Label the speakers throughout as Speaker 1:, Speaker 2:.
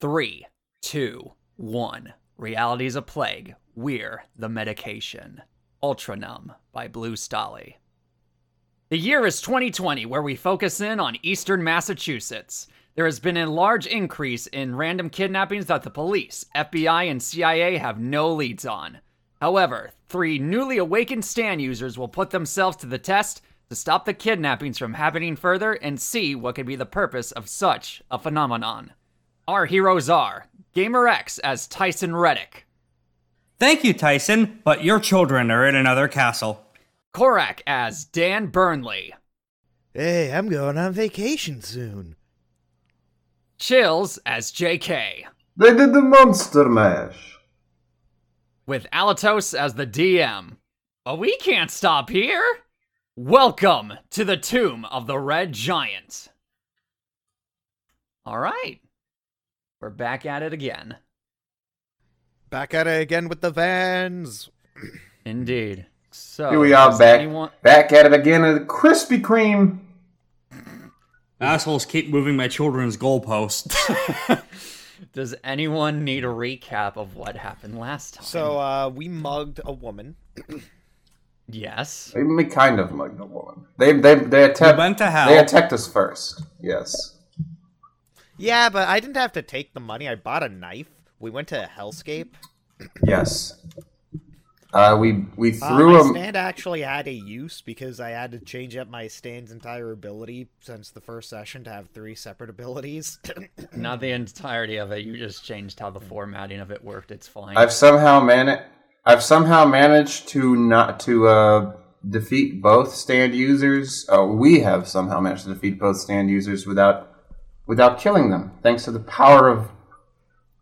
Speaker 1: Three, two, one. Reality's a plague. We're the medication. Ultranum by Blue Stolly. The year is 2020, where we focus in on eastern Massachusetts. There has been a large increase in random kidnappings that the police, FBI, and CIA have no leads on. However, three newly awakened stand users will put themselves to the test to stop the kidnappings from happening further and see what could be the purpose of such a phenomenon. Our heroes are Gamer X as Tyson Reddick,
Speaker 2: Thank you, Tyson, but your children are in another castle.
Speaker 1: Korak as Dan Burnley,
Speaker 3: Hey, I'm going on vacation soon.
Speaker 1: Chills as JK,
Speaker 4: They did the monster mash.
Speaker 1: with Alatos as the DM. But we can't stop here! Welcome to the Tomb of the Red Giant. All right. We're back at it again.
Speaker 3: Back at it again with the vans.
Speaker 1: Indeed. So
Speaker 4: Here we are
Speaker 1: does
Speaker 4: back,
Speaker 1: anyone-
Speaker 4: back at it again at Krispy Kreme.
Speaker 2: Assholes keep moving my children's goalposts.
Speaker 1: does anyone need a recap of what happened last time?
Speaker 3: So uh, we mugged a woman.
Speaker 1: yes.
Speaker 4: They may kind of mugged the woman. They they they attacked.
Speaker 2: went to hell.
Speaker 4: They attacked us first. Yes.
Speaker 3: Yeah, but I didn't have to take the money. I bought a knife. We went to Hellscape.
Speaker 4: Yes. Uh, we we
Speaker 3: Uh,
Speaker 4: threw
Speaker 3: my
Speaker 4: him.
Speaker 3: stand actually had a use because I had to change up my stand's entire ability since the first session to have three separate abilities.
Speaker 1: Not the entirety of it. You just changed how the formatting of it worked. It's fine.
Speaker 4: I've somehow managed. I've somehow managed to not to uh, defeat both stand users. Uh, we have somehow managed to defeat both stand users without without killing them, thanks to the power of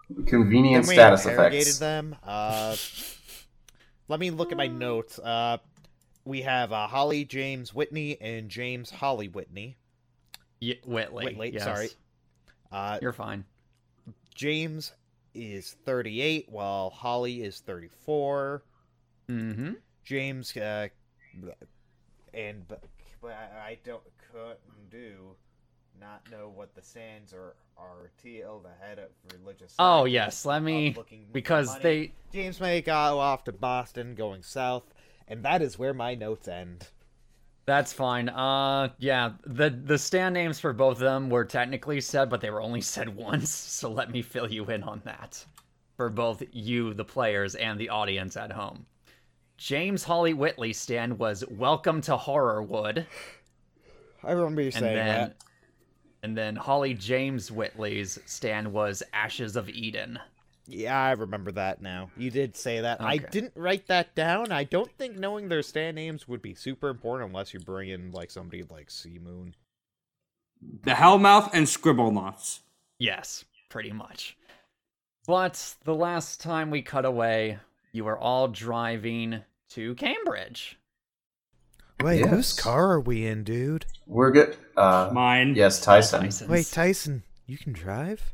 Speaker 3: Then
Speaker 4: convenient
Speaker 3: we
Speaker 4: status
Speaker 3: interrogated
Speaker 4: effects.
Speaker 3: them. Uh, let me look at my notes. Uh, we have uh, Holly James Whitney and James Holly Whitney.
Speaker 1: Ye- Whitley.
Speaker 3: Whitley,
Speaker 1: yes.
Speaker 3: sorry. Uh,
Speaker 1: You're fine.
Speaker 3: James is 38, while Holly is 34.
Speaker 1: Mm-hmm.
Speaker 3: James uh, and but I don't couldn't do not know what the sands are are till the head of religious.
Speaker 1: Oh
Speaker 3: sect.
Speaker 1: yes, let me
Speaker 3: Up looking for
Speaker 1: because
Speaker 3: money.
Speaker 1: they
Speaker 3: James may go off to Boston, going south, and that is where my notes end.
Speaker 1: that's fine. Uh yeah, the the stand names for both of them were technically said, but they were only said once, so let me fill you in on that. For both you, the players, and the audience at home. James Holly Whitley stand was Welcome to Horrorwood.
Speaker 3: I remember you
Speaker 1: And
Speaker 3: saying
Speaker 1: then
Speaker 3: that.
Speaker 1: and then Holly James Whitley's stand was Ashes of Eden.
Speaker 3: Yeah, I remember that now. You did say that. I
Speaker 1: Okay.
Speaker 3: didn't write that down. I don't think knowing their stand names would be super important unless you bring in like somebody like Sea Moon.
Speaker 2: the Hellmouth and Scribble Knots.
Speaker 1: Yes, pretty much. But the last time we cut away, you were all driving to Cambridge.
Speaker 3: Wait,
Speaker 4: Yes. whose car
Speaker 3: are we in, dude?
Speaker 4: We're good. Uh,
Speaker 2: Mine.
Speaker 4: Yes, Tyson.
Speaker 1: Tyson's.
Speaker 3: Tyson, you can drive?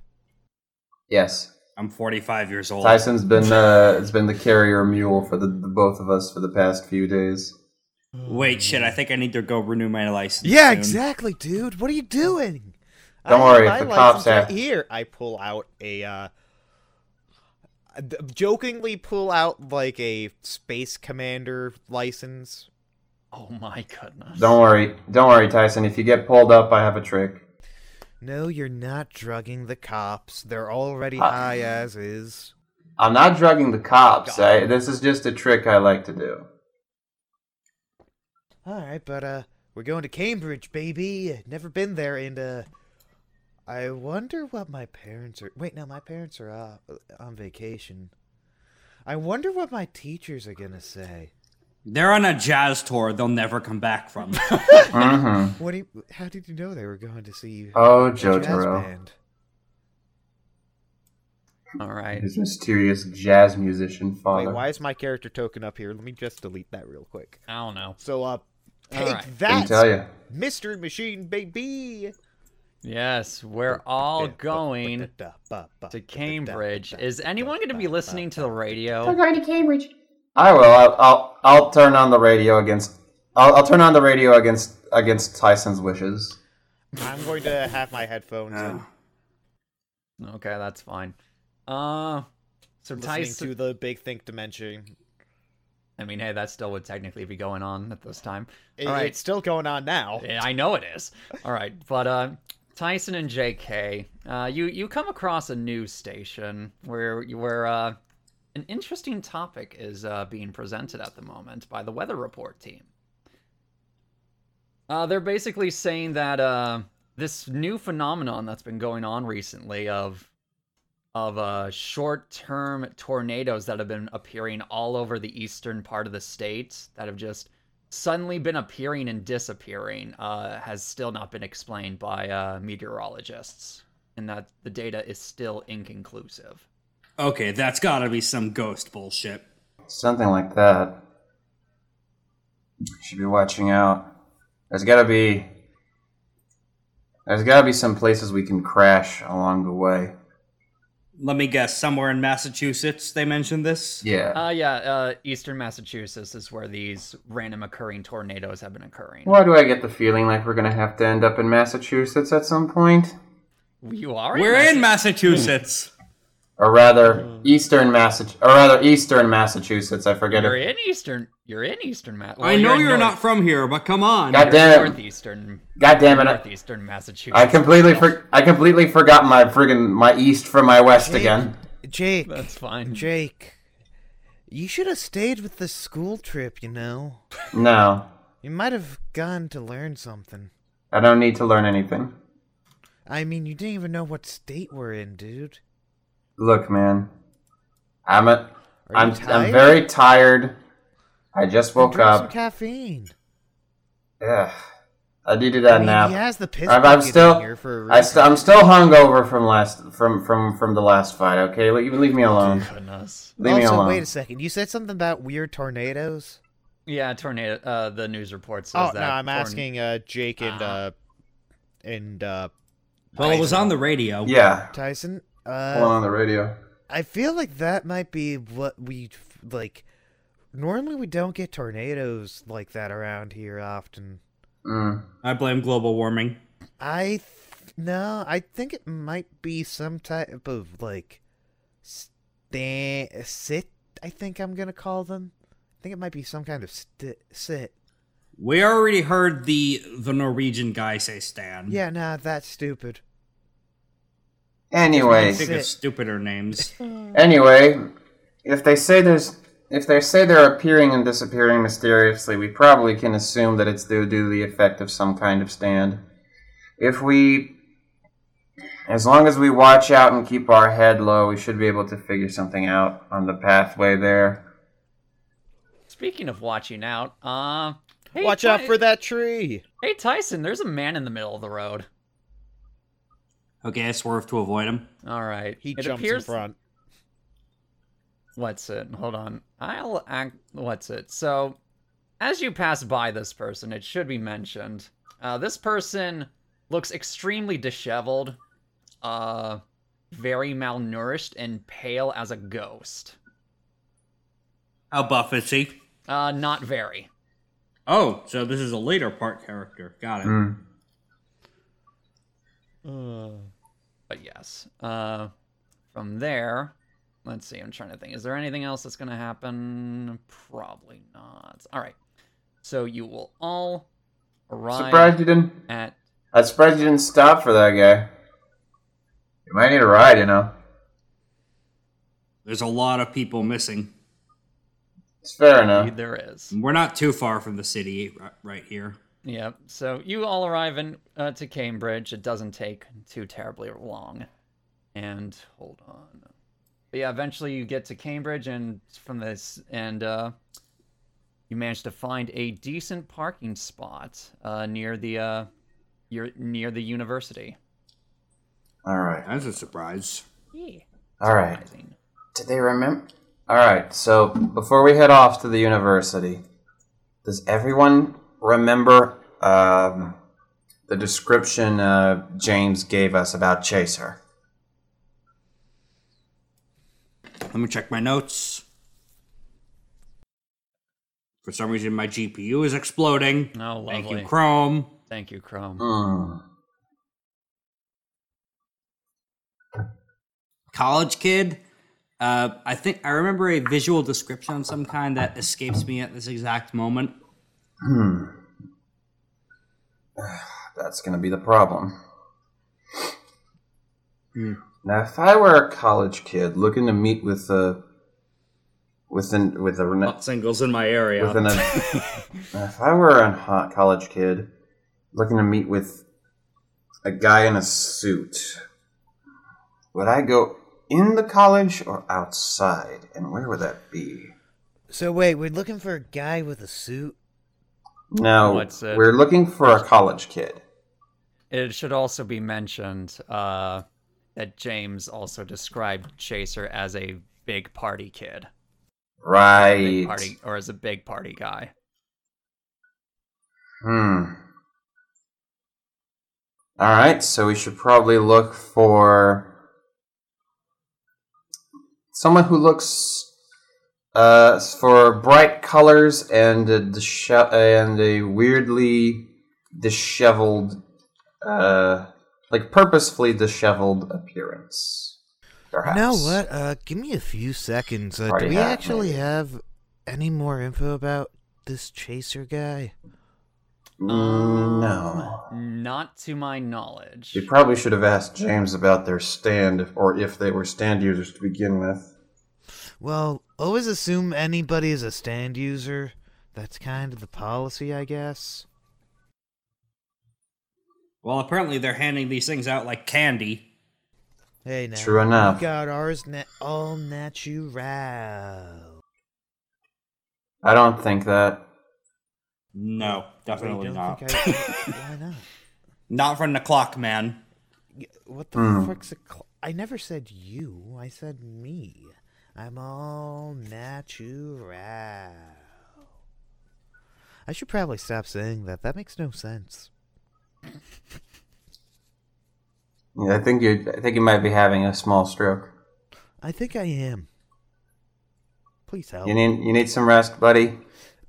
Speaker 4: Yes.
Speaker 2: I'm 45 years old.
Speaker 4: Tyson's been uh, it's been the carrier mule for the, the both of us for the past few days.
Speaker 2: Wait, shit, I think I need to go renew my license.
Speaker 3: Yeah,
Speaker 2: soon.
Speaker 3: exactly, dude. What are you doing?
Speaker 4: Don't
Speaker 3: I
Speaker 4: worry,
Speaker 3: have
Speaker 4: if
Speaker 3: my
Speaker 4: the cops
Speaker 3: license right
Speaker 4: have-
Speaker 3: here, I pull out a uh I d- jokingly pull out like a space commander license.
Speaker 1: Oh my goodness.
Speaker 4: Don't worry, don't worry, Tyson. If you get pulled up, I have a trick.
Speaker 3: No, you're not drugging the cops. They're already
Speaker 4: Ah.
Speaker 3: high as is.
Speaker 4: I'm not drugging the cops. I, this is just a trick I like to do.
Speaker 3: All right, but uh we're going to Cambridge, baby. Never been there and uh I wonder what my parents are Wait, no, my parents are uh, on vacation. I wonder what my teachers are going to say.
Speaker 2: They're on a jazz tour they'll never come back from.
Speaker 4: hmm
Speaker 3: What do you, how did you know they were going to see
Speaker 4: Oh,
Speaker 3: a jazz
Speaker 4: Jotaro,
Speaker 3: band?
Speaker 1: All right.
Speaker 4: his mysterious jazz musician
Speaker 3: Wait,
Speaker 4: father.
Speaker 3: why is my character token up here? Let me just delete that real quick.
Speaker 1: I don't know.
Speaker 3: So, uh, take
Speaker 1: right.
Speaker 4: Didn't
Speaker 3: that,
Speaker 4: tell you.
Speaker 3: mystery machine, baby.
Speaker 1: Yes, we're all going to Cambridge. Is anyone going to be listening to the
Speaker 5: We're
Speaker 1: radio?
Speaker 5: going to Cambridge.
Speaker 4: I will. I'll, I'll. I'll turn on the radio against. I'll, I'll turn on the radio against against Tyson's wishes.
Speaker 3: I'm going to have my headphones in.
Speaker 2: Oh.
Speaker 1: Okay, that's fine. Uh, so Tyson.
Speaker 3: Listening to the Big Think Dimension.
Speaker 1: I mean, hey, that still would technically be going on at this time.
Speaker 3: It,
Speaker 1: All right.
Speaker 3: It's still going on now.
Speaker 1: Yeah, I know it is. All right, but uh, Tyson and J.K., uh, you you come across a news station where you- where uh, an interesting topic is uh, being presented at the moment by the weather report team. Uh, they're basically saying that uh, this new phenomenon that's been going on recently of of uh, short-term tornadoes that have been appearing all over the eastern part of the state that have just suddenly been appearing and disappearing uh, has still not been explained by uh, meteorologists, and that the data is still inconclusive.
Speaker 2: Okay, that's gotta be some ghost bullshit.
Speaker 4: Something like that. Should be watching out. There's gotta be. There's gotta be some places we can crash along the way.
Speaker 2: Let me guess, somewhere in Massachusetts they mentioned this?
Speaker 4: Yeah.
Speaker 1: Uh, yeah, uh, eastern Massachusetts is where these random occurring tornadoes have been occurring.
Speaker 4: Why do I get the feeling like we're gonna have to end up in Massachusetts at some point?
Speaker 1: You are?
Speaker 2: We're in
Speaker 1: Massa-
Speaker 2: Massachusetts!
Speaker 4: Or
Speaker 1: Hmm.
Speaker 4: rather, eastern Massachusetts. Or rather, eastern Massachusetts. I forget.
Speaker 1: You're
Speaker 4: If-
Speaker 1: in eastern. You're in eastern Mass.
Speaker 2: I know you're not from here, but come on.
Speaker 4: God damn it!
Speaker 1: northeastern.
Speaker 4: God damn it! I-
Speaker 1: Northeastern Massachusetts.
Speaker 4: I completely for- I completely forgot my friggin' my east from my west again.
Speaker 3: Jake,
Speaker 1: That's fine.
Speaker 3: Jake, you should have stayed with the school trip. You know,
Speaker 4: No,
Speaker 3: you might have gone to learn something.
Speaker 4: I don't need to learn anything.
Speaker 3: I mean, you didn't even know what state we're in, dude.
Speaker 4: Look, man, I'm a
Speaker 3: Are
Speaker 4: I'm
Speaker 3: you
Speaker 4: I'm
Speaker 3: tired?
Speaker 4: very tired. I just woke
Speaker 3: Drink some
Speaker 4: up.
Speaker 3: caffeine.
Speaker 4: Ugh. I needed
Speaker 3: I
Speaker 4: that
Speaker 3: mean,
Speaker 4: nap.
Speaker 3: he has the piss
Speaker 4: I'm, I'm
Speaker 3: bucket in
Speaker 4: still
Speaker 3: here for a
Speaker 4: I st- I'm still hungover from last from from from the last fight. Okay, leave, leave me alone.
Speaker 1: Oh, Goodness.
Speaker 4: Leave me
Speaker 3: also,
Speaker 4: alone.
Speaker 3: wait a second. You said something about weird tornadoes.
Speaker 1: Yeah, tornado. Uh, the news report says
Speaker 3: Oh
Speaker 1: that.
Speaker 3: no, I'm
Speaker 1: torn- Ah.
Speaker 3: asking uh, Jake and uh, and uh,
Speaker 2: Well, it was on the radio.
Speaker 4: yeah,
Speaker 3: Tyson.
Speaker 4: hold
Speaker 3: Uh,
Speaker 4: on the radio.
Speaker 3: I feel like that might be what we like. Normally, we don't get tornadoes like that around here often.
Speaker 4: Mm.
Speaker 2: I blame global warming.
Speaker 3: I th- no, I think it might be some type of like sta- sit. I think I'm gonna call them. I think it might be some kind of sti sit.
Speaker 2: We already heard the the Norwegian guy say
Speaker 1: Mm.
Speaker 2: Stan.
Speaker 3: Yeah, nah, that's stupid.
Speaker 4: Anyway,
Speaker 2: Think of
Speaker 3: Sit.
Speaker 2: stupider names.
Speaker 4: Anyway, if they say there's if they say they're appearing and disappearing mysteriously, we probably can assume that it's due to the effect of some kind of stand. If we as long as we watch out and keep our head low, we should be able to figure something out on the pathway there.
Speaker 1: Speaking of watching out, uh, hey,
Speaker 3: Watch out
Speaker 1: Ty-
Speaker 3: for that tree.
Speaker 1: Hey Tyson, there's a man in the middle of the road.
Speaker 2: Okay, I swerved to avoid him.
Speaker 1: All right,
Speaker 3: He
Speaker 1: it
Speaker 3: jumps
Speaker 1: appears-
Speaker 3: in front.
Speaker 1: What's it? Hold on, I'll act. What's it? So, as you pass by this person, it should be mentioned. Uh, this person looks extremely disheveled, uh, very malnourished and pale as a ghost.
Speaker 2: How buff is he?
Speaker 1: Uh, not very.
Speaker 2: Oh, so this is a later part character. Got it.
Speaker 4: Hmm.
Speaker 1: But yes. Uh, from there, let's see. I'm trying to think. Is there anything else that's going to happen? Probably not. All right. So you will all arrive
Speaker 4: Surprised you didn't
Speaker 1: at.
Speaker 4: I'm surprised you didn't stop for that guy. You might need a ride, you know.
Speaker 2: There's a lot of people missing.
Speaker 4: It's fair enough.
Speaker 1: There is.
Speaker 2: We're not too far from the city ri- right here.
Speaker 1: Yep. So you all arrive in uh, to Cambridge. It doesn't take too terribly long. And hold on. But yeah, eventually you get to Cambridge, and from this, and uh, you manage to find a decent parking spot uh, near the uh, your, near the university.
Speaker 4: All right.
Speaker 2: That's a surprise.
Speaker 4: All right.
Speaker 1: Amazing.
Speaker 4: Did they remember? All right. So before we head off to the university, does everyone remember um, the description uh, James gave us about Chaser?
Speaker 2: Let me check my notes. For some reason, my GPU is exploding.
Speaker 1: Oh, lovely.
Speaker 2: Thank you, Chrome.
Speaker 1: Thank you, Chrome.
Speaker 4: Hmm.
Speaker 5: college kid. Uh, I think I remember a visual description of some kind that escapes me at this exact moment.
Speaker 4: That's going to be the problem. Now, if I were a college kid looking to meet with a with an with a rena-
Speaker 5: singles in my area.
Speaker 4: with an if I were a hot college kid looking to meet with a guy in a suit, would I go in the college or outside? And where would that be?
Speaker 3: So wait, we're looking for a guy with a suit.
Speaker 4: No,
Speaker 1: What's it?
Speaker 4: we're looking for a college kid.
Speaker 1: It should also be mentioned uh, that James also described Chaser as a big party kid,
Speaker 4: Right.
Speaker 1: big party, or as a big party guy.
Speaker 4: Hmm. All right, so we should probably look for someone who looks uh, for bright colors and a dishe- and a weirdly disheveled, uh, like purposefully disheveled appearance. Perhaps.
Speaker 3: You know what? Uh, give me a few seconds. Uh, do
Speaker 4: Already
Speaker 3: we
Speaker 4: have,
Speaker 3: actually
Speaker 4: maybe.
Speaker 3: have any more info about this chaser guy?
Speaker 4: Mm, No.
Speaker 1: Not to my knowledge.
Speaker 4: You probably should have asked James about their stand, or if they were stand users to begin with.
Speaker 3: Well, always assume anybody is a stand user. That's kind of the policy, I guess.
Speaker 5: well, apparently they're handing these things out like candy.
Speaker 3: Hey, now
Speaker 4: True enough.
Speaker 3: We got ours na- all natural.
Speaker 4: I don't think that.
Speaker 5: No,
Speaker 3: Wait,
Speaker 5: definitely
Speaker 3: don't
Speaker 5: not.
Speaker 3: think I- why not?
Speaker 5: Not from the clock, man.
Speaker 3: Y- What the
Speaker 4: Mm.
Speaker 3: frick's a cl- I never said you. I said me. I'm all natural. I should probably stop saying that. That makes no sense.
Speaker 4: Yeah, I think you. I think you might be having a small stroke.
Speaker 3: I think I am. Please help.
Speaker 4: You need. You need some rest, buddy.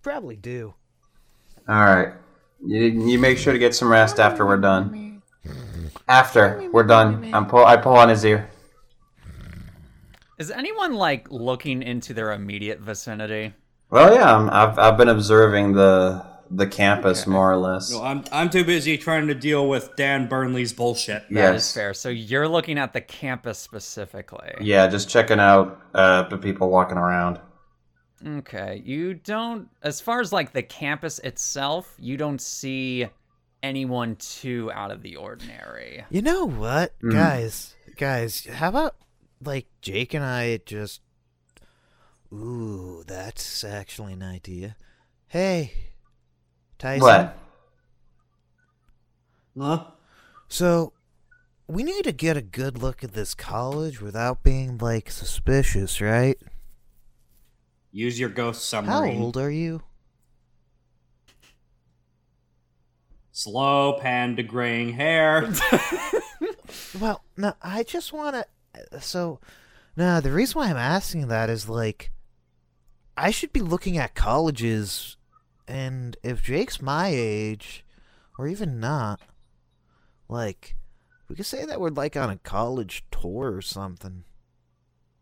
Speaker 3: probably do.
Speaker 4: All right. You, you make sure to get some rest after we're done. After we're done, I'm pull. I pull on his ear.
Speaker 1: Is anyone like looking into their immediate vicinity?
Speaker 4: Well, yeah. I'm, I've I've been observing the the campus more or less.
Speaker 5: No, I'm I'm too busy trying to deal with Dan Burnley's bullshit.
Speaker 1: That is
Speaker 4: yes.
Speaker 1: fair. So you're looking at the campus specifically.
Speaker 4: Yeah, just checking out uh, the people walking around.
Speaker 1: Okay. You don't, as far as like the campus itself, you don't see anyone too out of the ordinary.
Speaker 3: You know what,
Speaker 4: Mm.
Speaker 3: guys? Guys, how about like Jake and I just Ooh, that's actually an idea. Hey, Tyson.
Speaker 4: What?
Speaker 5: Huh?
Speaker 3: So, we need to get a good look at this college without being like suspicious, right?
Speaker 5: Use your ghost
Speaker 3: How
Speaker 5: submarine.
Speaker 3: old are you?
Speaker 5: Slow pan to graying hair.
Speaker 3: Well, no, I just want to. So, no, the reason why I'm asking that is like, I should be looking at colleges, and if Jake's my age, or even not, like, we could say that we're like on a college tour or something.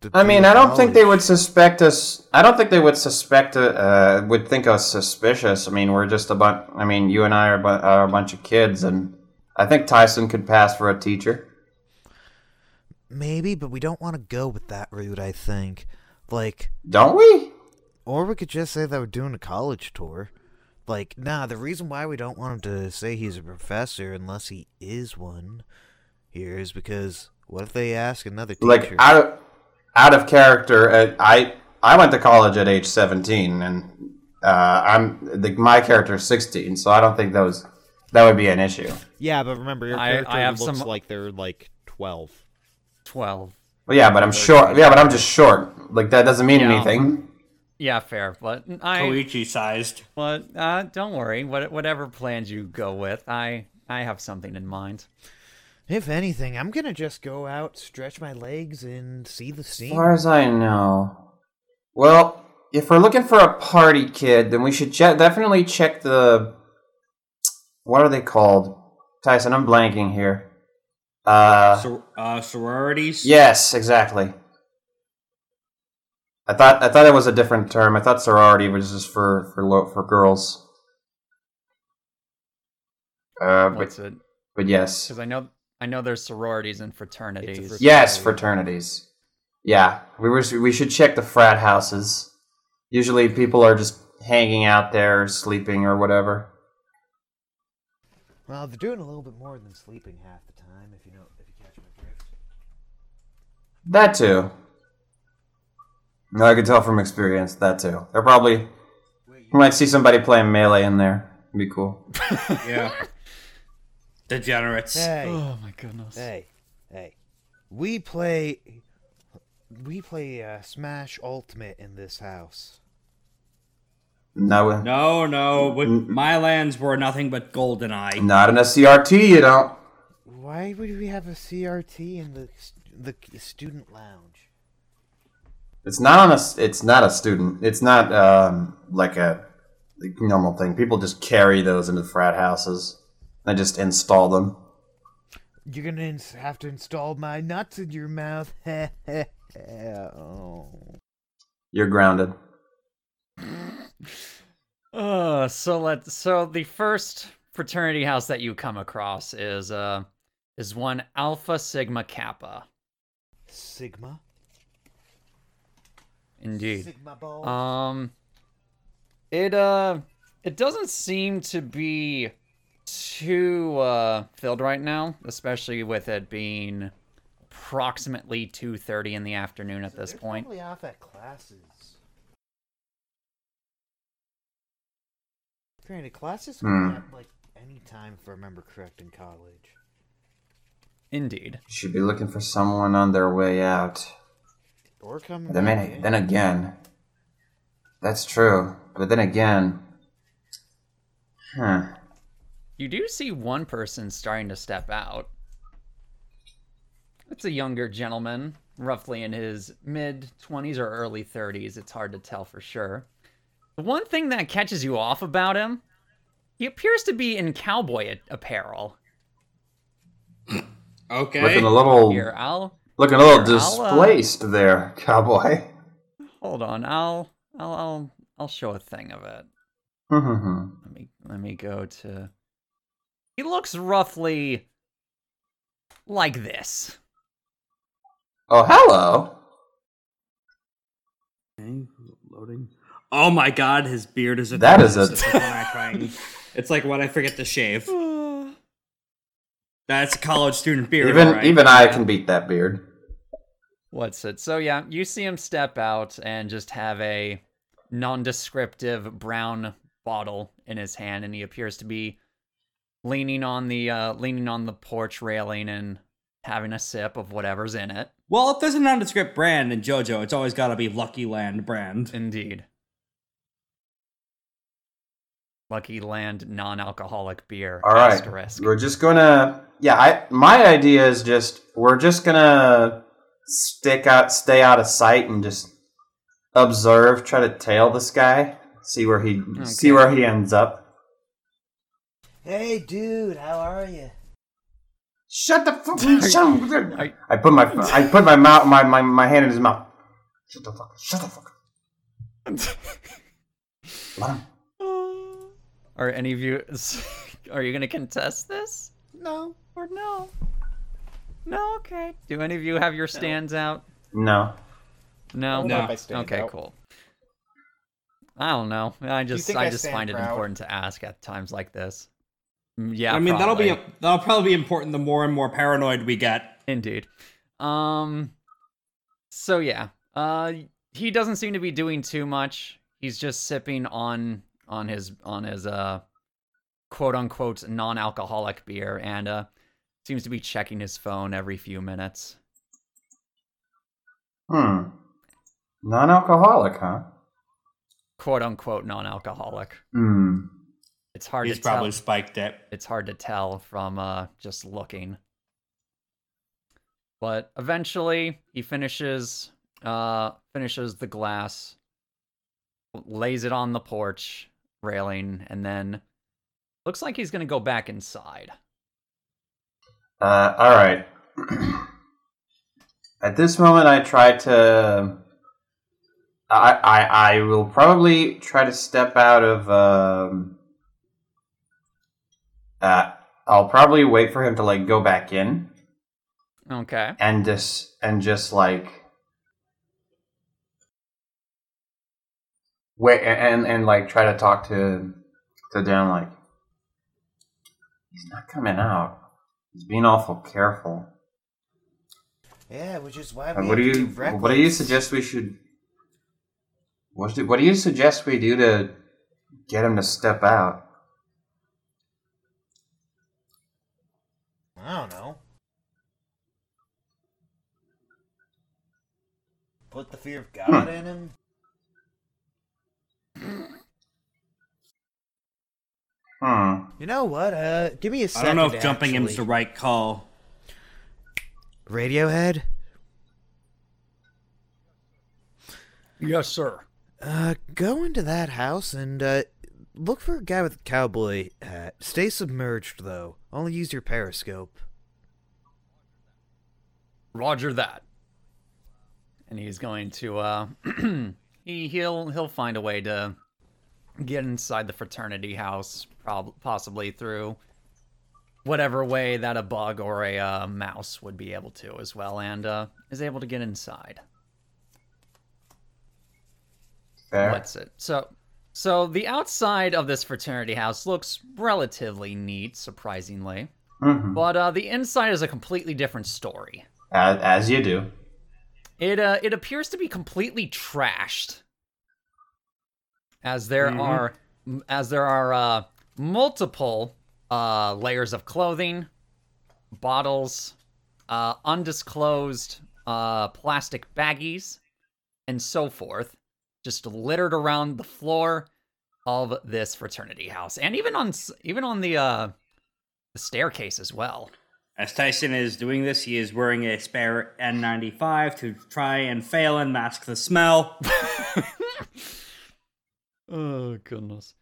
Speaker 3: to
Speaker 4: I
Speaker 3: do
Speaker 4: mean,
Speaker 3: a
Speaker 4: I don't think they
Speaker 3: college.
Speaker 4: would suspect us. I don't think they would suspect. Uh, would think us suspicious. I mean, we're just a bunch. I mean, you and I are, bu- are a bunch of kids, and I think Tyson could pass for a teacher.
Speaker 3: Maybe, but we don't want to go with that route. I think, like,
Speaker 4: Don't we?
Speaker 3: Or we could just say that we're doing a college tour. Like, nah, the reason why we don't want him to say he's a professor unless he is one here is because what if they ask another teacher?
Speaker 4: Like out of, out of character. Uh, I I went to college at age seventeen, and uh, I'm the, my character is sixteen, so I don't think that was that would be an issue.
Speaker 6: Yeah, but remember your
Speaker 1: I-
Speaker 6: character
Speaker 1: I have
Speaker 6: looks
Speaker 1: some-
Speaker 6: like they're like twelve.
Speaker 1: 12.
Speaker 4: Well, yeah, but I'm short. Yeah, but I'm just short. Like that doesn't mean
Speaker 5: Yeah.
Speaker 4: anything.
Speaker 1: Yeah, fair. But I,
Speaker 5: Koichi sized.
Speaker 1: but uh, don't worry. What, whatever plans you go with, I, I have something in mind.
Speaker 3: if anything, I'm gonna just go out, stretch my legs, and see the
Speaker 4: As
Speaker 3: scene.
Speaker 4: far as I know. Well, if we're looking for a party kid, then we should che- definitely check the. What are they called? Tyson, I'm blanking here. Uh,
Speaker 5: Sor- uh, sororities.
Speaker 4: Yes, exactly. I thought I thought it was a different term. I thought sorority was just for for lo- for girls. Uh, but
Speaker 1: What's it?
Speaker 4: but yes,
Speaker 1: Because I know I know there's sororities and fraternities.
Speaker 4: yes, fraternities. Yeah, we were we should check the frat houses. Usually, people are just hanging out there, sleeping or whatever.
Speaker 3: Well, they're doing a little bit more than sleeping half the time, if you know, if you catch my drift.
Speaker 4: That too. No, I can tell from experience that too. They're probably. You might see somebody playing melee in there. It'd be cool.
Speaker 5: Yeah. Degenerates.
Speaker 3: Hey,
Speaker 1: Oh my goodness.
Speaker 3: hey, hey! We play, we play uh, Smash Ultimate in this house.
Speaker 4: No,
Speaker 5: No, no. But
Speaker 4: Mm.
Speaker 5: my lands were nothing but golden eye.
Speaker 4: not in a CRT. You don't.
Speaker 3: Why would we have a CRT in the the student lounge?
Speaker 4: It's not on a. s- It's not a student. It's not um, like a like, normal thing. People just carry those into frat houses. They just install them.
Speaker 3: You're gonna ins- have to install my nuts in your mouth. oh.
Speaker 4: You're grounded.
Speaker 1: Uh, so let so the first fraternity house that you come across is uh is one Alpha Sigma Kappa.
Speaker 3: Sigma.
Speaker 1: Indeed.
Speaker 3: Sigma ball.
Speaker 1: Um it uh it doesn't seem to be too uh filled right now, especially with it being approximately 2:30 in the afternoon at this
Speaker 3: They're
Speaker 1: point.
Speaker 3: Probably off at classes. Granted, classes can
Speaker 4: Hmm.
Speaker 3: be at like any time, if I remember correct, in college.
Speaker 1: Indeed.
Speaker 4: You should be looking for someone on their way out.
Speaker 3: Or come.
Speaker 4: Then, then- then again, that's true. But then again, huh?
Speaker 1: You do see one person starting to step out. It's a younger gentleman, roughly in his mid 20s or early 30s. It's hard to tell for sure. The one thing that catches you off about him, he appears to be in cowboy a- apparel.
Speaker 5: Okay.
Speaker 4: Looking a little,
Speaker 1: Here, I'll
Speaker 4: looking a little
Speaker 1: here, I'll, uh,
Speaker 4: displaced there, cowboy.
Speaker 1: hold on. I'll I'll I'll, I'll show a thing of it.
Speaker 4: Oh,
Speaker 1: Let me let me go to He looks roughly like this.
Speaker 4: oh, hello.
Speaker 5: Loading. Oh my god, his beard is a
Speaker 4: That is a-
Speaker 5: It's like when I try and- It's like when I forget to shave. That's a college student beard.
Speaker 4: Even
Speaker 5: all right.
Speaker 4: even I can beat that beard.
Speaker 1: What's it? So yeah, you see him step out and just have a nondescriptive brown bottle in his hand, and he appears to be leaning on the uh, leaning on the porch railing and having a sip of whatever's in it.
Speaker 5: Well, if there's a nondescript brand in JoJo, it's always got to be Lucky Land brand.
Speaker 1: Indeed. Lucky Land non-alcoholic beer.
Speaker 4: All right,
Speaker 1: Asterisk.
Speaker 4: we're just gonna. Yeah, I my idea is just we're just gonna stick out, stay out of sight, and just observe. Try to tail this guy, see where he
Speaker 1: Okay.
Speaker 4: see where he ends up.
Speaker 3: Hey, dude, how are you?
Speaker 4: Shut the fuck shut-
Speaker 1: I-
Speaker 4: I put my I put my mouth my, my, my hand in his mouth. Shut the fuck. up, Shut the fuck. up. Let him-
Speaker 1: Are any of you? Are you gonna contest this?
Speaker 3: No.
Speaker 1: Or no? No, okay. Do any of you have your stands out?
Speaker 4: No.
Speaker 1: No.
Speaker 5: No.
Speaker 1: Okay, cool. I don't know. I just
Speaker 6: think
Speaker 1: I
Speaker 6: I
Speaker 1: just
Speaker 6: stand
Speaker 1: find it
Speaker 6: proud?
Speaker 1: important to ask at times like this. Mm, Yeah.
Speaker 5: I mean,
Speaker 1: probably.
Speaker 5: that'll be that'll probably be important the more and more paranoid we get.
Speaker 1: Indeed. Um so yeah. Uh he doesn't seem to be doing too much. He's just sipping on on his on his uh quote unquote non-alcoholic beer and uh seems to be checking his phone every few minutes.
Speaker 4: Hmm. Non-alcoholic, huh?
Speaker 1: Quote unquote non-alcoholic.
Speaker 4: Hmm.
Speaker 1: It's hard
Speaker 5: He's
Speaker 1: to
Speaker 5: probably
Speaker 1: tell.
Speaker 5: spiked it.
Speaker 1: It's hard to tell from uh just looking. But eventually he finishes uh finishes the glass, lays it on the porch railing and then looks like he's going to go back inside.
Speaker 4: Uh, all right. At this moment, I try to. I, I I will probably try to step out of. Um, uh, I'll probably wait for him to like go back in
Speaker 1: Okay.
Speaker 4: and just and just like wait and and like try to talk to to Dan like he's not coming out. He's being awful careful.
Speaker 3: Yeah, which is why
Speaker 4: Uh,
Speaker 3: we
Speaker 4: what do
Speaker 3: have to
Speaker 4: you
Speaker 3: be reckless.
Speaker 4: what do you suggest we should what do, what do you suggest we do to get him to step out?
Speaker 3: I don't know. Put the fear of God in him.
Speaker 4: Hmm.
Speaker 3: You know what? Uh, give me a
Speaker 5: I
Speaker 3: second.
Speaker 5: don't know if jumping him's the
Speaker 3: actually.
Speaker 5: right call.
Speaker 3: Radiohead.
Speaker 1: Yes, sir.
Speaker 3: Uh, go into that house and uh, look for a guy with a cowboy hat. Stay submerged though. Only use your periscope.
Speaker 1: Roger that. And he's going to uh he he'll he'll find a way to get inside the fraternity house prob- possibly through whatever way that a bug or a uh, mouse would be able to as well and uh is able to get inside.
Speaker 4: Fair.
Speaker 1: What's it? So so the outside of this fraternity house looks relatively neat surprisingly.
Speaker 4: Mhm.
Speaker 1: But uh the inside is a completely different story.
Speaker 4: As, as you do.
Speaker 1: It uh, it appears to be completely trashed, as there are as there are uh, multiple uh, layers of clothing, bottles, uh, undisclosed uh, plastic baggies, and so forth, just littered around the floor of this fraternity house, and even on s- even on the uh, the staircase as well.
Speaker 5: As Tyson is doing this, he is wearing a spare N95 to try and fail and mask the smell.
Speaker 1: Oh goodness.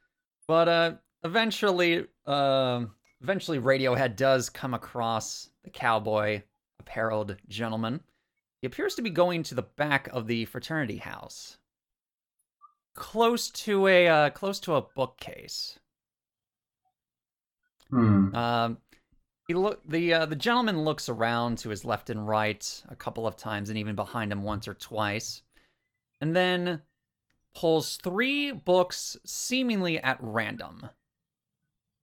Speaker 1: But uh eventually um eventually Radiohead does come across the cowboy appareled gentleman. He appears to be going to the back of the fraternity house. Close to a uh, close to a bookcase.
Speaker 4: Hmm.
Speaker 1: Um, he look the uh, the gentleman looks around to his left and right a couple of times, and even behind him once or twice, and then pulls three books seemingly at random,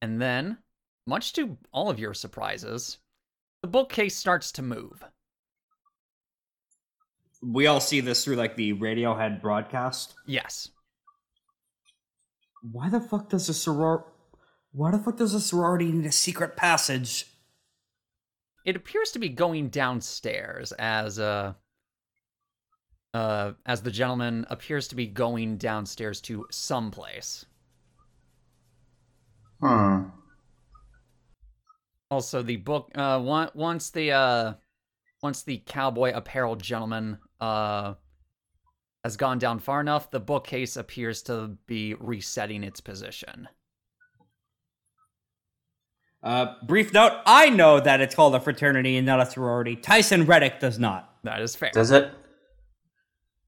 Speaker 1: and then, much to all of your surprises, the bookcase starts to move.
Speaker 5: We all see this through like the Radiohead broadcast.
Speaker 1: Yes,
Speaker 5: Why the fuck does a soror? Why the fuck does a sorority need a secret passage?
Speaker 1: it appears to be going downstairs as uh uh as the gentleman appears to be going downstairs to someplace.
Speaker 4: Hmm.
Speaker 1: also the book uh on- once the uh once the cowboy apparel gentleman uh has gone down far enough the bookcase appears to be resetting its position
Speaker 5: Uh, brief note: I know that it's called a fraternity and not a sorority. Tyson Reddick does not.
Speaker 1: that is fair
Speaker 4: Does it?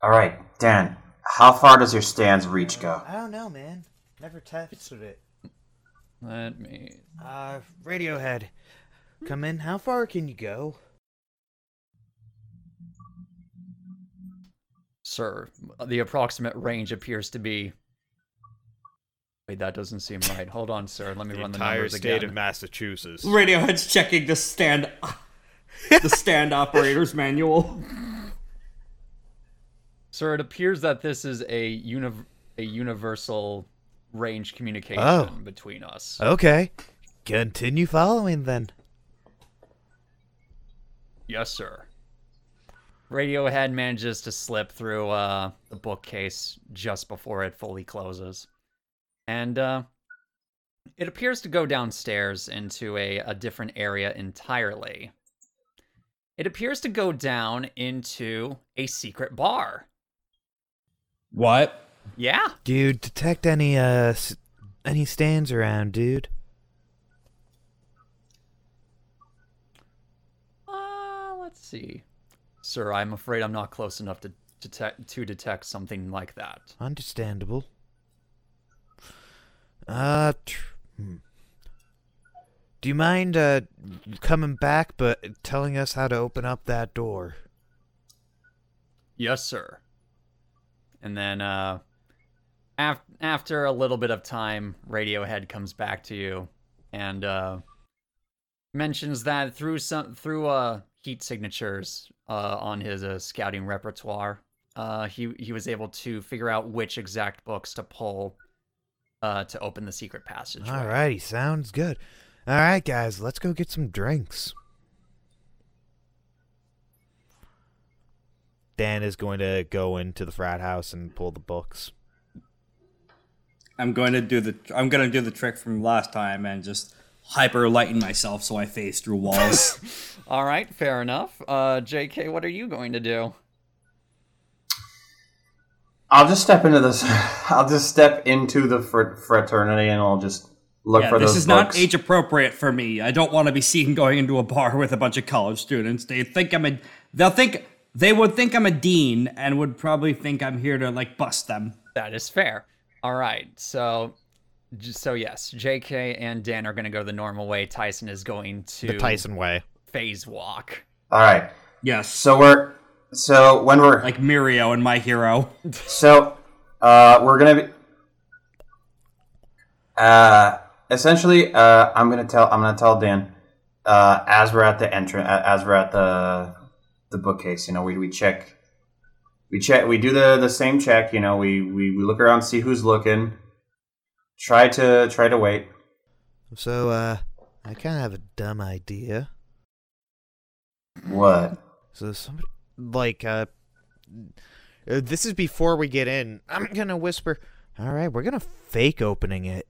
Speaker 4: All right, Dan. How far does your stand's reach go?
Speaker 3: I don't know, man. Never tested it.
Speaker 1: let me
Speaker 3: Uh, Radiohead, come in. How far can you go?
Speaker 1: sir the approximate range appears to be wait that doesn't seem right hold on sir let me
Speaker 6: The
Speaker 1: run the
Speaker 6: entire
Speaker 1: numbers
Speaker 6: state
Speaker 1: again
Speaker 6: of Massachusetts.
Speaker 5: Radiohead's checking the stand, the stand operator's manual.
Speaker 1: sir it appears that this is a univ- a universal range communication
Speaker 3: Oh.
Speaker 1: between us
Speaker 3: Okay. Continue following then.
Speaker 1: Yes, sir. Radiohead manages to slip through uh, the bookcase just before it fully closes. And uh, it appears to go downstairs into a, a different area entirely. It appears to go down into a secret bar.
Speaker 5: What?
Speaker 1: Yeah.
Speaker 3: Dude, detect any uh s- any stands around, dude.
Speaker 1: Uh, see. Sir, I'm afraid I'm not close enough to detect to detect something like that.
Speaker 3: Understandable. Uh, tr- hmm. do you mind uh coming back, but telling us how to open up that door?
Speaker 1: Yes, sir. And then uh af- after a little bit of time, Radiohead comes back to you and uh mentions that through some through uh heat signatures uh on his uh, scouting repertoire, uh he he was able to figure out which exact books to pull uh to open the secret passage.
Speaker 3: Alrighty, sounds good. All right, guys, let's go get some drinks.
Speaker 6: Dan is going to go into the frat house and pull the books.
Speaker 5: I'm going to do the I'm going to do the trick from last time and just hyper lighten myself so I phase through walls.
Speaker 1: All right, fair enough. Uh JK, what are you going to do?
Speaker 4: I'll just step into this. I'll just step into the fr- fraternity and I'll just look
Speaker 5: yeah,
Speaker 4: for
Speaker 5: this
Speaker 4: those
Speaker 5: is
Speaker 4: books.
Speaker 5: not age appropriate for me. I don't want to be seen going into a bar with a bunch of college students. They think I'm a they'll think they would think I'm a dean and would probably think I'm here to like bust them.
Speaker 1: That is fair. All right. So, j- so yes, JK and Dan are going to go the normal way. Tyson is going to
Speaker 6: The Tyson way.
Speaker 1: phase walk.
Speaker 4: All right.
Speaker 5: Yes.
Speaker 4: So we're so when we're
Speaker 5: like Mirio and my hero.
Speaker 4: So, uh, we're gonna be. Uh, essentially, uh, I'm gonna tell I'm gonna tell Dan, uh, as we're at the entrance, as we're at the the bookcase, you know, we, we check, we check, we do the the same check, you know, we, we we look around, see who's looking, try to try to wait.
Speaker 3: So, uh, I kind of have a dumb idea.
Speaker 4: What?
Speaker 3: So somebody like uh uh, this is before we get in. I'm going to whisper, "All right, we're going to fake opening it."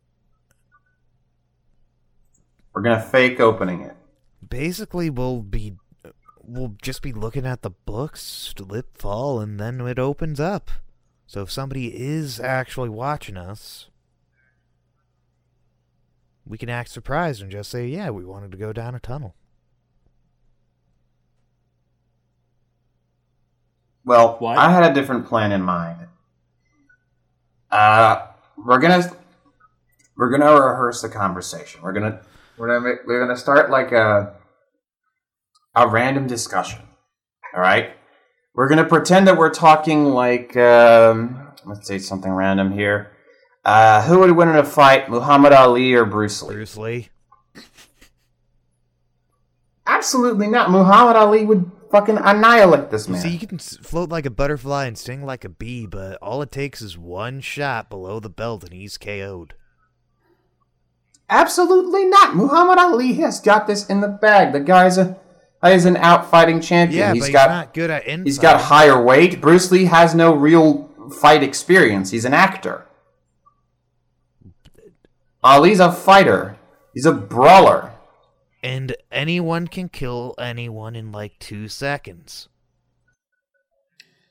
Speaker 4: We're gonna fake opening it.
Speaker 3: Basically, we'll be we'll just be looking at the books, lip fall and then it opens up. So if somebody is actually watching us, we can act surprised and just say, "Yeah, we wanted to go down a tunnel."
Speaker 4: Well,
Speaker 5: What?
Speaker 4: I had a different plan in mind. Uh, we're gonna we're gonna rehearse the conversation. We're gonna we're gonna make, we're gonna start like a a random discussion. All right, we're gonna pretend that we're talking like um, let's say something random here. Uh, who would win in a fight, Muhammad Ali or Bruce Lee?
Speaker 3: Bruce Lee.
Speaker 4: Absolutely not. Muhammad Ali would fucking annihilate this man.
Speaker 3: See, you can s- float like a butterfly and sting like a bee, but all it takes is one shot below the belt and he's KO'd.
Speaker 4: Absolutely not. Muhammad Ali has got this in the bag. The guy's a is an out fighting champion.
Speaker 3: Yeah, but
Speaker 4: he's
Speaker 3: he's
Speaker 4: got
Speaker 3: not good at uh, inside.
Speaker 4: he's got higher weight. Bruce Lee has no real fight experience. He's an actor. Ali's a fighter. He's a brawler.
Speaker 3: and anyone can kill anyone in like two seconds.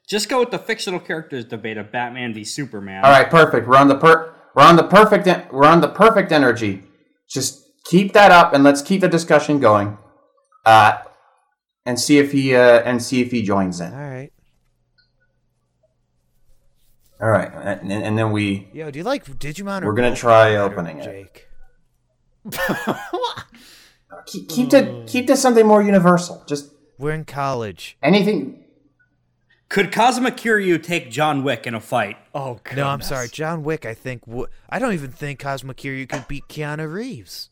Speaker 5: Just go with the fictional characters debate of Batman v Superman.
Speaker 4: All right, perfect. We're on the per we're on the perfect en- we're on the perfect energy. Just keep that up and let's keep the discussion going. Uh, and see if he uh, and see if he joins in.
Speaker 3: All right.
Speaker 4: All right, and, and then we
Speaker 3: Yo, do you like Digimon? Or
Speaker 4: We're gonna
Speaker 3: Pokemon
Speaker 4: try
Speaker 3: better,
Speaker 4: opening it.
Speaker 3: Jake?
Speaker 1: Oh,
Speaker 4: keep, keep to keep to something more universal. Just
Speaker 3: We're in college.
Speaker 4: anything.
Speaker 5: Could Kazuma Kiryu take John Wick in a fight?
Speaker 1: Oh god.
Speaker 3: No, I'm sorry, John Wick. I think wo- I don't even think Cosmo Kiryu could beat Keanu Reeves.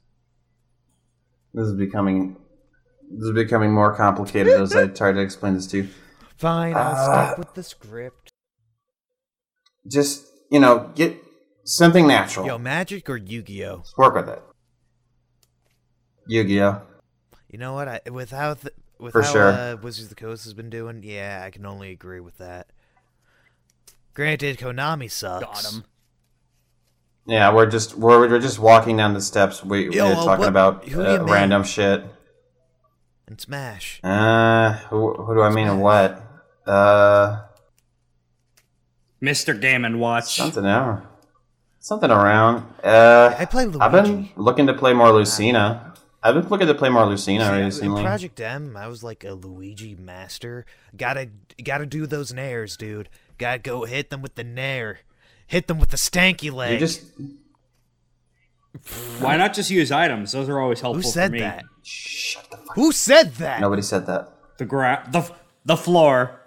Speaker 4: This is becoming this is becoming more complicated as I try to explain this to you.
Speaker 3: Fine, I'll
Speaker 4: Ah.
Speaker 3: stick with the script.
Speaker 4: Just you know, get something natural.
Speaker 3: Yo, Magic or Yu-Gi-Oh?
Speaker 4: Work with it. Yu-Gi-Oh.
Speaker 3: You know what? I with how th- with
Speaker 4: For
Speaker 3: how
Speaker 4: sure.
Speaker 3: uh, Wizards of the Coast has been doing, yeah, I can only agree with that. Granted, Konami sucks.
Speaker 1: Got him.
Speaker 4: Yeah, we're just we're, we're just walking down the steps. We,
Speaker 3: Yo,
Speaker 4: we're
Speaker 3: uh,
Speaker 4: talking
Speaker 3: what-
Speaker 4: about
Speaker 3: who do you
Speaker 4: uh,
Speaker 3: mean?
Speaker 4: random shit.
Speaker 3: And Smash.
Speaker 4: Uh, who, who do I mean and what? Uh,
Speaker 5: Mr. Game and Watch.
Speaker 4: something around. Something around. Uh,
Speaker 3: I play
Speaker 4: I've been
Speaker 3: Luigi.
Speaker 4: looking to play more Lucina. I've been looking to play more Lucina
Speaker 3: See, in
Speaker 4: recently.
Speaker 3: Project M, I was like a Luigi master. Gotta gotta do those nairs, dude. Gotta go hit them with the nair. Hit them with the stanky leg.
Speaker 4: you just
Speaker 5: Why not just use items? Those are always
Speaker 3: Who
Speaker 5: helpful for
Speaker 3: said
Speaker 5: me.
Speaker 3: that?
Speaker 4: shut the. Fuck.
Speaker 3: Who said that?
Speaker 4: Nobody said that.
Speaker 5: The gra- the f- the floor.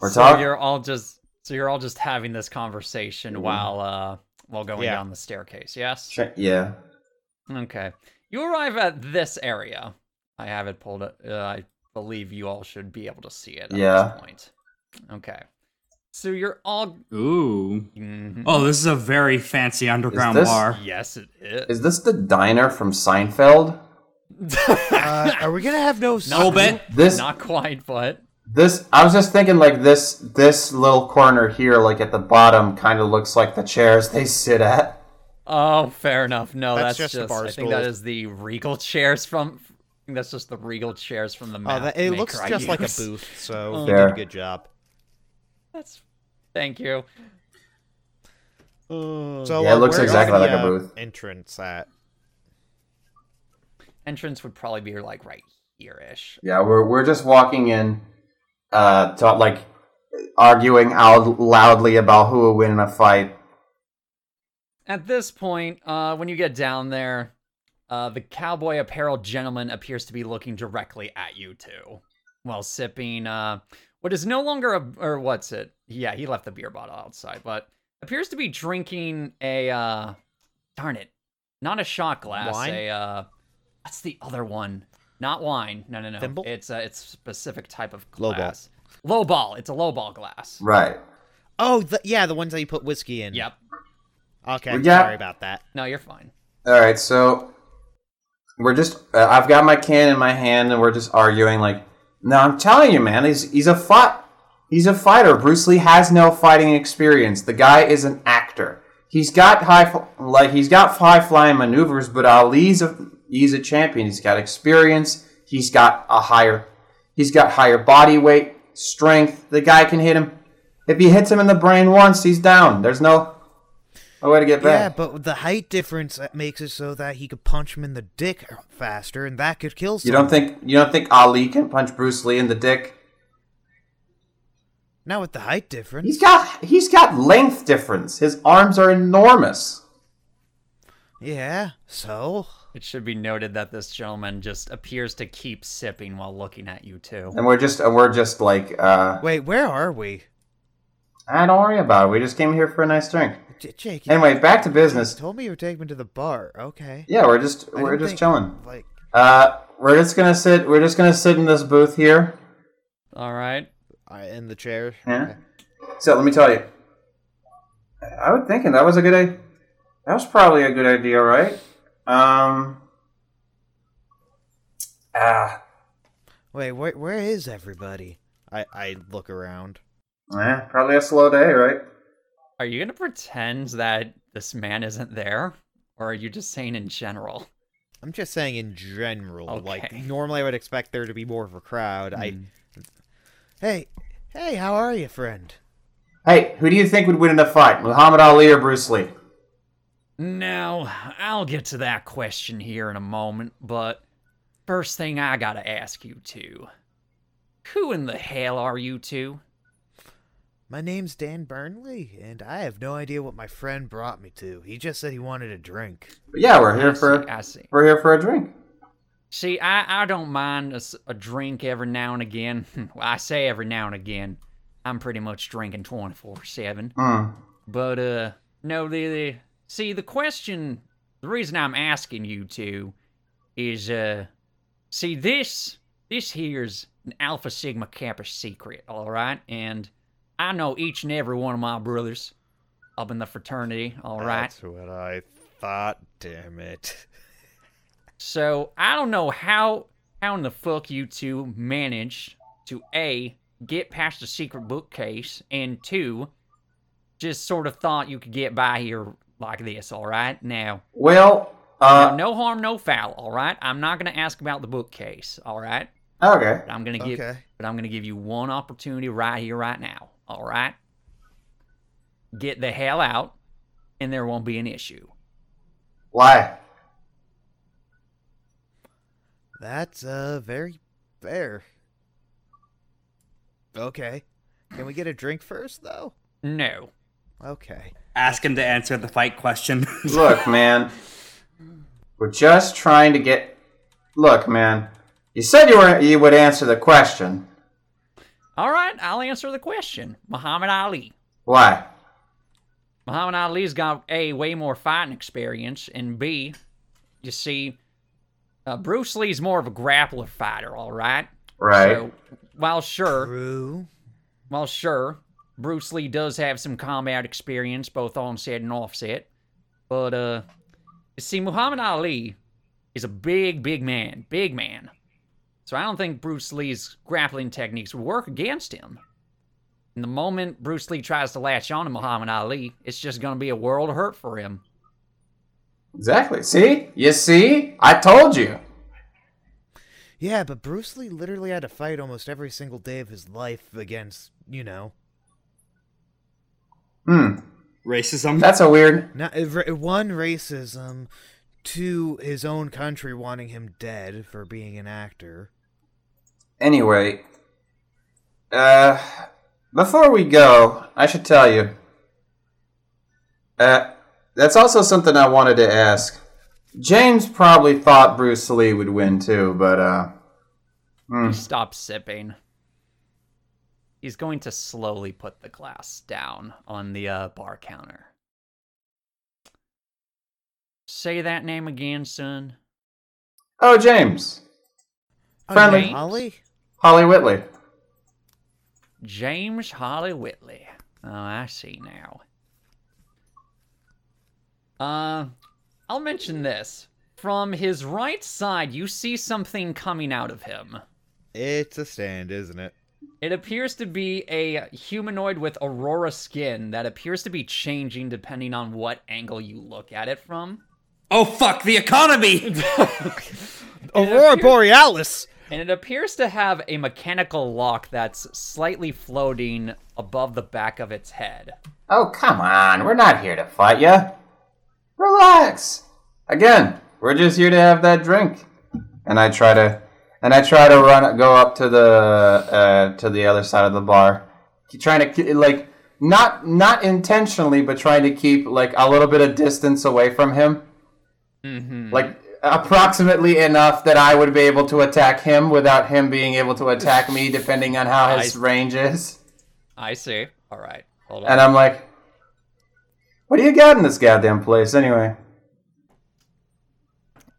Speaker 4: We're
Speaker 1: So
Speaker 4: talking.
Speaker 1: you're all just so you're all just having this conversation while uh while going
Speaker 6: Yeah.
Speaker 1: down the staircase. Yes.
Speaker 4: Mm-hmm. Sure, Yeah.
Speaker 1: Okay. You arrive at this area. I have it pulled up. Uh, I believe you all should be able to see it at
Speaker 4: Yeah.
Speaker 1: this point. Okay. So you're all.
Speaker 5: Ooh.
Speaker 1: Mhm.
Speaker 5: Oh, this is a very fancy underground
Speaker 4: this-
Speaker 5: bar.
Speaker 1: Yes, it is.
Speaker 4: Is this the diner from Seinfeld?
Speaker 3: Uh, are we gonna have no?
Speaker 1: Not-
Speaker 5: bit.
Speaker 4: This
Speaker 1: Not quite, but
Speaker 4: this I was just thinking like this this little corner here, like at the bottom, kind of looks like the chairs they sit at.
Speaker 1: oh, fair enough. No,
Speaker 6: That's
Speaker 1: that's, just.
Speaker 6: just the bar
Speaker 1: I think that
Speaker 6: stool.
Speaker 1: is the regal chairs from. I think that's just the regal chairs from the
Speaker 6: Oh,
Speaker 1: map.
Speaker 6: that, it looks
Speaker 1: maker I
Speaker 6: just like a
Speaker 1: use. Oh.
Speaker 6: booth, so you
Speaker 4: Fair.
Speaker 6: did a good job.
Speaker 1: That's. Thank you.
Speaker 6: So
Speaker 4: Yeah, it looks
Speaker 6: where's
Speaker 4: exactly
Speaker 6: the,
Speaker 4: like a
Speaker 6: uh,
Speaker 4: booth.
Speaker 6: Entrance at
Speaker 1: Entrance would probably be like right here ish.
Speaker 4: Yeah, we're we're just walking in, uh, to, like arguing out loudly about who will win in a fight.
Speaker 1: At this point, uh, when you get down there, uh, the cowboy apparel gentleman appears to be looking directly at you two while sipping uh, what is no longer a, or what's it? Yeah, he left the beer bottle outside, but appears to be drinking a, uh, darn it, not a shot glass,
Speaker 6: Wine?
Speaker 1: a, uh, what's the other one? Not wine. No, no, no.
Speaker 6: Thimble?
Speaker 1: It's a, it's a specific type of
Speaker 6: Low ball.
Speaker 1: glass. Low ball. It's a low ball glass.
Speaker 4: Right.
Speaker 6: oh the, yeah, the ones that you put whiskey in.
Speaker 1: Yep.
Speaker 6: Okay,
Speaker 4: Well, yeah.
Speaker 6: sorry about that.
Speaker 1: No, you're fine.
Speaker 4: All right. So we're just uh, I've got my can in my hand, and we're just arguing. Like, no, I'm telling you, man, he's he's a fight. He's a fighter. Bruce Lee has no fighting experience. The guy is an actor. He's got high fl- like he's got high flying maneuvers, but Ali's a he's a champion. He's got experience. He's got a higher he's got higher body weight, strength. The guy can hit him. If he hits him in the brain once, he's down. There's no no way to get
Speaker 3: Yeah,
Speaker 4: back.
Speaker 3: but the height difference that makes it so that he could punch him in the dick uh, faster, and that could kill.
Speaker 4: You
Speaker 3: Someone.
Speaker 4: don't think you don't think Ali can punch Bruce Lee in the dick?
Speaker 3: Not with the height difference.
Speaker 4: He's got he's got length difference. His arms are enormous.
Speaker 3: Yeah. So.
Speaker 1: It should be noted that this gentleman just appears to keep sipping while looking at you too.
Speaker 4: And we're just and we're just like uh
Speaker 3: Wait, where are we?
Speaker 4: I don't worry about it. We just came here for a nice drink.
Speaker 3: J- Jake. you
Speaker 4: Anyway, back to business.
Speaker 3: told me you were taking me to the bar. Okay.
Speaker 4: Yeah, we're just
Speaker 3: I
Speaker 4: we're
Speaker 3: didn't
Speaker 4: just
Speaker 3: think-
Speaker 4: chilling.
Speaker 3: Like,
Speaker 4: Uh we're just gonna sit we're just gonna sit in this booth here.
Speaker 1: All right.
Speaker 6: I in the chair.
Speaker 4: Yeah. So let me tell you. I was thinking that was a good idea. That was probably a good idea, right? Um Ah,
Speaker 3: wait, where, where is everybody?
Speaker 6: I I look around.
Speaker 4: yeah, probably a slow day, right?
Speaker 1: Are you going to pretend that this man isn't there? Or are you just saying in general?
Speaker 6: I'm just saying in general. Like
Speaker 1: Okay.
Speaker 6: normally I would expect there to be more of a crowd. I
Speaker 4: Hmm.
Speaker 3: Hey, hey, how are you, friend?
Speaker 4: Hey, who do you think would win in a fight, Muhammad Ali or Bruce Lee?
Speaker 1: Now, I'll get to that question here in a moment, but first thing I got to ask you two who in the hell are you two?
Speaker 3: My name's Dan Burnley, and I have no idea what my friend brought me to. He just said he wanted a drink.
Speaker 4: But yeah, we're
Speaker 1: I
Speaker 4: here
Speaker 1: see,
Speaker 4: for
Speaker 1: I see.
Speaker 4: we're here for a drink.
Speaker 1: See, I, I don't mind a, s- a drink every now and again. well, I say every now and again. I'm pretty much drinking 24 7.
Speaker 4: Hmm.
Speaker 1: But, uh, no, the, the. See, the question. The reason I'm asking you two is, uh. See, this. This here's an Alpha Sigma Kappa secret, alright? And I know each and every one of my brothers up in the fraternity, alright?
Speaker 6: That's what I thought. Damn it.
Speaker 1: So I don't know how how in the fuck you two managed to a get past the secret bookcase and two just sort of thought you could get by here like this. All right, now
Speaker 4: Well, uh,
Speaker 1: no harm, no foul. All right, I'm not gonna ask about the bookcase. All right,
Speaker 4: okay.
Speaker 1: but I'm gonna give
Speaker 3: Okay.
Speaker 1: but I'm gonna give you one opportunity right here, right now. All right, get the hell out, and there won't be an issue.
Speaker 4: Why?
Speaker 3: That's uh very fair. Okay. Can we get a drink first though?
Speaker 1: No.
Speaker 3: Okay.
Speaker 5: Ask him to answer the fight question.
Speaker 4: Look, man. We're just trying to get. Look, man. You said you were you would answer the question.
Speaker 1: All right, I'll answer the question. Muhammad Ali.
Speaker 4: Why?
Speaker 1: Muhammad Ali's got a way more fighting experience, and B, you see, uh, Bruce Lee's more of a grappler fighter. All right.
Speaker 4: Right.
Speaker 1: So while sure,
Speaker 3: Brew.
Speaker 1: while sure, Bruce Lee does have some combat experience, both onset and offset. But uh, you see, Muhammad Ali is a big, big man, big man. So I don't think Bruce Lee's grappling techniques would work against him. And the moment Bruce Lee tries to latch on to Muhammad Ali, it's just going to be a world of hurt for him.
Speaker 4: Exactly. See? You see? I told you.
Speaker 3: Yeah, but Bruce Lee literally had to fight almost every single day of his life against, you know,
Speaker 4: Hmm.
Speaker 5: Racism.
Speaker 4: That's a weird.
Speaker 3: not uh, ra- one racism, two his own country wanting him dead for being an actor.
Speaker 4: Anyway. Uh. Before we go, I should tell you. Uh. That's also something I wanted to ask. James probably thought Bruce Lee would win too, but, uh. Hmm.
Speaker 1: He stops sipping. He's going to slowly put the glass down on the uh, bar counter. Say that name again, son.
Speaker 4: Oh, James. Friendly.
Speaker 3: Oh, Holly?
Speaker 4: Holly Whitley.
Speaker 1: James Holly Whitley. Oh, I see now. Uh, I'll mention this. From his right side, you see something coming out of him.
Speaker 3: It's a stand, isn't it?
Speaker 1: It appears to be a humanoid with aurora skin that appears to be changing depending on what angle you look at it from.
Speaker 5: oh fuck the economy.
Speaker 3: Aurora Borealis!
Speaker 1: And it appears to have a mechanical lock that's slightly floating above the back of its head.
Speaker 4: Oh, come on. We're not here to fight ya. Relax. Again, we're just here to have that drink. And I try to and I try to run go up to the uh, to the other side of the bar. Keep Trying to ke- like not not intentionally but trying to keep like a little bit of distance away from him. Like approximately enough that I would be able to attack him without him being able to attack me depending on how his
Speaker 1: I-
Speaker 4: range is.
Speaker 1: I see. All right. Hold on.
Speaker 4: And I'm like, what do you got in this goddamn place anyway?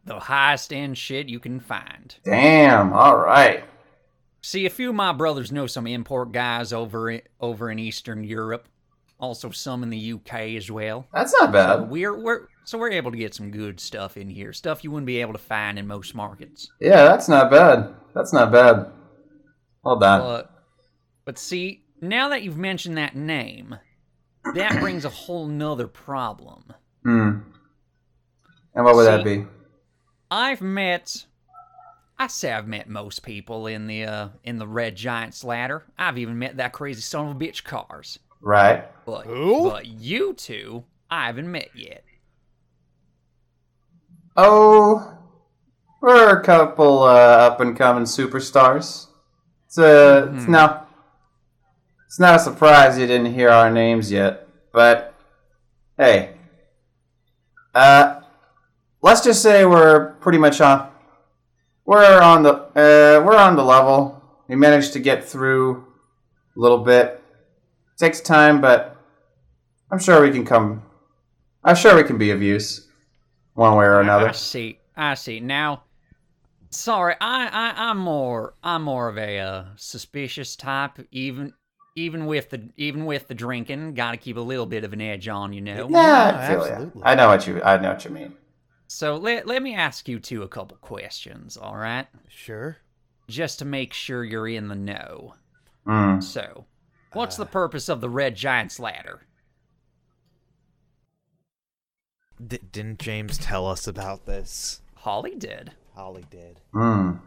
Speaker 1: the highest end shit you can find.
Speaker 4: Damn, alright.
Speaker 1: See, a few of my brothers know some import guys over i- over in Eastern Europe, also some in the UK as well.
Speaker 4: That's not
Speaker 1: So
Speaker 4: bad.
Speaker 1: we're we're so we're able to get some good stuff in here, stuff you wouldn't be able to find in most markets.
Speaker 4: Yeah, that's not bad. That's not bad. Hold on.
Speaker 1: But but see, now that you've mentioned that name, that brings a whole nother problem.
Speaker 4: Hmm. And what would that
Speaker 1: See-
Speaker 4: be?
Speaker 1: I've met I say I've met most people in the uh, in the Red Giant's ladder. I've even met that crazy son of a bitch cars.
Speaker 4: Right.
Speaker 1: But
Speaker 3: Who?
Speaker 1: but you two I haven't met yet.
Speaker 4: Oh, we're a couple uh, up and coming superstars. It's, uh, it's no, it's not a surprise you didn't hear our names yet. But hey, uh, let's just say we're pretty much on. We're on the uh, we're on the level. We managed to get through a little bit. Takes time, but I'm sure we can come. I'm sure we can be of use, one way or another.
Speaker 1: I see. I see. Now, sorry, I, I I'm more I'm more of a uh, suspicious type. Even even with the even with the drinking, got to keep a little bit of an edge on, you know.
Speaker 4: Yeah,
Speaker 3: Yeah,
Speaker 4: I feel ya.
Speaker 3: absolutely.
Speaker 4: I know what you. I know what you mean.
Speaker 1: So let let me ask you two a couple questions, all right?
Speaker 3: Sure.
Speaker 1: Just to make sure you're in the know.
Speaker 4: Mm.
Speaker 1: So, what's
Speaker 4: Uh.
Speaker 1: the purpose of the Red Giant's ladder?
Speaker 6: D- didn't James tell us about this?
Speaker 1: Holly did.
Speaker 6: Holly did.
Speaker 4: Mm.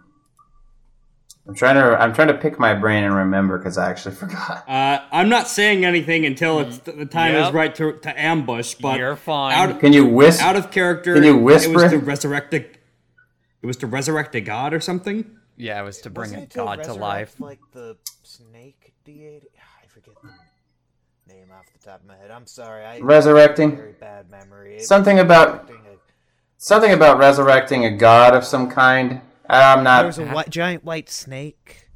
Speaker 4: I'm trying to. I'm trying to pick my brain and remember because I actually forgot.
Speaker 5: Uh, I'm not saying anything until it's the time is
Speaker 1: Yep.
Speaker 5: right to, to ambush. But
Speaker 1: You're fine.
Speaker 5: Out,
Speaker 4: Can you whisper?
Speaker 5: out of character,
Speaker 4: Can you whisper?
Speaker 5: It was to resurrect the. It was to resurrect a god or something.
Speaker 1: Yeah, it was to bring
Speaker 3: Wasn't
Speaker 1: a
Speaker 3: it
Speaker 1: god to
Speaker 3: resurrect,
Speaker 1: life.
Speaker 3: Like the snake deity? I forget the name off the top of my head. I'm sorry. I
Speaker 4: Resurrecting?
Speaker 3: Very bad memory. It
Speaker 4: Something
Speaker 3: was
Speaker 4: about-
Speaker 3: resurrecting a-
Speaker 4: Something about resurrecting a god of some kind. I'm
Speaker 3: There
Speaker 4: not.
Speaker 3: was a white, giant white snake.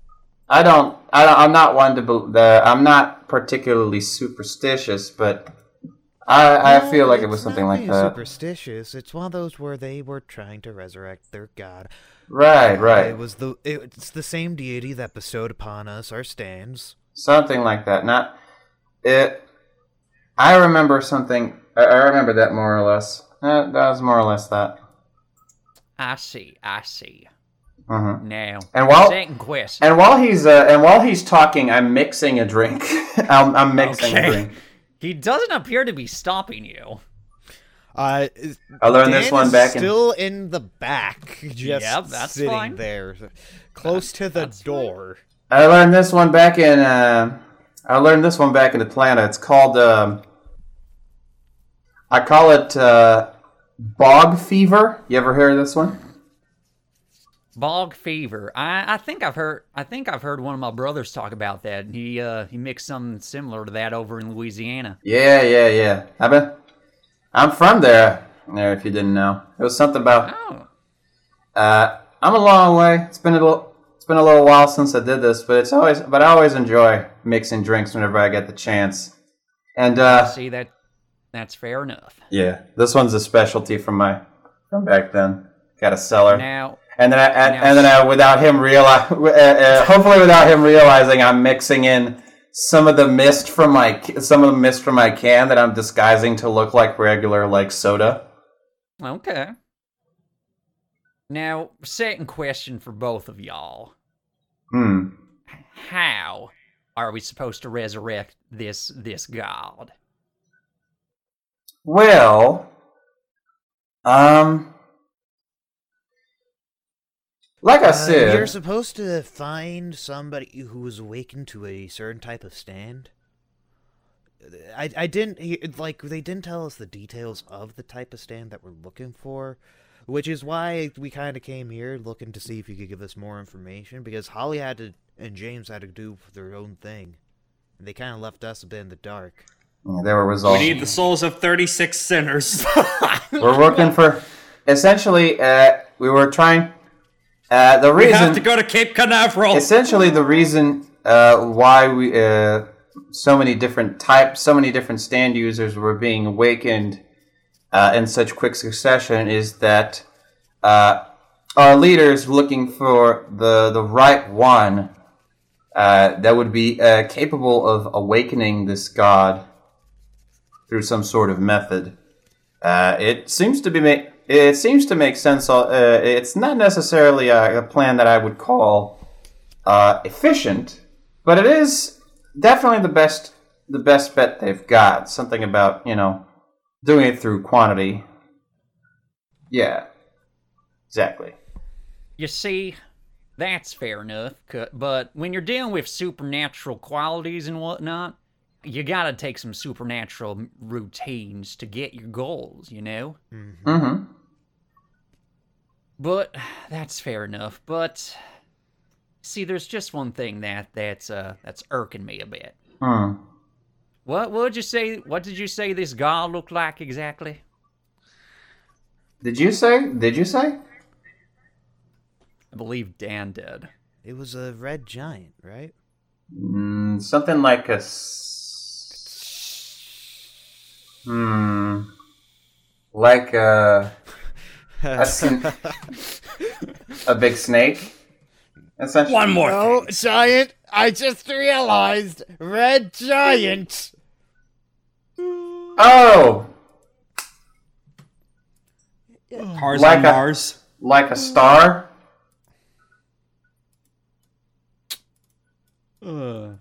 Speaker 4: I don't. I don't I'm not one to. Be, the, I'm not particularly superstitious, but I, I
Speaker 3: No,
Speaker 4: feel like it
Speaker 3: it's
Speaker 4: was something
Speaker 3: not
Speaker 4: like
Speaker 3: being
Speaker 4: that.
Speaker 3: Superstitious. It's one of those where they were trying to resurrect their god.
Speaker 4: right. Right.
Speaker 3: It was the. It's the same deity that bestowed upon us our stands.
Speaker 4: something like that. Not it. I remember something. I, I remember that more or less. That, that was more or less that.
Speaker 1: I see, I see.
Speaker 4: hmm
Speaker 1: Now,
Speaker 4: And while-
Speaker 1: second question.
Speaker 4: And while he's uh, and while he's talking, I'm mixing a drink. I'm, I'm mixing
Speaker 1: Okay.
Speaker 4: a drink.
Speaker 1: He doesn't appear to be stopping you.
Speaker 3: Uh, is-
Speaker 4: I learned this
Speaker 3: Dan
Speaker 4: one
Speaker 3: is
Speaker 4: back in-
Speaker 3: still in the back, just
Speaker 1: Yep, that's
Speaker 3: sitting
Speaker 1: fine.
Speaker 3: there, close to the door.
Speaker 4: I learned this one back in. Uh, I learned this one back in Atlanta. It's called. Um, I call it uh, bog fever. You ever hear of this one?
Speaker 1: Bog fever. I, I think I've heard. I think I've heard one of my brothers talk about that. He uh, he mixed something similar to that over in Louisiana.
Speaker 4: Yeah, yeah, yeah. I've been. I'm from there. There, if you didn't know, it was something about.
Speaker 1: Oh,
Speaker 4: Uh, I'm a long way. It's been a little. It's been a little while since I did this, but it's always. But I always enjoy mixing drinks whenever I get the chance. And uh,
Speaker 1: see that. That's fair enough.
Speaker 4: yeah, this one's a specialty from my from back then. Got a cellar,
Speaker 1: Now,
Speaker 4: and then I, and,
Speaker 1: now-
Speaker 4: and then I, without him realize, uh, uh, hopefully without him realizing, I'm mixing in some of the mist from my some of the mist from my can that I'm disguising to look like regular like soda.
Speaker 1: okay. Now, second question for both of y'all.
Speaker 4: Hmm.
Speaker 1: How are we supposed to resurrect this this god?
Speaker 4: Well, um, like I
Speaker 3: Uh,
Speaker 4: said,
Speaker 3: you're supposed to find somebody who was awakened to a certain type of stand. I, I didn't hear- like they didn't tell us the details of the type of stand that we're looking for, which is why we kind of came here looking to see if you could give us more information because Holly had to and James had to do their own thing, and they kind of left us a bit in the dark.
Speaker 4: Yeah, they were
Speaker 5: We
Speaker 4: resolved.
Speaker 5: need the souls of thirty-six sinners.
Speaker 4: we're working for essentially. Uh, we were trying. Uh, the
Speaker 5: we
Speaker 4: reason
Speaker 5: have to go to Cape Canaveral.
Speaker 4: essentially the reason uh, why we uh, so many different types, so many different stand users were being awakened uh, in such quick succession is that uh, our leaders looking for the the right one uh, that would be uh, capable of awakening this god through some sort of method. Uh, it seems to be make it seems to make sense. Uh, it's not necessarily a, a plan that I would call uh, efficient, but it is definitely the best the best bet they've got. Something about you know doing it through quantity. Yeah, exactly.
Speaker 1: You see, that's fair enough, cu- but when you're dealing with supernatural qualities and whatnot, you gotta take some supernatural m- routines to get your goals, you know?
Speaker 4: hmm
Speaker 1: But that's fair enough, but see there's just one thing that that's uh that's irking me a bit.
Speaker 4: Hmm.
Speaker 1: What what would you say what did you say this god looked like exactly?
Speaker 4: Did you say? Did you say?
Speaker 1: I believe Dan did.
Speaker 3: It was a red giant, right?
Speaker 4: Mm, something like a. s- Hmm. Like a. A, sn- a big snake. Essentially.
Speaker 5: One more.
Speaker 7: Oh,
Speaker 5: thing.
Speaker 7: giant! I just realized, red giant.
Speaker 4: Oh,
Speaker 5: Cars
Speaker 4: Like
Speaker 5: on
Speaker 4: a-
Speaker 5: Mars.
Speaker 4: like a star.
Speaker 1: So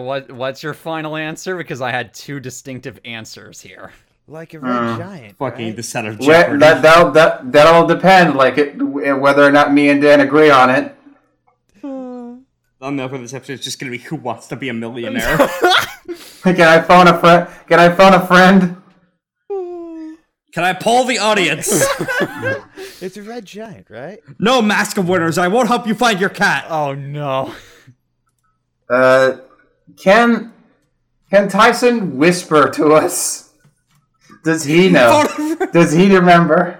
Speaker 1: what what's your final answer? Because I had two distinctive answers here.
Speaker 3: Like a red
Speaker 1: Uh,
Speaker 3: giant.
Speaker 5: Fucking
Speaker 3: right?
Speaker 5: the set of
Speaker 4: Where,
Speaker 5: Jeopardy.
Speaker 4: that that'll, that that'll depend, like it, whether or not me and Dan agree on it.
Speaker 5: I'm for this episode. It's just gonna be Who Wants to Be a Millionaire?
Speaker 4: Can I phone a friend? Can I phone a friend?
Speaker 5: Can I poll the audience?
Speaker 3: It's a red giant, right?
Speaker 5: No mask of winners. I won't help you find your cat.
Speaker 1: Oh no.
Speaker 4: Uh, can can Tyson whisper to us? Does he know? Does he remember?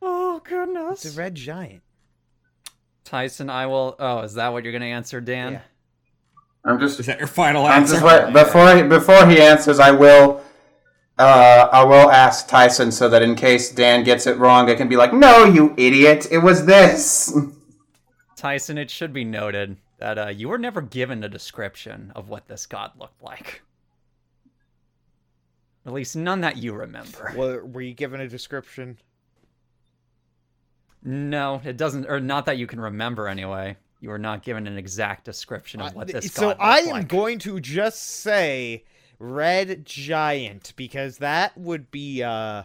Speaker 1: Oh
Speaker 3: It's
Speaker 1: goodness.
Speaker 3: a red giant.
Speaker 1: Tyson, I will. Oh, is that what you're gonna answer, Dan?
Speaker 3: Yeah.
Speaker 4: I'm just
Speaker 5: Is that your final
Speaker 4: I'm
Speaker 5: answer?
Speaker 4: just wait, before he, before he answers, I will uh, I will ask Tyson so that in case Dan gets it wrong, I can be like, "No, you idiot! It was this."
Speaker 1: Tyson, it should be noted that uh, you were never given a description of what this god looked like. At least none that you remember.
Speaker 3: Well, were you given a description?
Speaker 1: No, it doesn't, or not that you can remember anyway. You were not given an exact description of what
Speaker 3: I-
Speaker 1: this
Speaker 3: so
Speaker 1: god
Speaker 3: I am
Speaker 1: looked like.
Speaker 3: going to just say red giant because that would be uh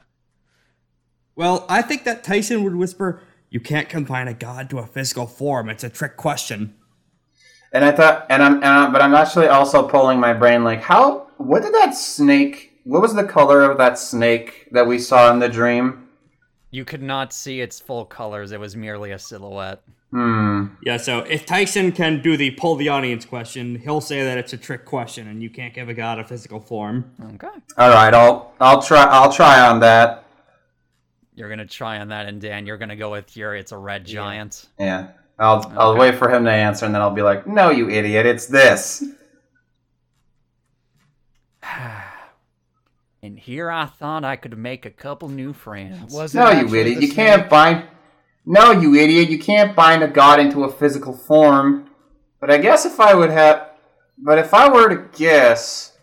Speaker 5: Well, I think that Tyson would whisper, "You can't confine a god to a physical form. It's a trick question."
Speaker 4: And I thought, and I'm, and i but I'm actually also pulling my brain, like, how? What did that snake? What was the color of that snake that we saw in the dream?
Speaker 1: You could not see its full colors. It was merely a silhouette.
Speaker 5: Yeah. So if Tyson can do the pull the audience question, he'll say that it's a trick question, and you can't give a god a physical form.
Speaker 1: Okay.
Speaker 4: All right, I'll I'll try I'll try on that.
Speaker 1: You're gonna try on that, and Dan, you're gonna go with your. It's a red giant.
Speaker 4: Yeah, I'll I'll wait for him to answer, and then I'll be like, "No, you idiot! It's this."
Speaker 1: And here I thought I could make a couple new friends.
Speaker 3: was it
Speaker 4: No, you
Speaker 3: actually
Speaker 4: idiot!
Speaker 3: the
Speaker 4: You can't bind. No, you idiot! You can't bind a god into a physical form. But I guess if I would have, but if I were to guess,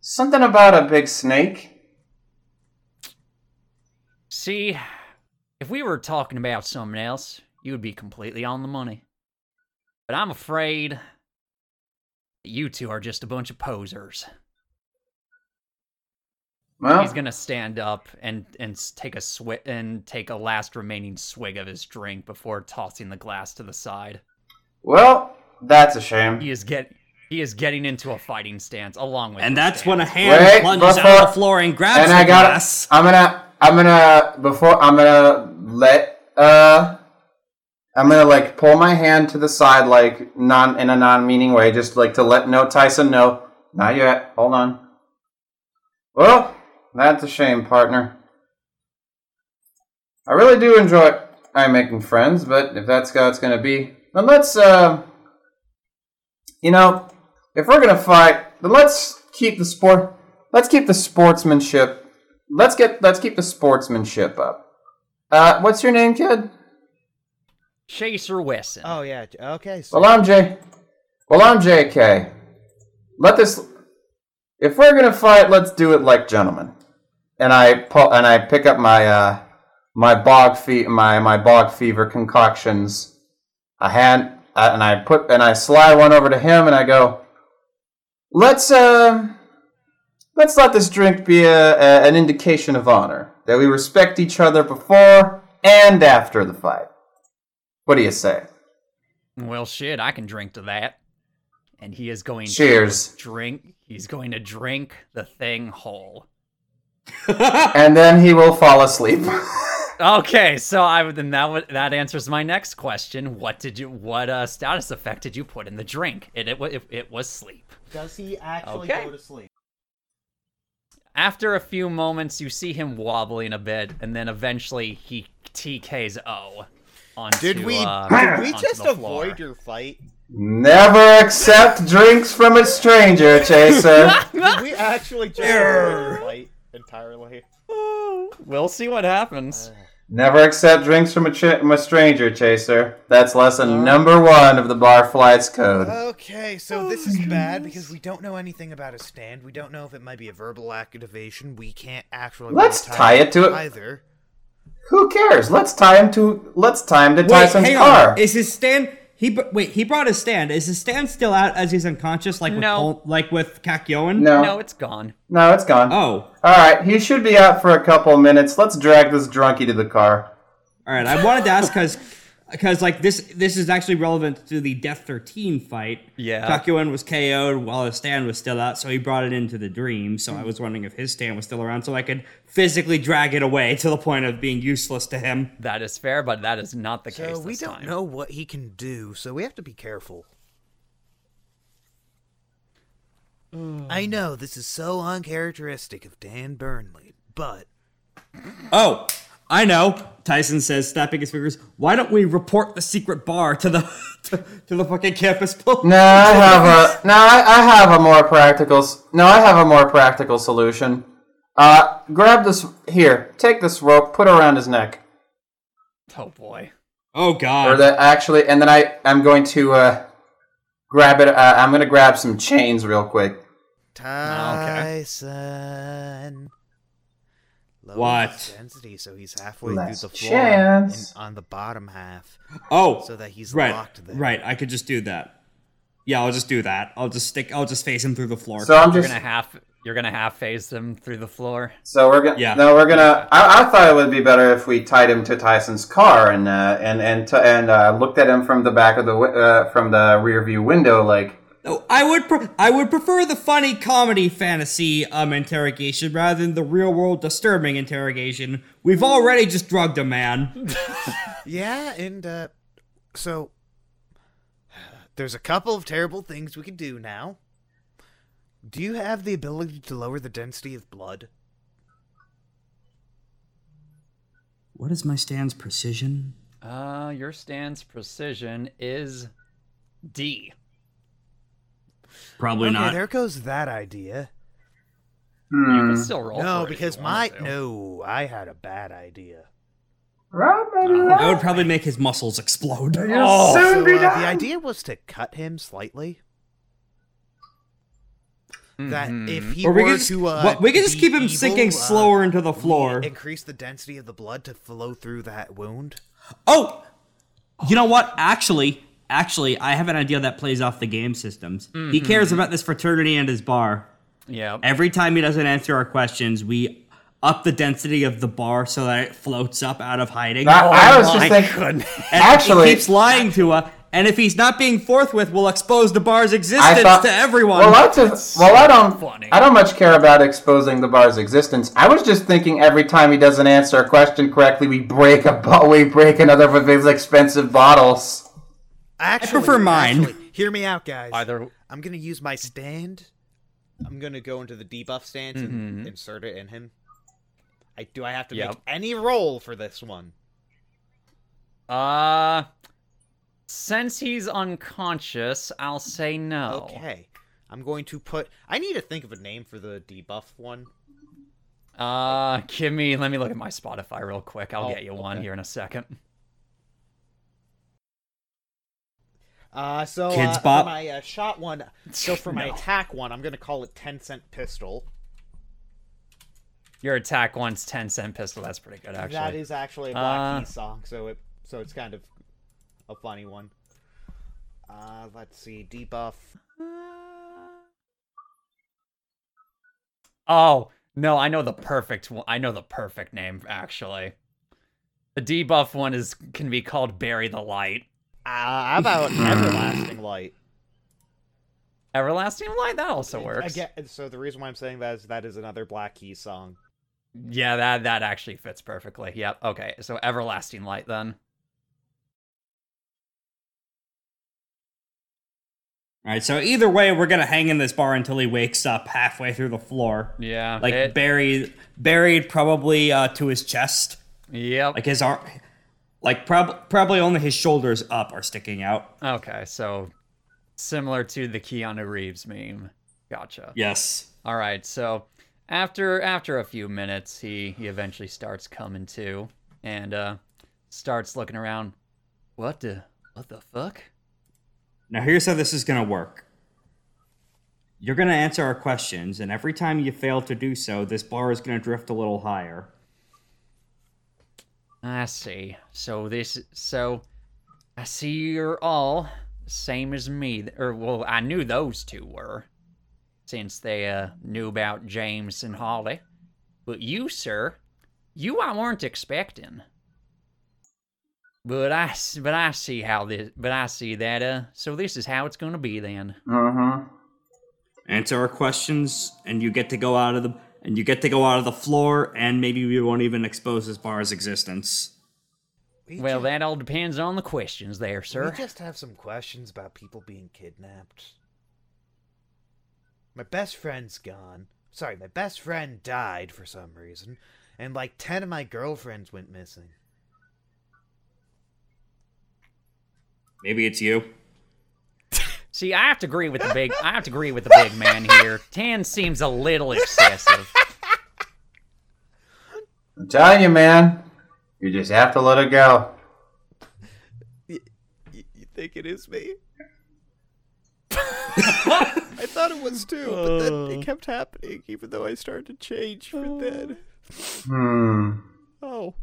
Speaker 4: something about a big snake.
Speaker 1: See, if we were talking about something else, you would be completely on the money. But I'm afraid that you two are just a bunch of posers.
Speaker 4: Well,
Speaker 1: He's gonna stand up and and s- take a swi and take a last remaining swig of his drink before tossing the glass to the side.
Speaker 4: well, that's a shame.
Speaker 1: He is get he is getting into a fighting stance along with.
Speaker 5: And
Speaker 1: the
Speaker 5: that's
Speaker 1: stand.
Speaker 5: when a hand
Speaker 4: Wait,
Speaker 5: plunges
Speaker 4: before-
Speaker 5: out of the floor and grabs
Speaker 4: and
Speaker 5: the
Speaker 4: I got.
Speaker 5: glass.
Speaker 4: I'm gonna. I'm gonna. Before I'm gonna let. Uh, I'm gonna like pull my hand to the side, like non in a non-meaning way, just like to let know Tyson know. Not yet. Hold on. Well, that's a shame, partner. I really do enjoy I making friends, but if that's how it's gonna be, then let's. Uh, you know, if we're gonna fight, then let's keep the sport. Let's keep the sportsmanship. Let's get. Let's keep the sportsmanship up. Uh, what's your name, kid?
Speaker 1: Chaser Wesson.
Speaker 3: oh yeah okay so
Speaker 4: Well, I'm J. Well, I'm JK. Let this. If we're gonna fight, let's do it like gentlemen. And I pull, and I pick up my uh, my bog fe- my my bog fever concoctions. I hand uh, and I put and I slide one over to him, and I go. Let's uh, let's let this drink be a, a, an indication of honor that we respect each other before and after the fight. What do you say?
Speaker 1: Well, shit, I can drink to that. And he is going
Speaker 4: Cheers.
Speaker 1: to drink. He's going to drink the thing whole.
Speaker 4: and then he will fall asleep.
Speaker 1: Okay, so I would then that would that answers my next question. What did you what uh status effect did you put in the drink? It it, wa- it, it was sleep.
Speaker 3: does he actually
Speaker 1: Okay.
Speaker 3: go to sleep
Speaker 1: After a few moments, you see him wobbling a bit, and then eventually he TKs O. Onto,
Speaker 3: did we
Speaker 1: uh,
Speaker 3: did we
Speaker 1: onto
Speaker 3: just
Speaker 1: the floor.
Speaker 3: avoid your fight
Speaker 4: Never accept drinks from a stranger, Chaser.
Speaker 3: did we actually just avoid your fight entirely
Speaker 1: We'll see what happens.
Speaker 4: Never accept drinks from a, ch- from a stranger, Chaser. That's lesson number one of the Barflies Code.
Speaker 3: okay
Speaker 1: Oh,
Speaker 3: so this is bad because we don't know anything about his stand we don't know if it might be a verbal activation we can't actually
Speaker 4: Let's
Speaker 3: really
Speaker 4: tie it to it.
Speaker 3: either
Speaker 4: Who cares? Let's tie him to let's tie him to Tyson's
Speaker 5: hang
Speaker 4: car.
Speaker 5: on. Is his stand? He br- wait. He brought his stand. Is his stand still out as he's unconscious, like with
Speaker 1: No.
Speaker 5: Pol- like with Kakyoin?
Speaker 4: no,
Speaker 1: No, it's gone.
Speaker 4: no, it's gone.
Speaker 5: Oh,
Speaker 4: All right, he should be out for a couple minutes. Let's drag this drunkie to the car.
Speaker 5: all right. I wanted to ask because because like this this is actually relevant to the Death Thirteen fight.
Speaker 1: Yeah.
Speaker 5: Kakyoin was KO'd while his stand was still out, so he brought it into the dream. So I was wondering if his stand was still around, so I could physically drag it away to the point of being useless to him.
Speaker 1: That is fair, but that is not the case.
Speaker 3: So we
Speaker 1: this
Speaker 3: don't
Speaker 1: time.
Speaker 3: know what he can do, so we have to be careful.
Speaker 1: Mm.
Speaker 3: I know this is so uncharacteristic of Dan Burnley, but
Speaker 5: Oh, I know. Tyson says, snapping his fingers. Why don't we report the secret bar to the to, to the fucking campus police?
Speaker 4: No, I have a no. I, I have a more practical. s- No, I have a more practical solution. Uh, grab this here. Take this rope. Put it around his neck.
Speaker 1: Oh boy.
Speaker 5: Oh
Speaker 4: Or
Speaker 5: god.
Speaker 4: that actually, and then I I'm going to uh, grab it. Uh, I'm going to grab some chains real quick.
Speaker 5: Ah,
Speaker 3: Tyson. Lower
Speaker 5: What?
Speaker 3: his Density, so he's halfway
Speaker 4: Less
Speaker 3: through the floor
Speaker 4: chance.
Speaker 3: and on the bottom half,
Speaker 5: oh,
Speaker 3: so that he's
Speaker 5: right,
Speaker 3: locked there.
Speaker 5: right. I could just do that. Yeah, I'll just do that. I'll just stick. I'll just face him through the floor.
Speaker 4: So I'm
Speaker 1: You're
Speaker 4: just
Speaker 1: gonna half you're gonna half phase them through the floor.
Speaker 4: so we're gonna
Speaker 5: Yeah.
Speaker 4: no we're gonna. I, I thought it would be better if we tied him to Tyson's car and uh, and and t- and uh, looked at him from the back of the wi- uh, from the rear view window like.
Speaker 5: No, I would pre- I would prefer the funny comedy fantasy um interrogation rather than the real world disturbing interrogation. We've already just drugged a man.
Speaker 3: Yeah, and uh, so there's a couple of terrible things we could do now. Do you have the ability to lower the density of blood?
Speaker 5: What is my stand's precision?
Speaker 1: Uh your stance precision is D.
Speaker 5: Probably
Speaker 3: okay, there goes that idea.
Speaker 1: You
Speaker 4: Hmm.
Speaker 1: can still roll.
Speaker 3: No,
Speaker 1: for it if
Speaker 3: because
Speaker 1: you wanted
Speaker 3: my
Speaker 1: to.
Speaker 3: no, I had a bad idea.
Speaker 4: Right, baby,
Speaker 5: That
Speaker 4: right.
Speaker 5: would probably make his muscles explode. Oh.
Speaker 4: You'll soon
Speaker 3: So,
Speaker 4: be
Speaker 3: uh,
Speaker 4: done.
Speaker 3: the idea was to cut him slightly. That
Speaker 1: Mm-hmm.
Speaker 3: if he
Speaker 5: Or we
Speaker 3: were
Speaker 5: could just,
Speaker 3: to, uh,
Speaker 5: what- we could just
Speaker 3: be
Speaker 5: keep him
Speaker 3: evil,
Speaker 5: sinking
Speaker 3: uh,
Speaker 5: slower into the
Speaker 3: we
Speaker 5: floor.
Speaker 3: increase the density of the blood to flow through that wound.
Speaker 5: Oh, you know what? Actually, actually, I have an idea that plays off the game systems. He cares about this fraternity and his bar.
Speaker 1: Yeah.
Speaker 5: Every time he doesn't answer our questions, we up the density of the bar so that it floats up out of hiding.
Speaker 4: I, I was
Speaker 5: my
Speaker 4: just thinking.
Speaker 5: And
Speaker 4: Actually-
Speaker 5: he keeps lying to us. And if he's not being forthwith, we'll expose the bar's
Speaker 4: I
Speaker 5: existence
Speaker 4: thought-
Speaker 5: to everyone.
Speaker 4: Well, that's a, well, I don't.
Speaker 1: funny.
Speaker 4: I don't much care about exposing the bar's existence. I was just thinking every time he doesn't answer a question correctly, we break a bo- we break another of his expensive bottles.
Speaker 3: Actually,
Speaker 5: prefer mine.
Speaker 3: actually, hear me out, guys.
Speaker 1: Either
Speaker 3: I'm gonna use my stand. I'm gonna go into the debuff stance and insert it in him. I do. I have to make
Speaker 1: Mm-hmm. Yep.
Speaker 3: any roll for this one.
Speaker 1: uh since he's unconscious, I'll say no.
Speaker 3: Okay. I'm going to put. I need to think of a name for the debuff one.
Speaker 1: Uh give me let me look at my Spotify real quick. I'll
Speaker 3: Oh,
Speaker 1: get you one here in a second.
Speaker 3: Uh, so
Speaker 5: Kids
Speaker 3: uh,
Speaker 5: Bop?
Speaker 3: for my uh, shot one. So for my
Speaker 1: No.
Speaker 3: attack one, I'm gonna call it ten cent pistol.
Speaker 1: Your attack one's ten cent pistol, that's pretty good actually.
Speaker 3: That is actually a Black
Speaker 1: Uh,
Speaker 3: Keys song, so it so it's kind of a funny one. Uh, let's see, debuff.
Speaker 1: Oh, no, I know the perfect one. I know the perfect name actually. The debuff one is can be called bury the light.
Speaker 3: Uh, how about everlasting light?
Speaker 1: Everlasting light that also works.
Speaker 3: Again, so the reason why I'm saying that is that is another Black Keys song.
Speaker 1: Yeah, that that actually fits perfectly. Yep. Okay. So everlasting light then.
Speaker 5: All right, so either way, we're gonna hang in this bar until he wakes up halfway through the floor.
Speaker 1: Yeah.
Speaker 5: like
Speaker 1: it-
Speaker 5: buried, buried probably uh, to his chest.
Speaker 1: Yep.
Speaker 5: Like his arm, like prob- probably only his shoulders up are sticking out.
Speaker 1: okay. So similar to the Keanu Reeves meme. Gotcha.
Speaker 5: Yes.
Speaker 1: All right. So after after a few minutes, he he eventually starts coming to and uh starts looking around. What the what the fuck?
Speaker 5: Now here's how this is gonna work. You're gonna answer our questions, and every time you fail to do so, this bar is gonna drift a little higher.
Speaker 1: I see. So this so I see you're all same as me or well, I knew those two were since they uh knew about James and Holly. But you, sir, you I weren't expecting. But I, s- but I see how this, but I see that. Uh, so this is how it's gonna be then.
Speaker 4: Mm-hmm.
Speaker 5: Answer our questions, and you get to go out of the and you get to go out of the floor, and maybe we won't even expose this bar's existence.
Speaker 3: We
Speaker 1: Well,
Speaker 3: ju-
Speaker 1: that all depends on the questions, there,
Speaker 3: we
Speaker 1: sir.
Speaker 3: just have some questions about people being kidnapped. My best friend's gone. Sorry, my best friend died for some reason, and like ten of my girlfriends went missing.
Speaker 5: Maybe it's you.
Speaker 1: See, I have to agree with the big. I have to agree with the big man here. Ten seems a little excessive.
Speaker 4: I'm telling you, man. You just have to let it go.
Speaker 7: You, you think it is me? I thought it was too, but then
Speaker 3: Oh.
Speaker 7: it kept happening, even though I started to change from then.
Speaker 4: Hmm.
Speaker 7: Oh,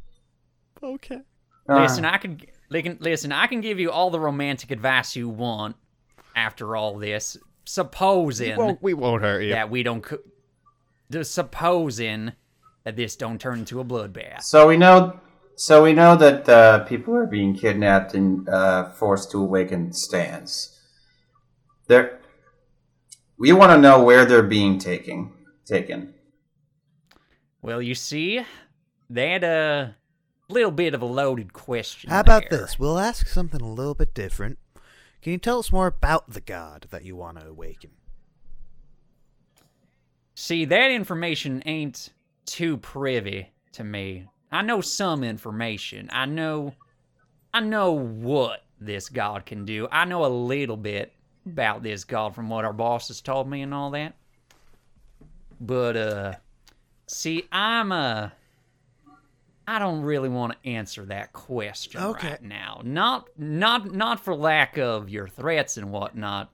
Speaker 7: okay.
Speaker 4: Uh,
Speaker 1: Listen,
Speaker 6: Uh-huh.
Speaker 1: I can listen, listen. I can give you all the romantic advice you want. After all this, supposing
Speaker 6: Well, we won't hurt you.
Speaker 1: that we don't, co- the supposing that this don't turn into a bloodbath.
Speaker 4: So we know. So we know that uh, people are being kidnapped and uh, forced to awaken stands. There. We want to know where they're being taken. Taken.
Speaker 1: Well, you see, that uh, little bit of a loaded question.
Speaker 3: How about
Speaker 1: there.
Speaker 3: this? We'll ask something a little bit different. Can you tell us more about the god that you want to awaken?
Speaker 1: See, that information ain't too privy to me. I know some information. I know I know what this god can do. I know a little bit about this god from what our boss has told me and all that. But uh see, I'm uh I don't really want to answer that question
Speaker 3: Okay.
Speaker 1: right now. Not not not for lack of your threats and whatnot.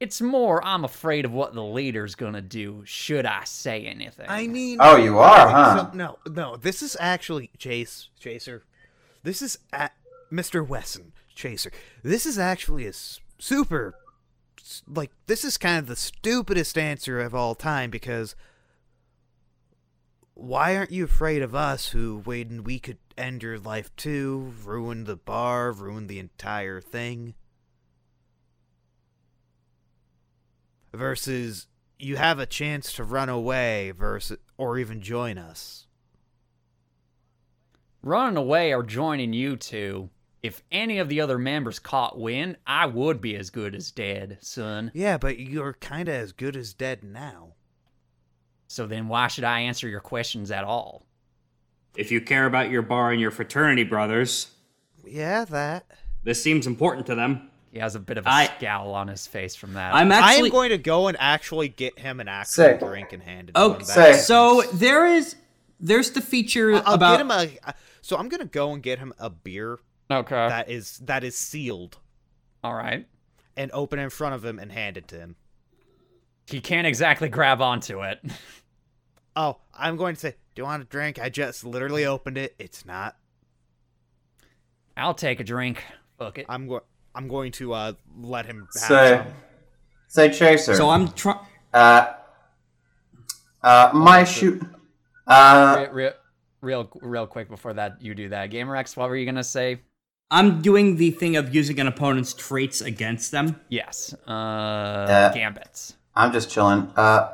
Speaker 1: It's more I'm afraid of what the leader's gonna do should I say anything.
Speaker 3: I mean,
Speaker 4: Oh, you are,
Speaker 3: Okay,
Speaker 4: huh?
Speaker 3: so- no, no. This is actually Chase Chaser. This is a Mr. Wesson Chaser. This is actually a s- super, s- like this is kind of the stupidest answer of all time because why aren't you afraid of us who when we could end your life too, ruin the bar, ruin the entire thing? Versus you have a chance to run away versus or even join us.
Speaker 1: running away or joining you two. If any of the other members caught wind, I would be as good as dead, son.
Speaker 3: Yeah, but you're kind of as good as dead now.
Speaker 1: So then why should I answer your questions at all?
Speaker 5: If you care about your bar and your fraternity brothers,
Speaker 3: Yeah, that.
Speaker 5: this seems important to them.
Speaker 1: He has a bit of a
Speaker 5: I-
Speaker 1: scowl on his face from that.
Speaker 5: I'm
Speaker 3: I
Speaker 5: actually
Speaker 3: am going to go and actually get him an actual
Speaker 4: Sick.
Speaker 3: drink and hand it to
Speaker 5: okay.
Speaker 3: him.
Speaker 4: Sick.
Speaker 3: back.
Speaker 5: So there is there's the feature
Speaker 3: I'll
Speaker 5: about
Speaker 3: get him a. So I'm gonna go and get him a beer
Speaker 1: okay.
Speaker 3: that is that is sealed
Speaker 1: all right.
Speaker 3: and open it in front of him and hand it to him.
Speaker 1: He can't exactly grab onto it.
Speaker 3: Oh, I'm going to say, "Do you want a drink?" I just literally opened it. It's not.
Speaker 1: I'll take a drink. Fuck it.
Speaker 3: I'm going. I'm going to uh, let him. Have
Speaker 4: Say,
Speaker 3: some.
Speaker 4: say, Chaser.
Speaker 5: so I'm trying.
Speaker 4: uh, uh, my shoot. Uh,
Speaker 1: Re- re- real, real quick before that, you do that. Gamerex, what were you gonna say?
Speaker 5: I'm doing the thing of using an opponent's traits against them.
Speaker 1: Yes. Uh, gambits.
Speaker 4: I'm just chilling. Uh,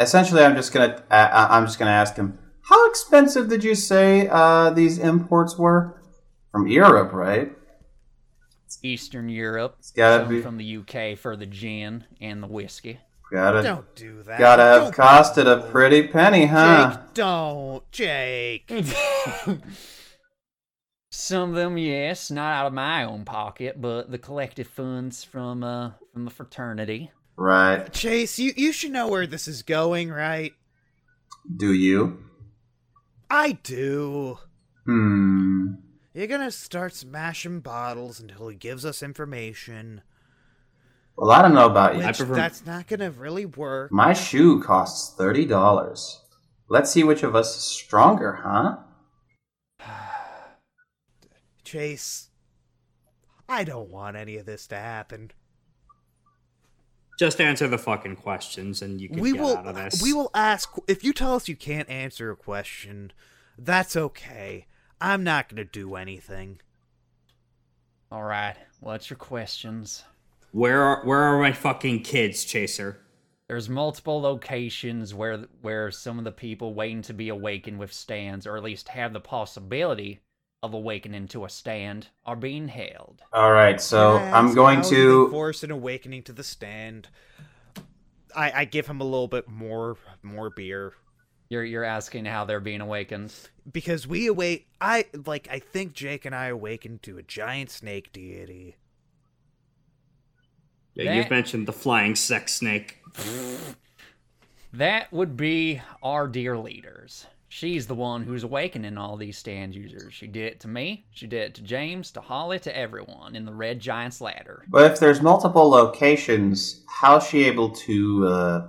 Speaker 4: essentially, I'm just gonna. Uh, I'm just gonna ask him. How expensive did you say uh, these imports were from Europe? Right.
Speaker 1: Eastern Europe.
Speaker 4: It's gotta
Speaker 1: some
Speaker 4: be.
Speaker 1: from the UK for the gin and the whiskey.
Speaker 4: Gotta.
Speaker 3: Don't do that.
Speaker 4: Gotta have
Speaker 3: Don't-
Speaker 4: costed a pretty penny, huh?
Speaker 3: Jake, don't, Jake.
Speaker 1: Some of them, yes, not out of my own pocket, but the collective funds from uh from the fraternity.
Speaker 4: Right.
Speaker 3: Chase, you, you should know where this is going, right?
Speaker 4: Do you?
Speaker 3: I do.
Speaker 4: Hmm.
Speaker 3: You're gonna start smashing bottles until he gives us information.
Speaker 4: Well, I don't know about you.
Speaker 3: Which
Speaker 5: prefer-
Speaker 3: that's not gonna really work.
Speaker 4: My shoe costs thirty dollars. Let's see which of us is stronger, huh?
Speaker 3: Chase, I don't want any of this to happen.
Speaker 5: Just answer the fucking questions, and you can
Speaker 3: we
Speaker 5: get
Speaker 3: will
Speaker 5: out of this.
Speaker 3: we will ask if you tell us you can't answer a question. That's okay. I'm not gonna do anything.
Speaker 1: All right. What's your questions?
Speaker 5: Where are where are my fucking kids, Chaser?
Speaker 1: There's multiple locations where where some of the people waiting to be awakened with stands, or at least have the possibility of awakening to a stand, are being held.
Speaker 4: All right, so
Speaker 3: Can I
Speaker 4: I'm
Speaker 3: ask
Speaker 4: going
Speaker 3: how do they
Speaker 4: to.
Speaker 3: force an awakening to the stand. I, I give him a little bit more more beer
Speaker 1: You're you're asking how they're being awakened.
Speaker 3: because we await. I like. I think Jake and I awakened to a giant snake deity.
Speaker 5: Yeah,
Speaker 1: That-
Speaker 5: you've mentioned the flying sex snake.
Speaker 1: That would be our dear leaders. She's the one who's awakening all these stand users. She did it to me, she did it to James, to Holly, to everyone in the Red Giant's ladder.
Speaker 4: But if there's multiple locations, how's she able to? Uh,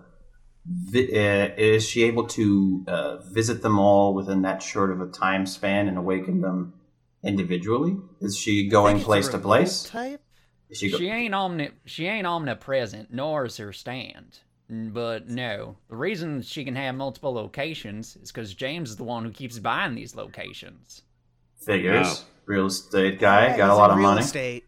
Speaker 4: vi- uh, is she able to uh, visit them all within that short of a time span and awaken them individually? Is she
Speaker 3: Think
Speaker 4: going
Speaker 3: it's a
Speaker 4: place to
Speaker 3: remote
Speaker 4: place?
Speaker 3: Type.
Speaker 4: Is she, go-
Speaker 1: She ain't omni she ain't omnipresent, nor is her stand. N- But no, the reason she can have multiple locations is because James is the one who keeps buying these locations.
Speaker 4: figures.
Speaker 5: Wow.
Speaker 4: Real estate guy
Speaker 3: Yeah,
Speaker 4: got a
Speaker 3: he's
Speaker 4: lot
Speaker 3: in
Speaker 4: of
Speaker 3: real
Speaker 4: money.
Speaker 3: Estate.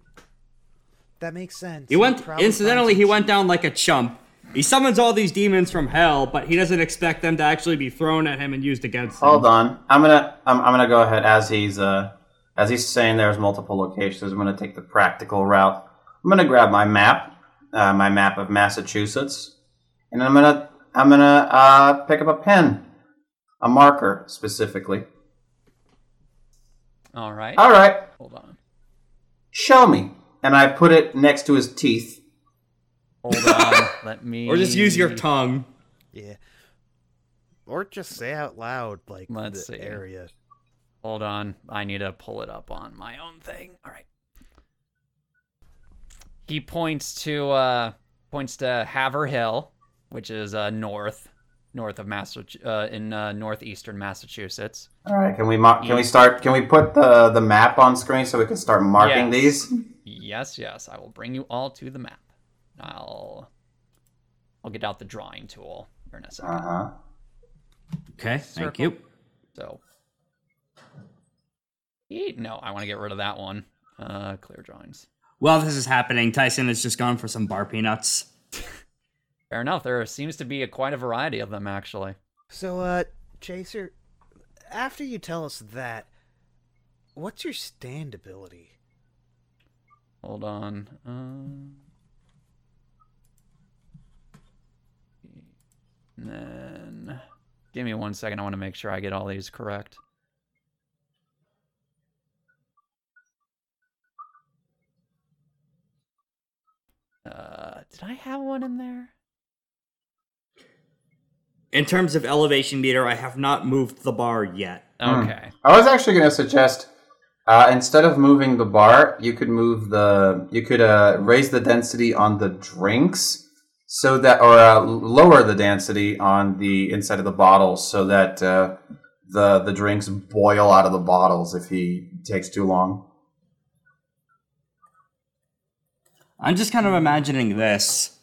Speaker 3: That makes sense.
Speaker 5: He went
Speaker 3: probably
Speaker 5: incidentally
Speaker 3: finds
Speaker 5: he
Speaker 3: it
Speaker 5: went down like a chump. He summons all these demons from hell, but he doesn't expect them to actually be thrown at him and used against him.
Speaker 4: Hold on, I'm gonna I'm, I'm gonna go ahead as he's uh as he's saying there's multiple locations. I'm gonna take the practical route. I'm gonna grab my map, uh, my map of Massachusetts, and I'm gonna I'm gonna uh, pick up a pen, a marker specifically.
Speaker 1: All right,
Speaker 4: All right,
Speaker 1: hold on,
Speaker 4: show me, and I put it next to his teeth.
Speaker 1: hold on. Let me
Speaker 5: Or just use your tongue.
Speaker 3: Yeah. Or just say out loud like
Speaker 1: Let's
Speaker 3: the
Speaker 1: see.
Speaker 3: area.
Speaker 1: Hold on. I need to pull it up on my own thing. All right. He points to uh points to Haverhill, which is uh north north of Massachusetts uh, in uh, northeastern Massachusetts.
Speaker 4: All right, can we mo- can we start? Can we put the the map on screen so we can start marking
Speaker 1: Yes.
Speaker 4: these?
Speaker 1: Yes, yes. I will bring you all to the map. I'll I'll get out the drawing tool here in a second.
Speaker 4: Uh huh.
Speaker 5: Okay, thank you.
Speaker 1: So, Eat- no, I want to get rid of that one. Uh, clear drawings.
Speaker 5: While this is happening, Tyson has just gone for some bar peanuts.
Speaker 1: Fair enough. There seems to be a, quite a variety of them, actually.
Speaker 3: So uh Chaser, after you tell us that, what's your stand ability?
Speaker 1: Hold on. Um, and then, give me one second. I want to make sure I get all these correct. Uh, did I have one in there?
Speaker 5: In terms of elevation meter, I have not moved the bar yet.
Speaker 4: Hmm.
Speaker 1: Okay.
Speaker 4: I was actually going to suggest uh, instead of moving the bar, you could move the you could uh, raise the density on the drinks so that or uh, lower the density on the inside of the bottles so that uh, the the drinks boil out of the bottles if he takes too long.
Speaker 5: I'm just kind of imagining this.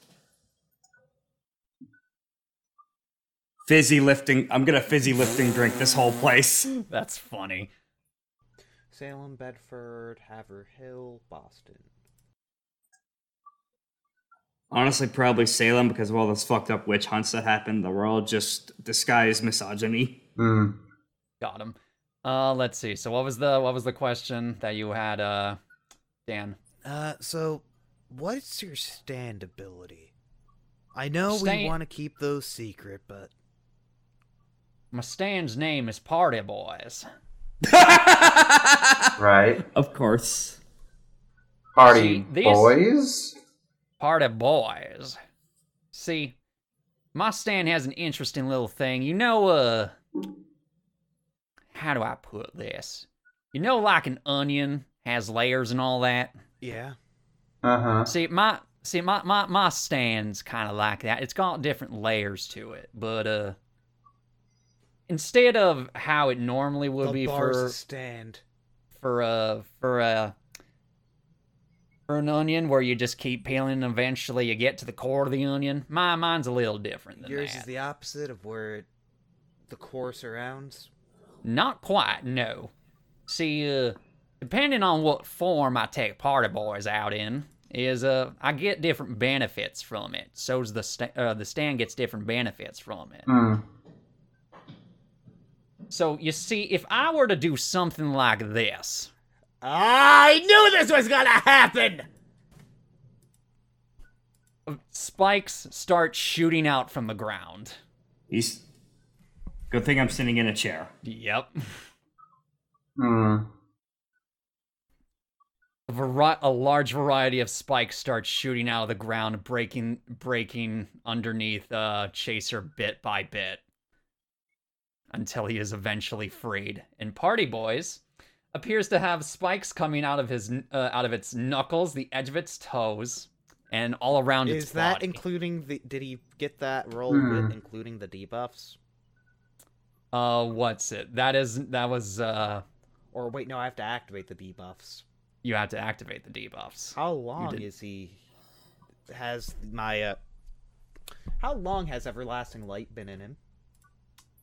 Speaker 5: Fizzy lifting. I'm gonna fizzy lifting drink this whole place.
Speaker 1: That's funny.
Speaker 3: Salem, Bedford, Haverhill, Boston.
Speaker 5: Honestly, probably Salem because of all those fucked up witch hunts that happened. The world just disguised misogyny.
Speaker 4: Hmm.
Speaker 1: Got him. Uh, let's see. So what was the what was the question that you had, uh, Dan?
Speaker 3: Uh so what's your stand ability? I know we
Speaker 1: Stand-
Speaker 3: want to keep those secret, but
Speaker 1: My stand's name is Party Boys.
Speaker 4: Right,
Speaker 5: Of course.
Speaker 4: party
Speaker 1: See, these-
Speaker 4: boys.
Speaker 1: Party Boys. See, my stand has an interesting little thing. You know, uh, how do I put this? You know, like an onion has layers and all that.
Speaker 3: yeah.
Speaker 4: Uh huh.
Speaker 1: See, my see my my my stand's kind of like that. It's got different layers to it, but uh, instead of how it normally would
Speaker 3: the
Speaker 1: be
Speaker 3: bar's
Speaker 1: for
Speaker 3: a stand.
Speaker 1: for a for a for an onion where you just keep peeling and eventually you get to the core of the onion. My mine's a little different than
Speaker 3: Yours
Speaker 1: that.
Speaker 3: is the opposite of where it, the core surrounds.
Speaker 1: Not quite, no. See, uh, depending on what form I take Party Boys out in, is uh, I get different benefits from it. So's the sta- uh, the stand gets different benefits from it.
Speaker 4: Hmm.
Speaker 1: So you see, if I were to do something like this, I knew this was gonna happen. Spikes start shooting out from the ground.
Speaker 5: He's. Good thing I'm sitting in a chair.
Speaker 1: Yep.
Speaker 4: Mm.
Speaker 1: a, vari- a large variety of spikes start shooting out of the ground, breaking breaking underneath uh, Chaser bit by bit, until he is eventually freed. And Party Boys appears to have spikes coming out of his uh, out of its knuckles, the edge of its toes, and all around its
Speaker 3: Is that
Speaker 1: body.
Speaker 3: including the? Did he get that roll
Speaker 4: Hmm.
Speaker 3: with including the debuffs?
Speaker 1: uh, what's it? That is that was uh,
Speaker 3: Or wait, no, I have to activate the debuffs.
Speaker 1: you had to activate the debuffs.
Speaker 3: How long
Speaker 1: did-
Speaker 3: is he? Has my uh? How long has everlasting light been in him?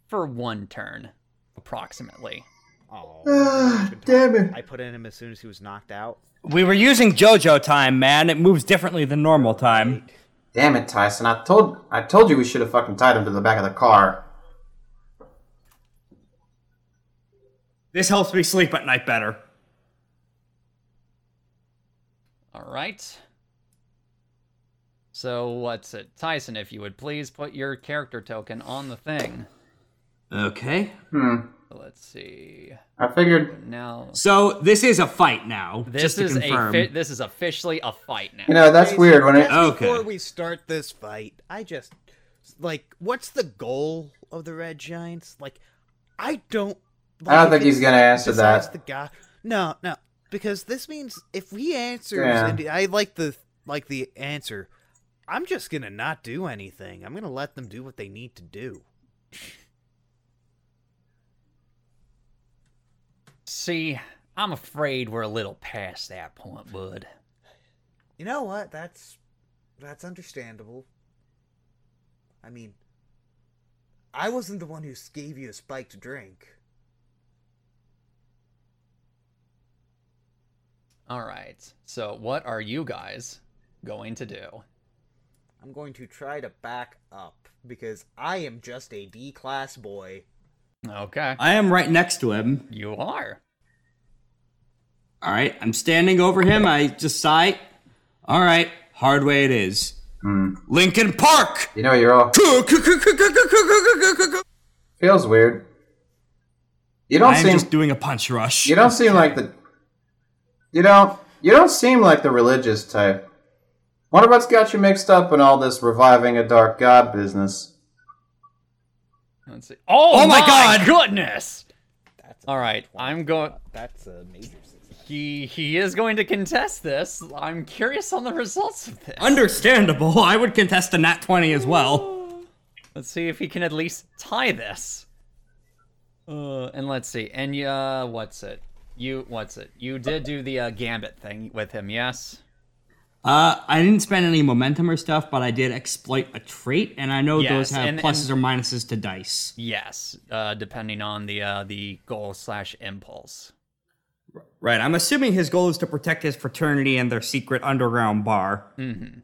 Speaker 1: for one turn, approximately.
Speaker 3: Oh,
Speaker 4: Damn it.
Speaker 3: I put in him as soon as he was knocked out.
Speaker 5: We were using JoJo time, man. It moves differently than normal time.
Speaker 4: Damn it, Tyson. I told I told you we should have fucking tied him to the back of the car.
Speaker 5: This helps me sleep at night better.
Speaker 1: All right. So what's it, Tyson? If you would please put your character token on the thing.
Speaker 5: Okay.
Speaker 1: Let's see.
Speaker 4: Hmm. I figured,
Speaker 1: Now
Speaker 5: So this is a fight now.
Speaker 1: this
Speaker 5: just to
Speaker 1: is a
Speaker 5: confirm.
Speaker 1: fi- this is officially a fight now.
Speaker 4: you know, that's weird when it.
Speaker 5: Okay.
Speaker 3: Before we start this fight, I just like, what's the goal of the Red Giants? Like, I don't.
Speaker 4: I don't
Speaker 3: like,
Speaker 4: think
Speaker 3: if
Speaker 4: he's
Speaker 3: it's-
Speaker 4: gonna answer
Speaker 3: besides
Speaker 4: that.
Speaker 3: The guy, no, no, because this means if he answers,
Speaker 4: Yeah.
Speaker 3: and I like the like the answer. I'm just gonna not do anything. I'm gonna let them do what they need to do.
Speaker 1: See, I'm afraid we're a little past that point, bud.
Speaker 3: You know what? That's that's understandable. I mean, I wasn't the one who gave you a spiked drink.
Speaker 1: All right. So what are you guys going to do?
Speaker 3: I'm going to try to back up because I am just a D class boy.
Speaker 1: Okay.
Speaker 5: I am right next to him.
Speaker 1: You are.
Speaker 5: All right. I'm standing over him. I just sigh. All right. Hard way it is. Lincoln Park.
Speaker 4: You know, you're all feels weird. You don't
Speaker 5: I'm
Speaker 4: seem.
Speaker 5: just doing a punch rush.
Speaker 4: you don't seem like the. You don't. You don't seem like the religious type. Wonder what's got you mixed up in all this reviving a dark god business.
Speaker 1: Let's see. Oh,
Speaker 5: Oh my God!
Speaker 1: Goodness. All right. I'm going.
Speaker 3: That's a major success.
Speaker 1: He he is going to contest this. I'm curious on the results of this.
Speaker 5: Understandable. I would contest a nat 20 as well.
Speaker 1: Let's see if he can at least tie this. Uh, and let's see. And uh, what's it? You what's it? You did do the uh, gambit thing with him, yes?
Speaker 5: Uh, I didn't spend any momentum or stuff, but I did exploit a trait, and I know
Speaker 1: Yes,
Speaker 5: those have
Speaker 1: and-
Speaker 5: pluses
Speaker 1: and-
Speaker 5: or minuses to dice.
Speaker 1: Yes, uh, depending on the uh, the goal slash impulse.
Speaker 5: Right. I'm assuming his goal is to protect his fraternity and their secret underground bar.
Speaker 1: Mm-hmm.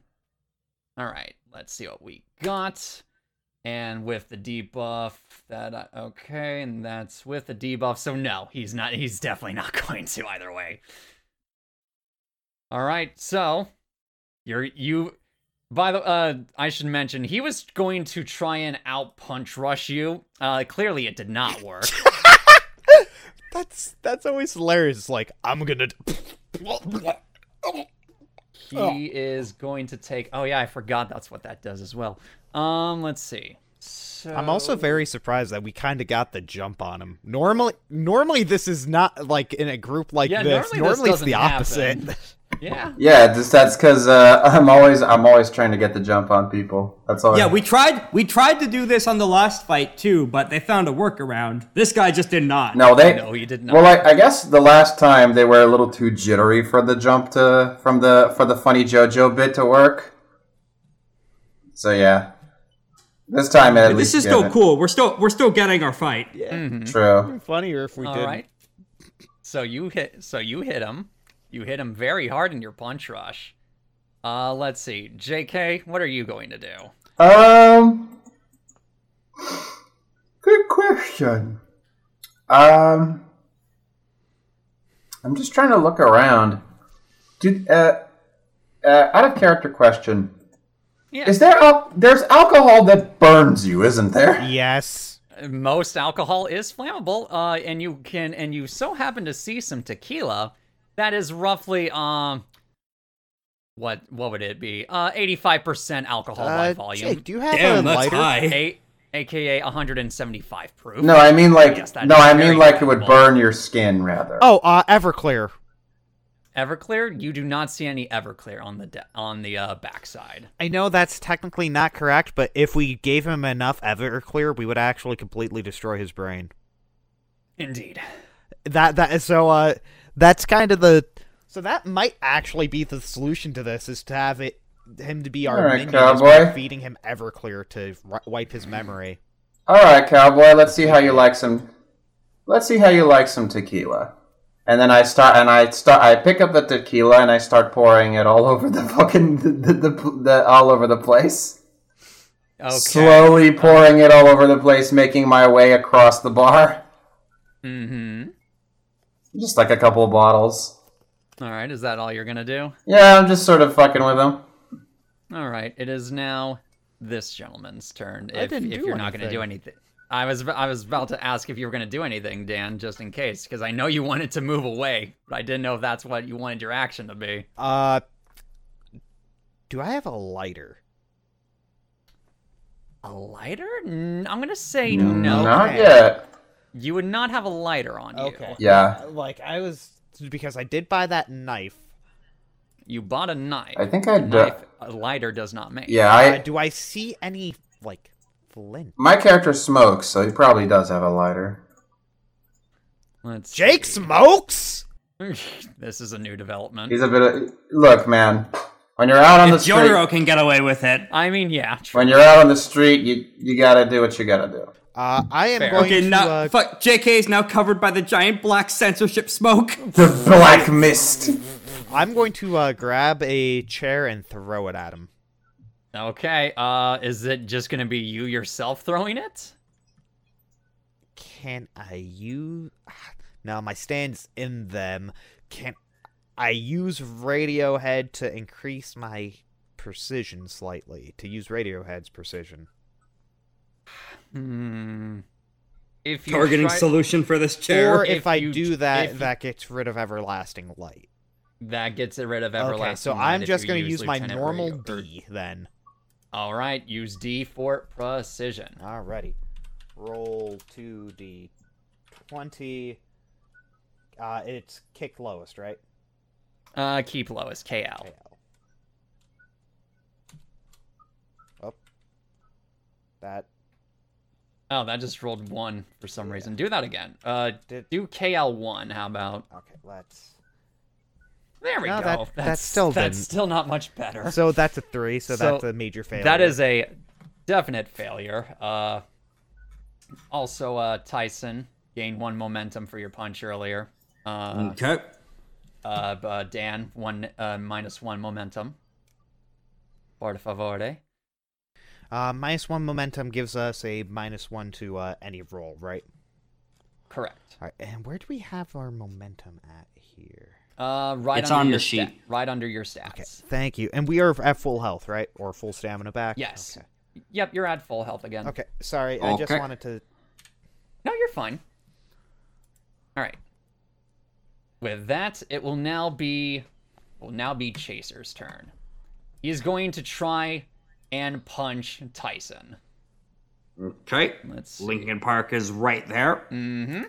Speaker 1: All right, let's see what we got. And with the debuff, that I, okay, and that's with the debuff. So no, he's not. He's definitely not going to either way. All right, so you're you. By the uh, I should mention he was going to try and out punch rush you. Uh, clearly it did not work.
Speaker 7: That's that's always hilarious. Like I'm gonna.
Speaker 1: He is going to take. Oh yeah, I forgot that's what that does as well. Um, let's see. So
Speaker 7: I'm also very surprised that we kind of got the jump on him. Normally, normally this is not like in a group like
Speaker 1: Yeah,
Speaker 7: this.
Speaker 1: normally this
Speaker 7: it's the
Speaker 1: doesn't
Speaker 7: opposite.
Speaker 1: happen. yeah.
Speaker 4: Yeah, just that's because uh, I'm always I'm always trying to get the jump on people. That's all.
Speaker 5: Yeah, we tried we tried to do this on the last fight too, but they found a workaround. This guy just did not.
Speaker 4: No, they.
Speaker 1: No, he did not.
Speaker 4: Well, I, I guess the last time they were a little too jittery for the jump to from the for the funny JoJo bit to work. So yeah, this time at least
Speaker 5: This is
Speaker 4: give
Speaker 5: still
Speaker 4: it.
Speaker 5: cool. We're still we're still getting our fight.
Speaker 4: True.
Speaker 7: Funnier if we
Speaker 1: All
Speaker 7: did.
Speaker 1: right. So you hit. So you hit him. You hit him very hard in your punch rush. Uh, let's see, J.K. What are you going to do?
Speaker 4: Um, good question. Um, I'm just trying to look around. Did uh, uh out of character question?
Speaker 1: Yeah.
Speaker 4: Is there al- there's alcohol that burns you, isn't there?
Speaker 3: Yes.
Speaker 1: most alcohol is flammable uh, and you can and you so happen to see some tequila that is roughly um what what would it be uh 85% alcohol by
Speaker 7: Uh,
Speaker 1: volume
Speaker 7: Jake, do you have
Speaker 5: Damn,
Speaker 7: a
Speaker 5: that's
Speaker 7: lighter?
Speaker 5: high.
Speaker 1: Eight, aka 175 proof
Speaker 4: No, I mean like
Speaker 1: Yes, that
Speaker 4: no,
Speaker 1: is
Speaker 4: I
Speaker 1: very
Speaker 4: mean like it would
Speaker 1: flammable.
Speaker 4: burn your skin rather.
Speaker 3: Oh, uh, Everclear.
Speaker 1: everclear you do not see any everclear on the de- on the uh, backside
Speaker 3: I know that's technically not correct, but if we gave him enough Everclear, we would actually completely destroy his brain.
Speaker 1: indeed
Speaker 3: That that is so. Uh, that's kind of the. So that might actually be the solution to this: is to have it him to be our
Speaker 4: All right,
Speaker 3: minion, is by
Speaker 4: cowboy.
Speaker 3: feeding him Everclear to ri- wipe his memory.
Speaker 4: All right, cowboy. Let's see how you like some. Let's see how you like some tequila. And then I start, and I start, I pick up the tequila and I start pouring it all over the fucking, the, the, the, the all over the place.
Speaker 1: okay
Speaker 4: Slowly pouring it all over the place, making my way across the bar,
Speaker 1: mm-hmm
Speaker 4: just like a couple of bottles.
Speaker 1: all right is that all you're gonna do
Speaker 4: Yeah, I'm just sort of fucking with him.
Speaker 1: All right, it is now this gentleman's turn.
Speaker 3: I
Speaker 1: if
Speaker 3: didn't
Speaker 1: if
Speaker 3: do
Speaker 1: you're not going to do anything, I was I was about to ask if you were going to do anything, Dan, just in case, because I know you wanted to move away, but I didn't know if that's what you wanted your action to be.
Speaker 3: Uh, do I have a lighter?
Speaker 1: A lighter? N- I'm going to say no.
Speaker 4: Not yet.
Speaker 1: You would not have a lighter on you.
Speaker 4: Yeah,
Speaker 3: Like I was because I did buy that knife.
Speaker 1: You bought a knife.
Speaker 4: I think I do.
Speaker 1: knife a lighter does not make.
Speaker 4: Yeah,
Speaker 3: Uh,
Speaker 4: I.
Speaker 3: do I see any like flint?
Speaker 4: My character smokes, so he probably does have a lighter.
Speaker 1: Let's
Speaker 3: Jake
Speaker 1: see.
Speaker 3: smokes.
Speaker 1: this is a new development.
Speaker 4: He's a bit of. Look, man. When you're out on the
Speaker 5: If
Speaker 4: street,
Speaker 5: Jotaro can get away with it.
Speaker 1: I mean, yeah. True.
Speaker 4: when you're out on the street, you you gotta do what you gotta do.
Speaker 3: Uh, I am
Speaker 1: Fair.
Speaker 3: going
Speaker 5: Okay,
Speaker 3: to.
Speaker 5: now
Speaker 3: uh,
Speaker 5: fuck. JK is now covered by the giant black censorship smoke.
Speaker 4: The black mist.
Speaker 3: I'm going to uh, grab a chair and throw it at him.
Speaker 1: Okay. Uh, is it just going to be you yourself throwing it?
Speaker 3: Can I use? Now my stand's in them. Can I use Radiohead to increase my precision slightly? To use Radiohead's precision.
Speaker 1: Hmm. If you
Speaker 5: Targeting
Speaker 1: try-
Speaker 5: solution for this chair.
Speaker 3: Or if,
Speaker 1: If
Speaker 3: I
Speaker 1: you-
Speaker 3: do that,
Speaker 1: if-
Speaker 3: that gets rid of everlasting light.
Speaker 1: that gets it rid of everlasting.
Speaker 3: Okay, so
Speaker 1: Light
Speaker 3: I'm
Speaker 1: if
Speaker 3: just
Speaker 1: you
Speaker 3: going to use my
Speaker 1: Lieutenant
Speaker 3: normal
Speaker 1: Rio- or-
Speaker 3: D then.
Speaker 1: All right, use D for precision.
Speaker 3: Ah. Alrighty. Roll 2D. 20. Uh, it's kick lowest, right?
Speaker 1: Uh, keep lowest KL.
Speaker 3: Oh. That
Speaker 1: Oh, that just rolled one for some reason. Do that again. Uh,
Speaker 3: did.
Speaker 1: do KL one. How about
Speaker 3: Okay, let's.
Speaker 1: there we
Speaker 3: No,
Speaker 1: go.
Speaker 3: that- that still
Speaker 1: that's
Speaker 3: didn't.
Speaker 1: still not much better.
Speaker 3: So that's a three, so,
Speaker 1: So
Speaker 3: that's a major failure.
Speaker 1: That is a definite failure. Uh, also, uh, Tyson gained one momentum for your punch earlier. Uh,
Speaker 5: okay.
Speaker 1: Uh, b- uh, Dan, one uh, minus one momentum. Por favore.
Speaker 3: Uh, minus one momentum gives us a minus one to uh, any roll, right?
Speaker 1: Correct.
Speaker 3: All right, and where do we have our momentum at here?
Speaker 1: Uh, right
Speaker 5: It's
Speaker 1: under
Speaker 5: on
Speaker 1: your
Speaker 5: the
Speaker 1: sta-
Speaker 5: sheet.
Speaker 1: right under your
Speaker 3: Okay,
Speaker 1: stats.
Speaker 3: thank you. And we are at full health, right? Or full stamina back?
Speaker 1: Yes.
Speaker 3: Okay.
Speaker 1: Yep, you're at full health again.
Speaker 3: Okay, sorry. I just
Speaker 5: Okay.
Speaker 3: wanted to.
Speaker 1: No, you're fine. All right. With that, it will now be will now be Chaser's turn. He is going to try and punch Tyson.
Speaker 5: Okay.
Speaker 1: Let's
Speaker 5: Lincoln Park is right there.
Speaker 4: Mm.
Speaker 1: Mm-hmm.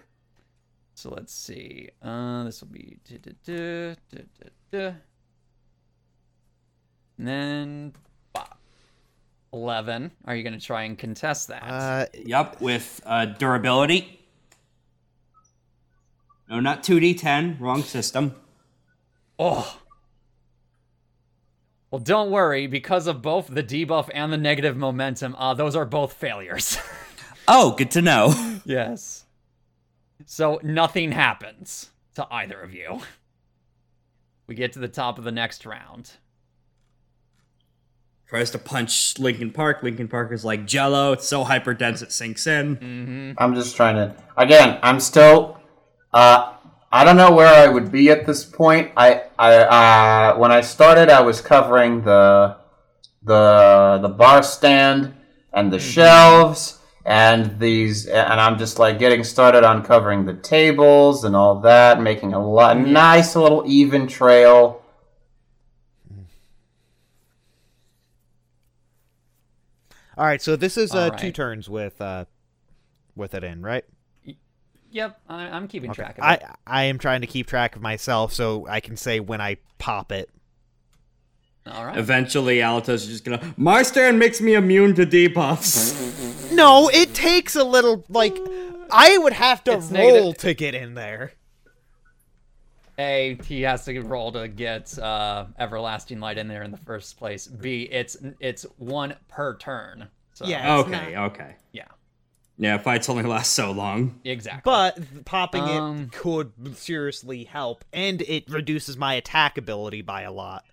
Speaker 1: So let's see. Uh, this will be duh, duh, duh, duh, duh, duh. and then bop. eleven. Are you going to try and contest that?
Speaker 3: Uh,
Speaker 5: Yep, with uh, durability. No, not 2d10. Wrong system.
Speaker 1: oh. Well, don't worry. Because of both the debuff and the negative momentum, uh, those are both failures.
Speaker 5: Oh, good to know.
Speaker 1: yes. So nothing happens. to either of you. We get to the top of the next round.
Speaker 5: Tries to punch Lincoln Park. Lincoln Park is like jello. It's so hyperdense it sinks in.
Speaker 1: Mm-hmm.
Speaker 4: I'm just trying to. Again, I'm still. Uh, I don't know where I would be at this point. I, I, uh, when I started, I was covering the, the, the bar stand and the shelves and these, and I'm just like getting started on covering the tables and all that, making a lot nice little even trail.
Speaker 3: All right, so this is uh,
Speaker 1: All
Speaker 3: two
Speaker 1: right.
Speaker 3: turns with uh, with it in, right?
Speaker 1: Yep, I, I'm keeping track of it.
Speaker 3: I I am trying to keep track of myself so I can say when I pop it.
Speaker 1: All right.
Speaker 5: Eventually, Altos is just gonna. My stand makes me immune to debuffs.
Speaker 3: No, it takes a little like I would have to
Speaker 1: It's
Speaker 3: roll
Speaker 1: negative.
Speaker 3: to get in there.
Speaker 1: A, he has to roll to get uh, everlasting light in there in the first place. B, it's it's one per turn. So,
Speaker 3: Yeah. It's
Speaker 5: okay, okay.
Speaker 1: yeah,
Speaker 5: Yeah, fights only last so long.
Speaker 1: exactly.
Speaker 3: But popping
Speaker 1: Um.
Speaker 3: it could seriously help, and it reduces my attack ability by a lot.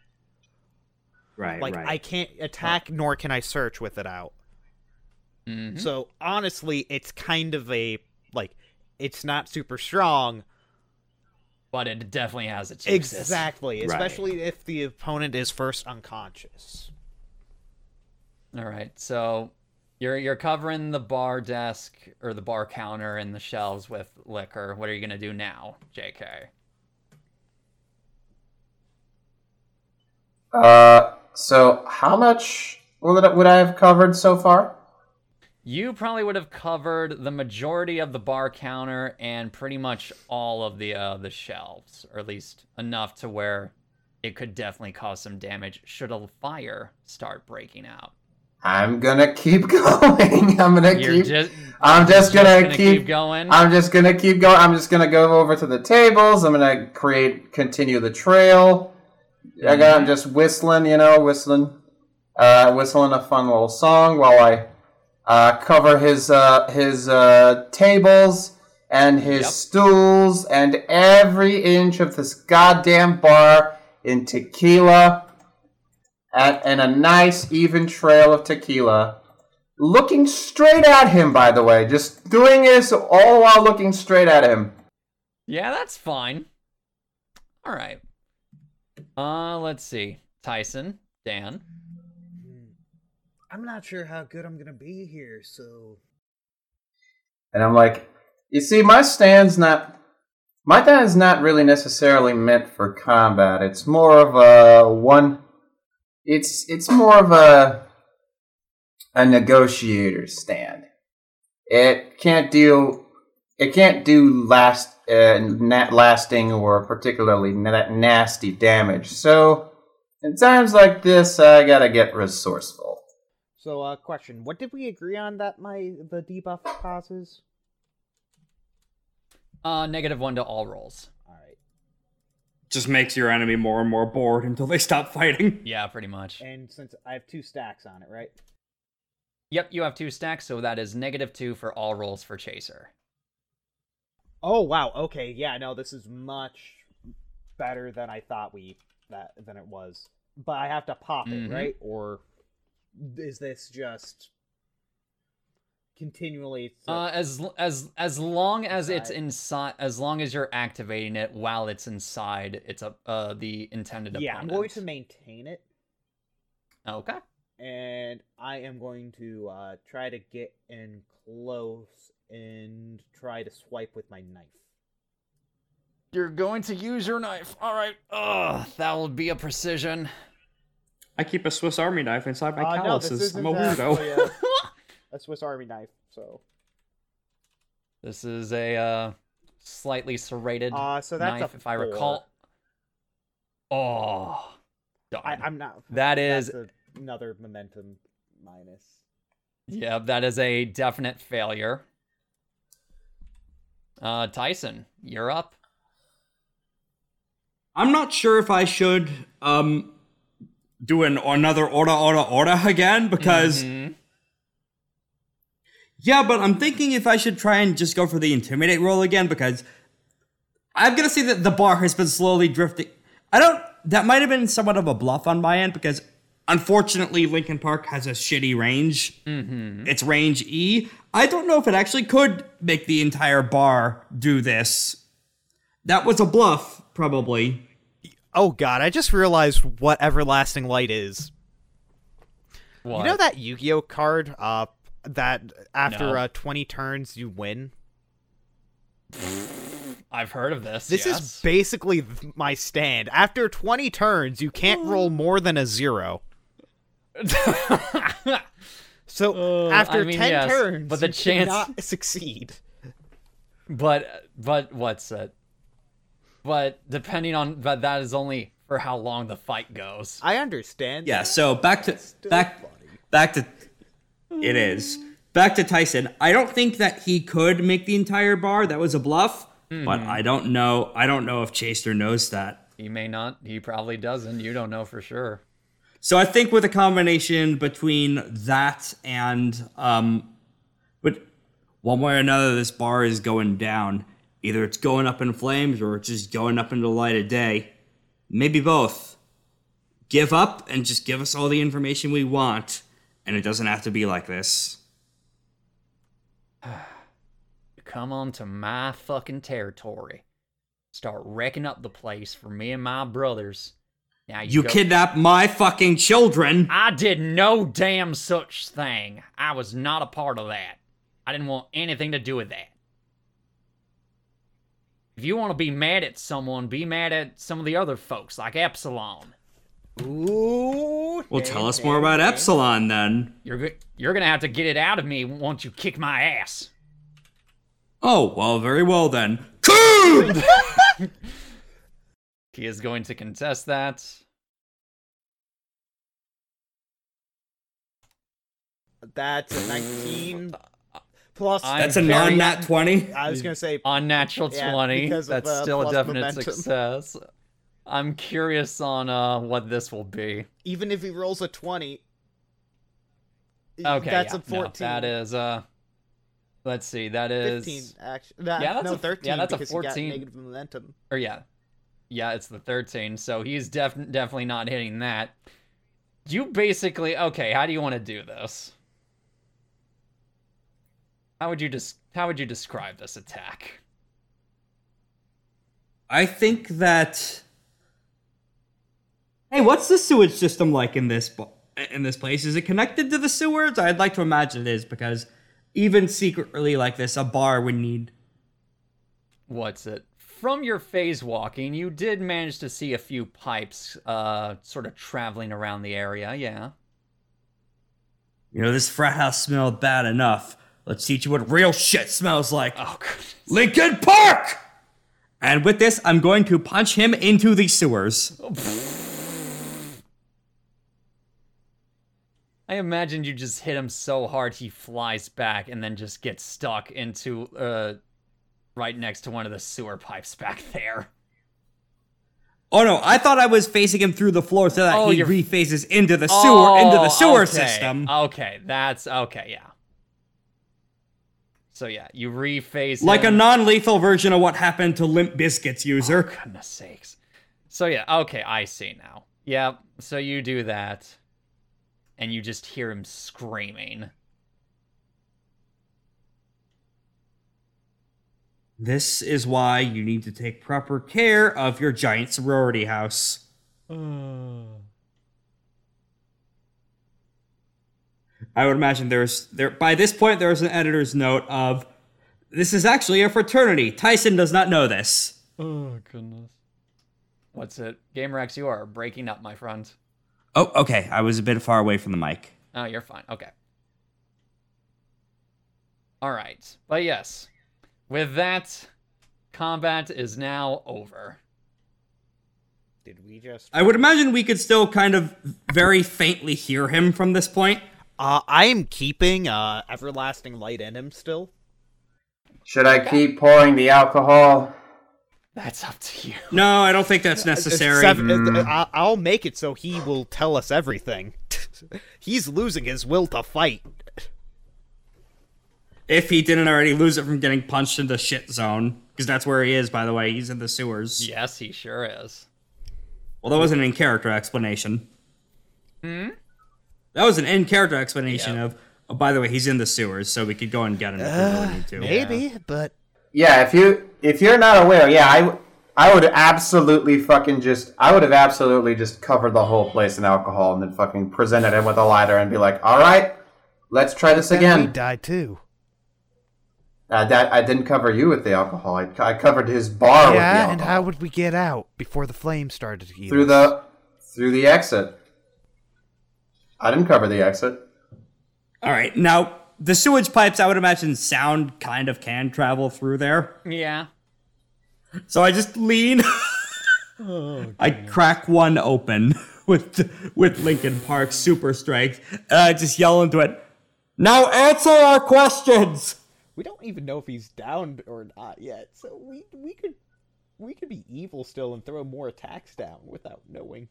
Speaker 5: Right,
Speaker 3: Like
Speaker 5: right.
Speaker 3: I can't attack, nor can I search with it out.
Speaker 1: Hmm? Mm-hmm.
Speaker 3: So honestly, it's kind of a like it's not super strong.
Speaker 1: but it definitely has its uses.
Speaker 3: Exactly,
Speaker 5: Right.
Speaker 3: especially if the opponent is first unconscious.
Speaker 1: All right, so you're you're covering the bar desk or the bar counter and the shelves with liquor. What are you gonna do now, J.K.?
Speaker 4: Uh, so how much would I- would I have covered so far?
Speaker 1: You probably would have covered the majority of the bar counter and pretty much all of the uh, the shelves, or at least enough to where it could definitely cause some damage should a fire start breaking out.
Speaker 4: I'm gonna keep going. I'm gonna
Speaker 1: You're
Speaker 4: keep.
Speaker 1: just-
Speaker 4: I'm just,
Speaker 1: you're just
Speaker 4: gonna,
Speaker 1: gonna
Speaker 4: keep,
Speaker 1: keep going?
Speaker 4: I'm just gonna keep going. I'm just gonna go over to the tables. I'm gonna create, continue the trail. I got.
Speaker 1: Mm-hmm.
Speaker 4: I'm just whistling, you know, whistling, uh, whistling a fun little song while I uh, cover his uh, his uh, tables and his
Speaker 1: Yep.
Speaker 4: stools and every inch of this goddamn bar in tequila at, and a nice even trail of tequila looking straight at him by the way just doing this all while looking straight at him
Speaker 1: Yeah, that's fine. All right. Uh, let's see. Tyson, Dan.
Speaker 8: I'm not sure how good I'm gonna be here, so
Speaker 4: and i'm like you see my stand's not my stand's not really necessarily meant for combat it's more of a one it's it's more of a a negotiator stand it can't do it can't do last uh, na- lasting or particularly na- nasty damage so in times like this i gotta get resourceful
Speaker 3: So, uh, question: What did we agree on that my the debuff causes?
Speaker 1: Uh, negative one to all rolls.
Speaker 5: just makes your enemy more and more bored until they stop fighting.
Speaker 1: Yeah, pretty much.
Speaker 3: And since I have two stacks on it, right?
Speaker 1: Yep, you have two stacks, so that is negative two for all rolls for Chaser.
Speaker 3: Oh wow. Okay. Yeah. No, this is much better than I thought we that than it was. But I have to pop
Speaker 1: Mhm.
Speaker 3: it, right? Or is this just continually? so-
Speaker 1: Uh, as l- as as long as it's inside,
Speaker 3: Inside.
Speaker 1: as long as you're activating it while it's inside, it's a uh the intended
Speaker 3: yeah, I'm
Speaker 1: opponent.
Speaker 3: going to maintain it,
Speaker 1: Okay.
Speaker 3: and I am going to uh, try to get in close and try to swipe with my knife.
Speaker 1: You're going to use your knife. All right. Ugh, that will be a precision.
Speaker 5: I keep a Swiss Army knife inside my
Speaker 3: Uh, no, this
Speaker 5: calluses. I'm a
Speaker 3: isn't uh,
Speaker 5: weirdo.
Speaker 3: actually a- a Swiss Army knife, so.
Speaker 1: This is a uh, slightly serrated
Speaker 3: Uh, so that's a
Speaker 1: knife, if I recall. Oh,
Speaker 3: I,
Speaker 1: darn.
Speaker 3: I'm not.
Speaker 1: That is-
Speaker 3: that's a- another momentum minus.
Speaker 1: yeah, that is a definite failure. Uh, Tyson, you're up.
Speaker 5: I'm not sure if I should um do an another order order order again because
Speaker 1: Mhm.
Speaker 5: yeah, but I'm thinking if I should try and just go for the intimidate roll again because I'm gonna say that the bar has been slowly drifting. I don't. That might have been somewhat of a bluff on my end because, unfortunately, Lincoln Park has a shitty range. Mm-hmm. It's range E. I don't know if it actually could make the entire bar do this. That was a bluff, probably.
Speaker 7: Oh god, I just realized what everlasting light is.
Speaker 1: What?
Speaker 7: You know that Yu-Gi-Oh card uh that after
Speaker 1: No.
Speaker 7: uh 20 turns you win?
Speaker 1: I've heard of this.
Speaker 7: This
Speaker 1: yes.
Speaker 7: is basically th- my stand. After 20 turns, you can't roll more than a 0. So
Speaker 1: Oh,
Speaker 7: after
Speaker 1: I mean,
Speaker 7: 10
Speaker 1: yes,
Speaker 7: turns,
Speaker 1: but the
Speaker 7: you
Speaker 1: chance-
Speaker 7: cannot succeed.
Speaker 1: But but what's it? But depending on but that is only for how long the fight goes.
Speaker 7: I understand.
Speaker 5: Yeah. So back to back back to it is back to Tyson. I don't think that he could make the entire bar. That was a bluff. But I don't know. I don't know if Chaser knows that.
Speaker 1: He may not. He probably doesn't. You don't know for sure.
Speaker 5: So I think with a combination between that and um, but one way or another, this bar is going down. Either it's going up in flames or it's just going up into the light of day. Maybe both. Give up and just give us all the information we want, and it doesn't have to be like this.
Speaker 1: Come on to my fucking territory. Start wrecking up the place for me and my brothers. Now you,
Speaker 5: You
Speaker 1: go-
Speaker 5: kidnap my fucking children.
Speaker 1: I did no damn such thing. I was not a part of that. I didn't want anything to do with that. If you want to be mad at someone, be mad at some of the other folks, like Epsilon.
Speaker 7: Ooh.
Speaker 5: Well, tell us more about Epsilon then.
Speaker 1: You're go- you're gonna have to get it out of me once you kick my ass.
Speaker 5: Oh, well, very well then. Coon!
Speaker 1: He is going to contest that.
Speaker 7: That's a 19 plus.
Speaker 1: I'm
Speaker 5: That's a
Speaker 1: very-
Speaker 5: non nat 20.
Speaker 7: I was going to say
Speaker 1: on natural
Speaker 7: Yeah,
Speaker 1: 20
Speaker 7: because of,
Speaker 1: that's
Speaker 7: uh,
Speaker 1: still a
Speaker 7: plus
Speaker 1: definite
Speaker 7: momentum.
Speaker 1: success i'm curious on uh what this will be
Speaker 7: even if he rolls a 20
Speaker 1: okay
Speaker 7: that's
Speaker 1: yeah,
Speaker 7: a 14
Speaker 1: no, that is uh let's see that is
Speaker 7: 15 actually that,
Speaker 1: Yeah, that's
Speaker 7: no
Speaker 1: a-
Speaker 7: 13
Speaker 1: yeah, that's a
Speaker 7: because
Speaker 1: 14.
Speaker 7: he got negative momentum
Speaker 1: or yeah yeah it's the 13 so he's def- definitely not hitting that you basically okay how do you want to do this how would you dis- how would you describe this attack
Speaker 5: I think that. Hey, what's the sewage system like in this bu- in this place? Is it connected to the sewers? I'd like to imagine it is because even secretly like this, a bar would need.
Speaker 1: what's it from your phase walking you did manage to see a few pipes uh sort of traveling around the area yeah
Speaker 5: You know, this frat house smelled bad enough. Let's teach you what real shit smells like.
Speaker 1: oh goodness.
Speaker 5: Lincoln Park. And with this, I'm going to punch him into the sewers.
Speaker 1: i imagine you just hit him so hard he flies back and then just gets stuck into uh right next to one of the sewer pipes back there
Speaker 5: Oh no, I thought I was facing him through the floor so that
Speaker 1: Oh,
Speaker 5: he
Speaker 1: you're-
Speaker 5: refaces into the sewer into the
Speaker 1: Oh,
Speaker 5: sewer
Speaker 1: okay.
Speaker 5: system.
Speaker 1: okay that's okay yeah so yeah you rephase
Speaker 5: like a
Speaker 1: him.
Speaker 5: non-lethal version of what happened to Limp Biscuits user.
Speaker 1: Goodness sakes. So yeah, okay, I see now. Yeah, so you do that, and you just hear him screaming.
Speaker 5: This is why you need to take proper care of your giant sorority house. I would imagine there's there by this point there is an editor's note of this is actually a fraternity. Tyson does not know this.
Speaker 1: Oh goodness. What's it? Game Rex, you are breaking up, my friend.
Speaker 5: Oh, okay. I was a bit far away from the mic.
Speaker 1: Oh, you're fine. Okay. All right. But yes, with that, combat is now over.
Speaker 7: did we just
Speaker 5: I would imagine we could still kind of very faintly hear him from this point.
Speaker 7: uh i am keeping uh everlasting light in him still
Speaker 4: Should I keep pouring the alcohol?
Speaker 1: That's up to you.
Speaker 5: No, I don't think that's
Speaker 7: It's
Speaker 5: necessary.
Speaker 7: seven-
Speaker 5: Mm.
Speaker 7: uh, I- i'll make it so he will tell us everything he's losing his will to fight
Speaker 5: If he didn't already lose it from getting punched in the shit zone, because that's where he is, by the way. He's in the sewers.
Speaker 1: Yes, he sure is.
Speaker 5: Well, that wasn't an in character explanation. Hmm? That was an in character explanation of, oh, by the way, he's in the sewers, so we could go and get him if we really need to.
Speaker 3: Maybe, but
Speaker 4: Yeah, if you if you're not aware, yeah, I w- I would absolutely fucking just I would have absolutely just covered the whole place in alcohol and then fucking presented him with a lighter and be like, "All right, let's try this
Speaker 3: he
Speaker 4: again."
Speaker 3: died too.
Speaker 4: Uh, that I didn't cover you with the alcohol. I, I covered his bar
Speaker 3: yeah,
Speaker 4: with
Speaker 3: and
Speaker 4: the
Speaker 3: how
Speaker 4: alcohol
Speaker 3: would we get out before the flame started to eat
Speaker 4: through
Speaker 3: us?
Speaker 4: the through the exit. I didn't cover the exit.
Speaker 5: All right. Now, the sewage pipes, I would imagine sound kind of can travel through there.
Speaker 1: Yeah.
Speaker 5: So I just lean. I crack one open with with Lincoln Park super strength. And I just yell into it. Now answer our questions.
Speaker 9: We don't even know if he's downed or not yet, so we we could we could be evil still and throw more attacks down without knowing.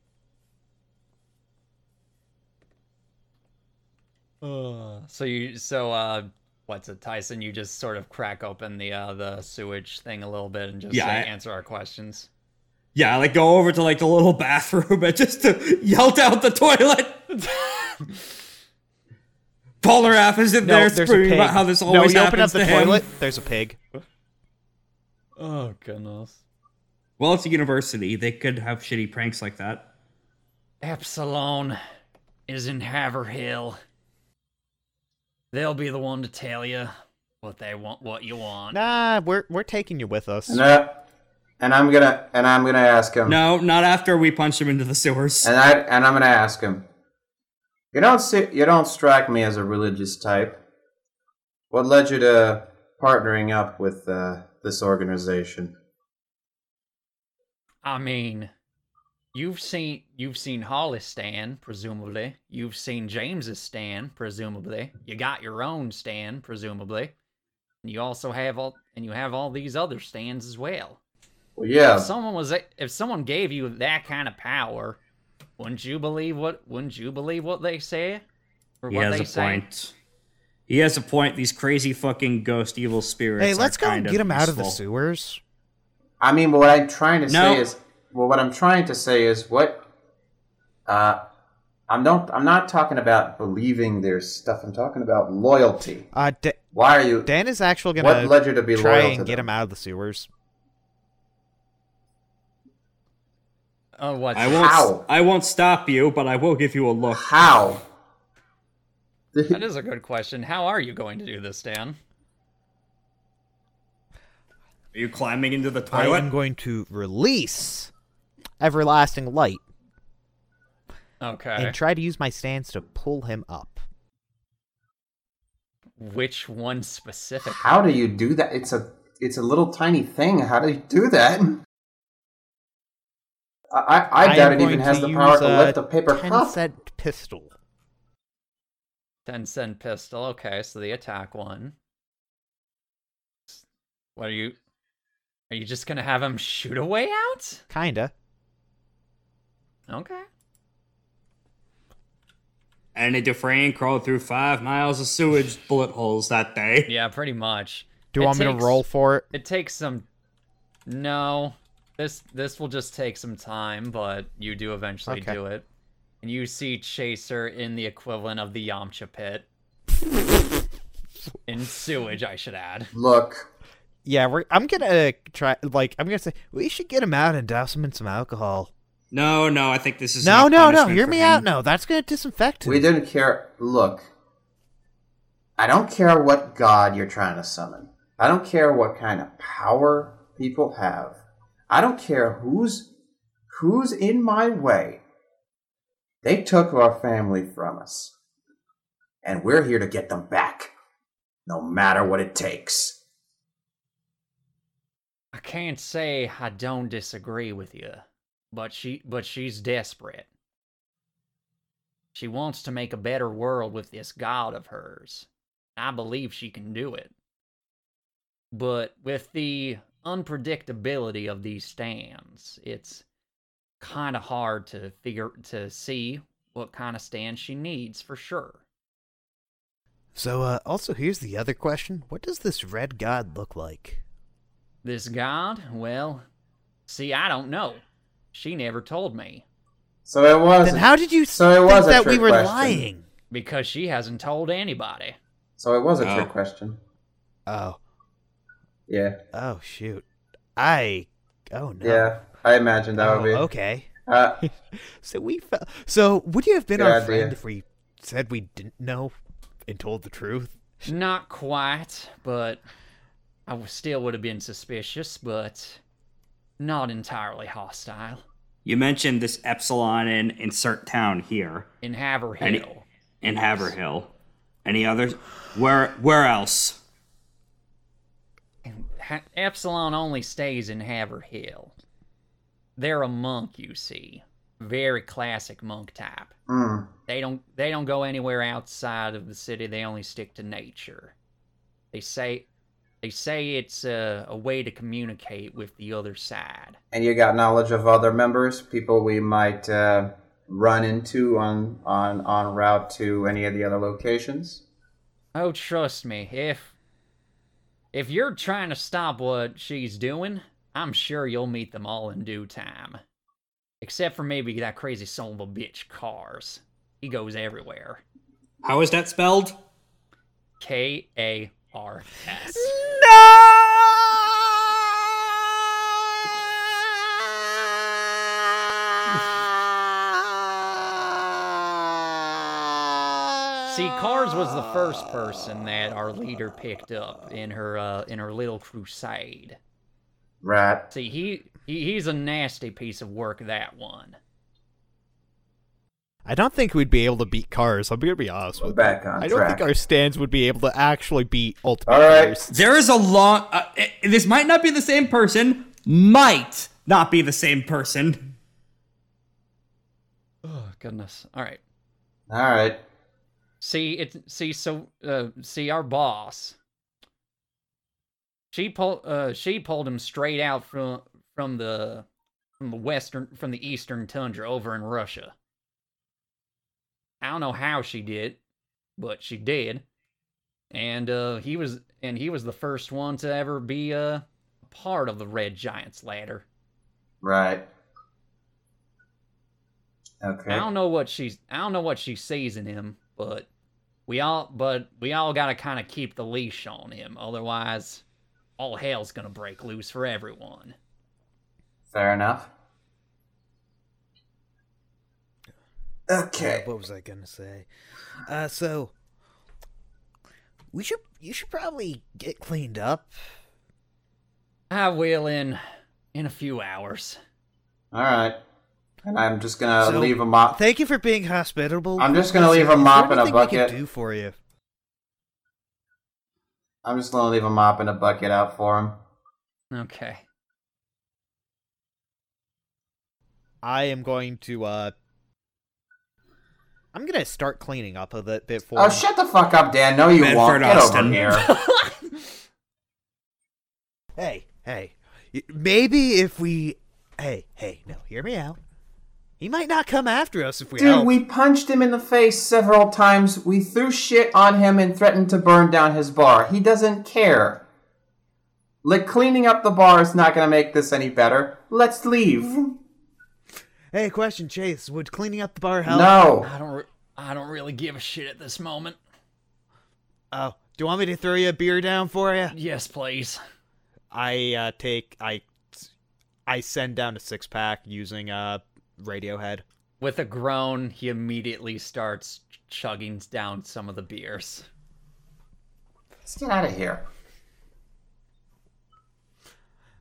Speaker 1: So you so uh what's it, Tyson? You just sort of crack open the uh the sewage thing a little bit and just
Speaker 5: Yeah,
Speaker 1: say,
Speaker 5: I-
Speaker 1: answer our questions.
Speaker 5: Yeah, I, like go over to like the little bathroom and just uh, yell out the toilet. Polar Raff is in there screaming about how this always
Speaker 7: no, you open up
Speaker 5: happens
Speaker 7: the
Speaker 5: to him.
Speaker 7: toilet. There's a pig.
Speaker 1: Oh goodness.
Speaker 5: Well, it's a university. They could have shitty pranks like that.
Speaker 1: Epsilon is in Haverhill. They'll be the one to tell you what they want what you want.
Speaker 7: Nah, we're we're taking you with us.
Speaker 4: And uh, and I'm gonna and I'm gonna ask him.
Speaker 5: No, not after we punch him into the sewers.
Speaker 4: And I and I'm gonna ask him. You don't see, you don't strike me as a religious type. What led you to partnering up with uh, this organization?
Speaker 1: I mean, you've seen you've seen Holly's stand, presumably. You've seen James's stand, presumably. You got your own stand, presumably. And you also have all and you have all these other stands as well.
Speaker 4: Well, yeah,
Speaker 1: If someone was a- if someone gave you that kind of power, wouldn't you believe what wouldn't you believe what they say? Or
Speaker 5: He
Speaker 1: what
Speaker 5: has
Speaker 1: they
Speaker 5: a
Speaker 1: say?
Speaker 5: point. He has a point. These crazy fucking ghost evil spirits.
Speaker 3: Hey, let's
Speaker 5: are
Speaker 3: go and
Speaker 5: kind
Speaker 3: get him out of the
Speaker 5: useful.
Speaker 3: sewers.
Speaker 4: I mean, what I'm trying to
Speaker 5: No.
Speaker 4: say is, well, what I'm trying to say is what. Uh, I'm don't. I'm not talking about believing their stuff. I'm talking about loyalty.
Speaker 7: Uh, Da-
Speaker 4: Why are you?
Speaker 7: Dan is actually gonna
Speaker 4: What led you to be
Speaker 7: try
Speaker 4: loyal
Speaker 7: and
Speaker 4: to
Speaker 7: get
Speaker 4: them?
Speaker 7: him out of the sewers.
Speaker 1: Oh, what's
Speaker 5: I won't.
Speaker 4: How?
Speaker 5: I won't stop you, but I will give you a look.
Speaker 4: How?
Speaker 1: That is a good question. How are you going to do this, Dan?
Speaker 5: Are you climbing into the
Speaker 7: I
Speaker 5: toilet?
Speaker 7: am going to release everlasting light
Speaker 1: Okay.
Speaker 7: and try to use my stands to pull him up.
Speaker 1: Which one specific?
Speaker 4: How do you do that? It's a it's a little tiny thing. How do you do that? I I, I
Speaker 7: am
Speaker 4: doubt it
Speaker 7: going
Speaker 4: even has
Speaker 7: to
Speaker 4: the power
Speaker 7: use
Speaker 4: to lift a
Speaker 7: a
Speaker 4: paper
Speaker 7: 10
Speaker 4: cup.
Speaker 7: cent pistol.
Speaker 1: 10 cent pistol. Okay, so the attack one. What are you. Are you just gonna have him shoot a way out?
Speaker 7: Kinda.
Speaker 1: Okay.
Speaker 5: And a Dufresne crawled through five miles of sewage bullet holes that day.
Speaker 1: Yeah, pretty much.
Speaker 7: Do you
Speaker 1: It
Speaker 7: want me to
Speaker 1: takes-
Speaker 7: roll for it?
Speaker 1: It takes some. No. This this will just take some time, but you do eventually
Speaker 7: Okay.
Speaker 1: do it. And you see Chaser in the equivalent of the Yamcha pit. in sewage, I should add.
Speaker 4: Look,
Speaker 7: Yeah, we're, I'm gonna try. Like, I'm gonna say we should get him out and douse him in some alcohol.
Speaker 5: No, no, I think this is
Speaker 7: No,
Speaker 5: enough
Speaker 7: no, no.
Speaker 5: punishment
Speaker 7: Hear
Speaker 5: for
Speaker 7: me
Speaker 5: him.
Speaker 7: out. No, that's gonna disinfect him.
Speaker 4: we didn't care. Look, I don't care what god you're trying to summon. I don't care what kind of power people have. I don't care who's who's in my way. They took our family from us, and we're here to get them back, no matter what it takes.
Speaker 1: I can't say I don't disagree with you, but she but she's desperate. She wants to make a better world with this god of hers. I believe she can do it. But with the unpredictability of these stands, it's kind of hard to figure to see what kind of stand she needs for sure.
Speaker 7: So, uh, also, here's the other question What does this red god look like?
Speaker 1: This god? Well, see, I don't know. She never told me
Speaker 4: So it was.
Speaker 7: Then how did you
Speaker 4: So it
Speaker 7: think
Speaker 4: was a
Speaker 7: that we
Speaker 4: trick
Speaker 7: were
Speaker 4: question.
Speaker 7: lying?
Speaker 1: because she hasn't told anybody.
Speaker 4: So it was a
Speaker 5: Oh.
Speaker 4: trick question.
Speaker 7: Oh,
Speaker 4: Yeah.
Speaker 7: oh, shoot. I. Oh, no.
Speaker 4: Yeah. I imagine that
Speaker 7: Oh,
Speaker 4: would be.
Speaker 7: Okay.
Speaker 4: Uh,
Speaker 7: So we fell. So would you have been
Speaker 4: Good
Speaker 7: our
Speaker 4: idea.
Speaker 7: friend if we said we didn't know and told the truth?
Speaker 1: Not quite, but I w- still would have been suspicious, but not entirely hostile.
Speaker 5: You mentioned this epsilon in insert town here
Speaker 1: In Haverhill,
Speaker 5: Any- in Haverhill. Any others? Where where else?
Speaker 1: And ha- Epsilon only stays in Haverhill. They're a monk, you see, very classic monk type.
Speaker 4: mm.
Speaker 1: They don't they don't go anywhere outside of the city. They only stick to nature. They say they say it's a, a way to communicate with the other side.
Speaker 4: And you got knowledge of other members, people we might uh, run into on on on route to any of the other locations.
Speaker 1: Oh, trust me, if if you're trying to stop what she's doing, I'm sure you'll meet them all in due time. Except for maybe that crazy son of a bitch Cars. He goes everywhere.
Speaker 5: How is that spelled?
Speaker 1: K A R S. See, Cars was the first person that our leader picked up in her uh, in her little crusade.
Speaker 4: Right.
Speaker 1: See, he, he he's a nasty piece of work. That one.
Speaker 6: I don't think we'd be able to beat cars. I'm gonna be honest
Speaker 4: We're
Speaker 6: with
Speaker 4: back
Speaker 6: you.
Speaker 4: on
Speaker 6: I don't
Speaker 4: track.
Speaker 6: think our stands would be able to actually beat ultimate
Speaker 4: All right.
Speaker 6: cars.
Speaker 5: There is a long. Uh, i this might not be the same person. Might not be the same person.
Speaker 1: Oh goodness. All right.
Speaker 4: All right.
Speaker 1: See it. See so. Uh, see our boss. She pulled. Uh, she pulled him straight out from from the from the western from the eastern tundra over in Russia. I don't know how she did, but she did. And uh, he was and he was the first one to ever be uh, a part of the Red Giant's ladder.
Speaker 4: Right.
Speaker 1: I
Speaker 4: Okay.
Speaker 1: don't know what she's I don't know what she sees in him, but we all but we all gotta kinda keep the leash on him, otherwise all hell's gonna break loose for everyone.
Speaker 4: Fair enough.
Speaker 7: Yeah,
Speaker 4: Okay.
Speaker 7: what was I gonna say? Uh, so we should you should probably get cleaned up.
Speaker 1: I will in in a few hours.
Speaker 4: All right. And I'm just gonna
Speaker 7: So,
Speaker 4: Uh, leave a mop.
Speaker 7: Thank you for being hospitable.
Speaker 4: I'm just gonna
Speaker 7: Is
Speaker 4: leave
Speaker 7: there-
Speaker 4: a mop
Speaker 7: is there
Speaker 4: and a
Speaker 7: anything we can
Speaker 4: bucket.
Speaker 7: do for you?
Speaker 4: I'm just gonna leave a mop and a bucket out for him.
Speaker 1: Okay.
Speaker 7: I am going to. uh I'm gonna start cleaning up a bit bit for.
Speaker 4: Oh,
Speaker 7: him.
Speaker 4: shut the fuck up, Dan. No, you
Speaker 5: Medford
Speaker 4: won't. Get
Speaker 5: Austin.
Speaker 4: over here.
Speaker 7: Hey, hey. y- Maybe if we. Hey, hey. No, hear me out. He might not come after us if we
Speaker 4: Dude,
Speaker 7: help.
Speaker 4: we punched him in the face several times. We threw shit on him and threatened to burn down his bar. He doesn't care. Like, cleaning up the bar is not gonna make this any better. Let's leave.
Speaker 7: Hey, question, Chase. Would cleaning up the bar help?
Speaker 4: No.
Speaker 1: I don't re- I don't really give a shit at this moment.
Speaker 7: Oh, do you want me to throw you a beer down for you?
Speaker 1: Yes, please.
Speaker 7: I uh, take I I send down a six pack using uh Radiohead.
Speaker 1: With a groan, he immediately starts chugging down some of the beers.
Speaker 4: Let's get out of here.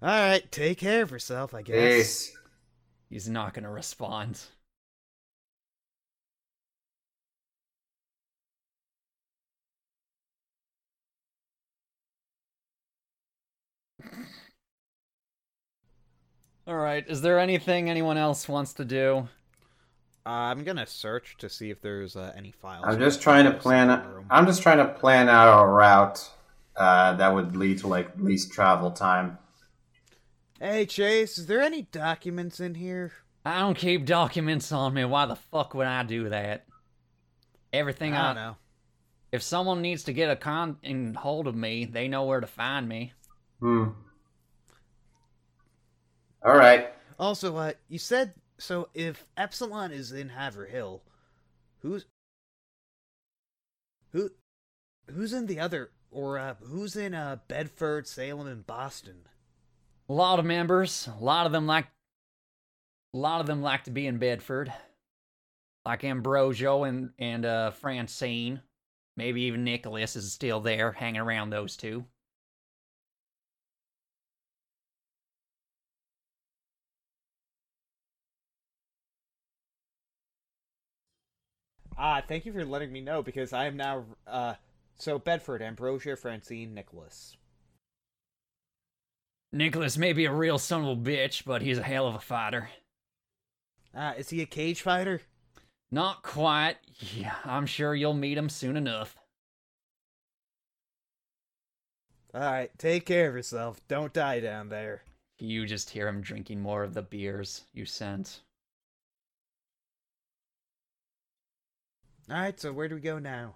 Speaker 7: All right, take care of yourself, I guess.
Speaker 4: Peace.
Speaker 1: He's not gonna respond. All right, is there anything anyone else wants to do?
Speaker 7: Uh, I'm gonna search to see if there's uh, any files.
Speaker 4: I'm just trying to plan. I'm just trying to plan out a route uh, that would lead to like least travel time.
Speaker 7: Hey Chase, is there any documents in here?
Speaker 1: I don't keep
Speaker 9: Uh,
Speaker 1: documents on me. Why the fuck would I do that? Everything
Speaker 7: I
Speaker 1: I,
Speaker 7: don't know.
Speaker 1: If someone needs to get a con in hold of me, they know where to find me.
Speaker 4: Hmm. All right.
Speaker 7: Also, uh, you said so. If Epsilon is in Haverhill, who's who? Who's in the other, or uh, who's in uh, Bedford, Salem, and Boston?
Speaker 1: A lot of members, a lot of them like, a lot of them like to be in Bedford, like Ambrosio and and uh, Francine. Maybe even Nicholas is still there, hanging around those two.
Speaker 3: Ah, thank you for letting me know because I am now uh so Bedford, Ambrosia, Francine, Nicholas.
Speaker 1: Nicholas may be a real son of a bitch, but he's a hell of a fighter.
Speaker 7: Uh, is he a cage fighter?
Speaker 1: Not quite. Yeah, I'm sure you'll meet him soon enough.
Speaker 7: All right, take care of yourself. Don't die down there.
Speaker 1: You just hear him drinking more of the beers you sent.
Speaker 7: All right, so where do we go now?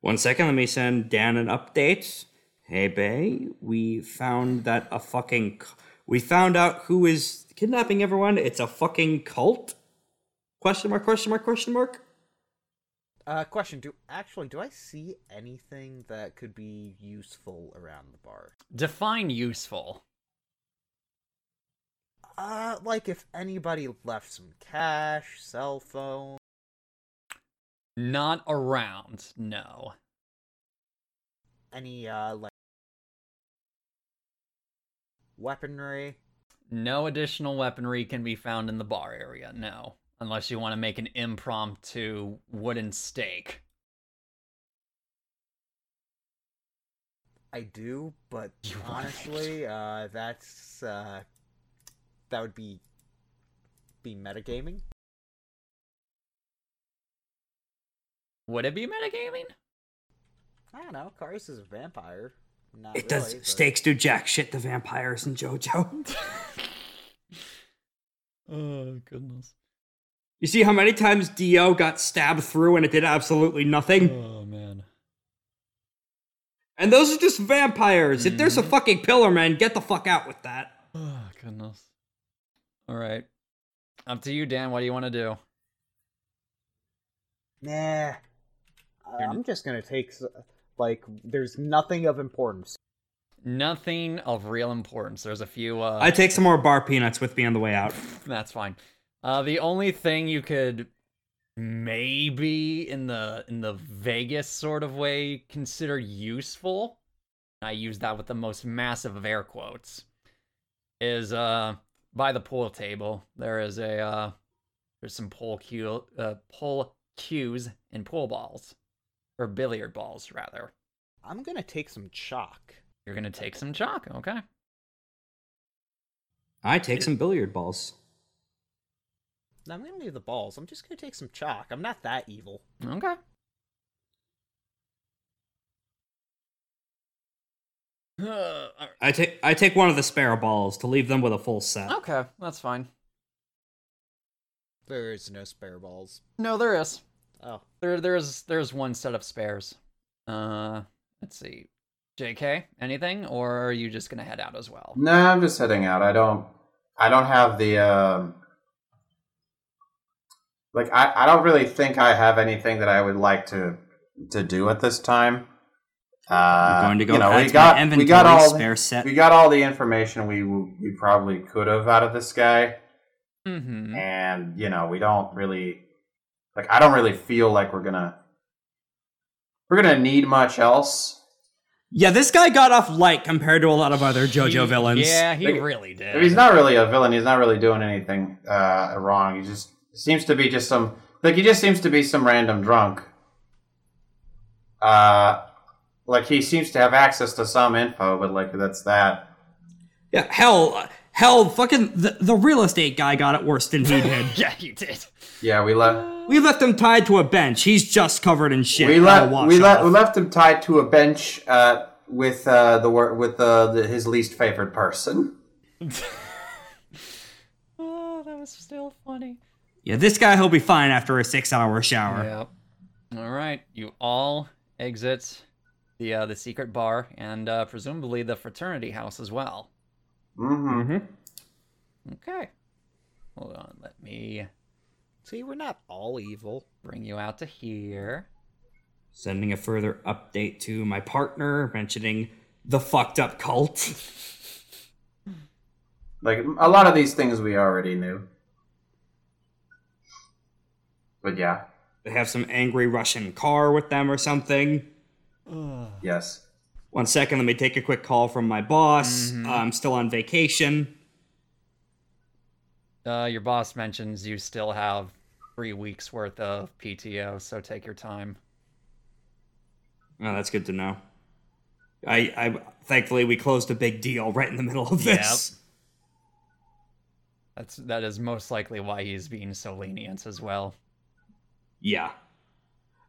Speaker 5: One second, let me send Dan an update. Hey, Bay, we found that a fucking. c- We found out who is kidnapping everyone. It's a fucking cult? Question mark, question mark, question mark?
Speaker 3: Uh question, do actually do I see anything that could be useful around the bar?
Speaker 1: Define useful.
Speaker 3: Uh like if anybody left some cash, cell phone.
Speaker 1: Not around, no.
Speaker 3: any uh like weaponry.
Speaker 1: No additional weaponry can be found in the bar area, no. Unless you want to make an impromptu wooden stake.
Speaker 3: I do, but
Speaker 1: You wanna make
Speaker 3: honestly, uh that's uh that would be be metagaming.
Speaker 1: Would it be metagaming?
Speaker 3: I don't know, Karius is a vampire. Not
Speaker 5: It does.
Speaker 3: really, but-
Speaker 5: Stakes do jack shit to vampires and JoJo.
Speaker 1: Oh, goodness.
Speaker 5: You see how many times Dio got stabbed through and it did absolutely
Speaker 3: Mm.
Speaker 5: nothing?
Speaker 1: Oh, man.
Speaker 5: And those are just vampires. If there's a
Speaker 3: Mm-hmm.
Speaker 5: fucking pillar man, get the fuck out with that.
Speaker 1: Oh, goodness. All right. Up to you, Dan. What do you want to do?
Speaker 3: Nah. I- I'm just gonna take s- like there's nothing of importance.
Speaker 1: Nothing of real importance. There's a few. Uh,
Speaker 5: I take some more bar peanuts with me on the way out.
Speaker 1: That's fine. Uh, the only thing you could maybe in the in the Vegas sort of way consider useful, and I use that with the most massive of air quotes, is uh by the pool table there is a uh there's some pool cue uh, pool cues and pool balls or billiard balls rather.
Speaker 3: I'm gonna take some chalk.
Speaker 1: You're gonna take some chalk, okay?
Speaker 5: I take some billiard balls.
Speaker 3: No, I'm gonna leave the balls. I'm just gonna take some chalk. I'm not that evil.
Speaker 1: Okay. Uh, all
Speaker 5: I take I take one of the spare balls to leave them with a full set.
Speaker 1: Okay, that's fine.
Speaker 3: There is no spare balls.
Speaker 1: No, there is.
Speaker 3: Oh,
Speaker 1: There there's there's one set of spares. Uh let's see. JK, anything? Or are you just gonna head out as well?
Speaker 4: No, I'm just heading out. I don't. I don't have the. Um, like I, I don't really think I have anything that I would like to to do at this time. Uh,
Speaker 5: I'm going to go
Speaker 4: you know,
Speaker 5: add
Speaker 4: we
Speaker 5: to my
Speaker 4: got we got
Speaker 5: inventory
Speaker 4: all
Speaker 5: spare set.
Speaker 4: we got all the information we we probably could have out of this guy,
Speaker 1: Mm-hmm.
Speaker 4: and you know we don't really like I don't really feel like we're gonna we're gonna need much else.
Speaker 5: Yeah, this guy got off light compared to a lot of other JoJo villains.
Speaker 1: Yeah, he
Speaker 4: Like,
Speaker 1: really did.
Speaker 4: If he's not really a villain. He's not really doing anything uh, wrong. He just seems to be just some like he just seems to be some random drunk. Uh, like he seems to have access to some info, but like that's that.
Speaker 5: Yeah, hell, hell, fucking the, the real estate guy got it worse than he did.
Speaker 1: Yeah, he did.
Speaker 4: Yeah, we left.
Speaker 5: We left him tied to a bench. He's just covered in shit.
Speaker 4: We
Speaker 5: Gotta
Speaker 4: left.
Speaker 5: wash
Speaker 4: We left.
Speaker 5: off.
Speaker 4: We left him tied to a bench uh, with uh, the wor- with uh, the, his least favorite person.
Speaker 1: Oh, that was still funny.
Speaker 5: Yeah, this guy he'll be fine after a six-hour shower.
Speaker 1: Yeah. All right, you all exit the uh, the secret bar and uh, presumably the fraternity house as well.
Speaker 4: Mm-hmm.
Speaker 1: Okay, hold on. Let me
Speaker 7: See, we're not all evil.
Speaker 1: bring you out to here.
Speaker 5: Sending a further update to my partner mentioning the fucked up cult.
Speaker 4: Like a lot of these things we already knew. But yeah,
Speaker 5: They have some angry Russian car with them or something.
Speaker 4: yes.
Speaker 5: One second, let me take a quick call from my boss. I'm still on vacation.
Speaker 1: Uh, your boss mentions you still have three weeks worth of PTO, so take your time.
Speaker 5: Oh, that's good to know. I, I thankfully we closed a big deal right in the middle of
Speaker 1: Yep.
Speaker 5: this.
Speaker 1: That's that is most likely why he's being so lenient as well.
Speaker 5: Yeah.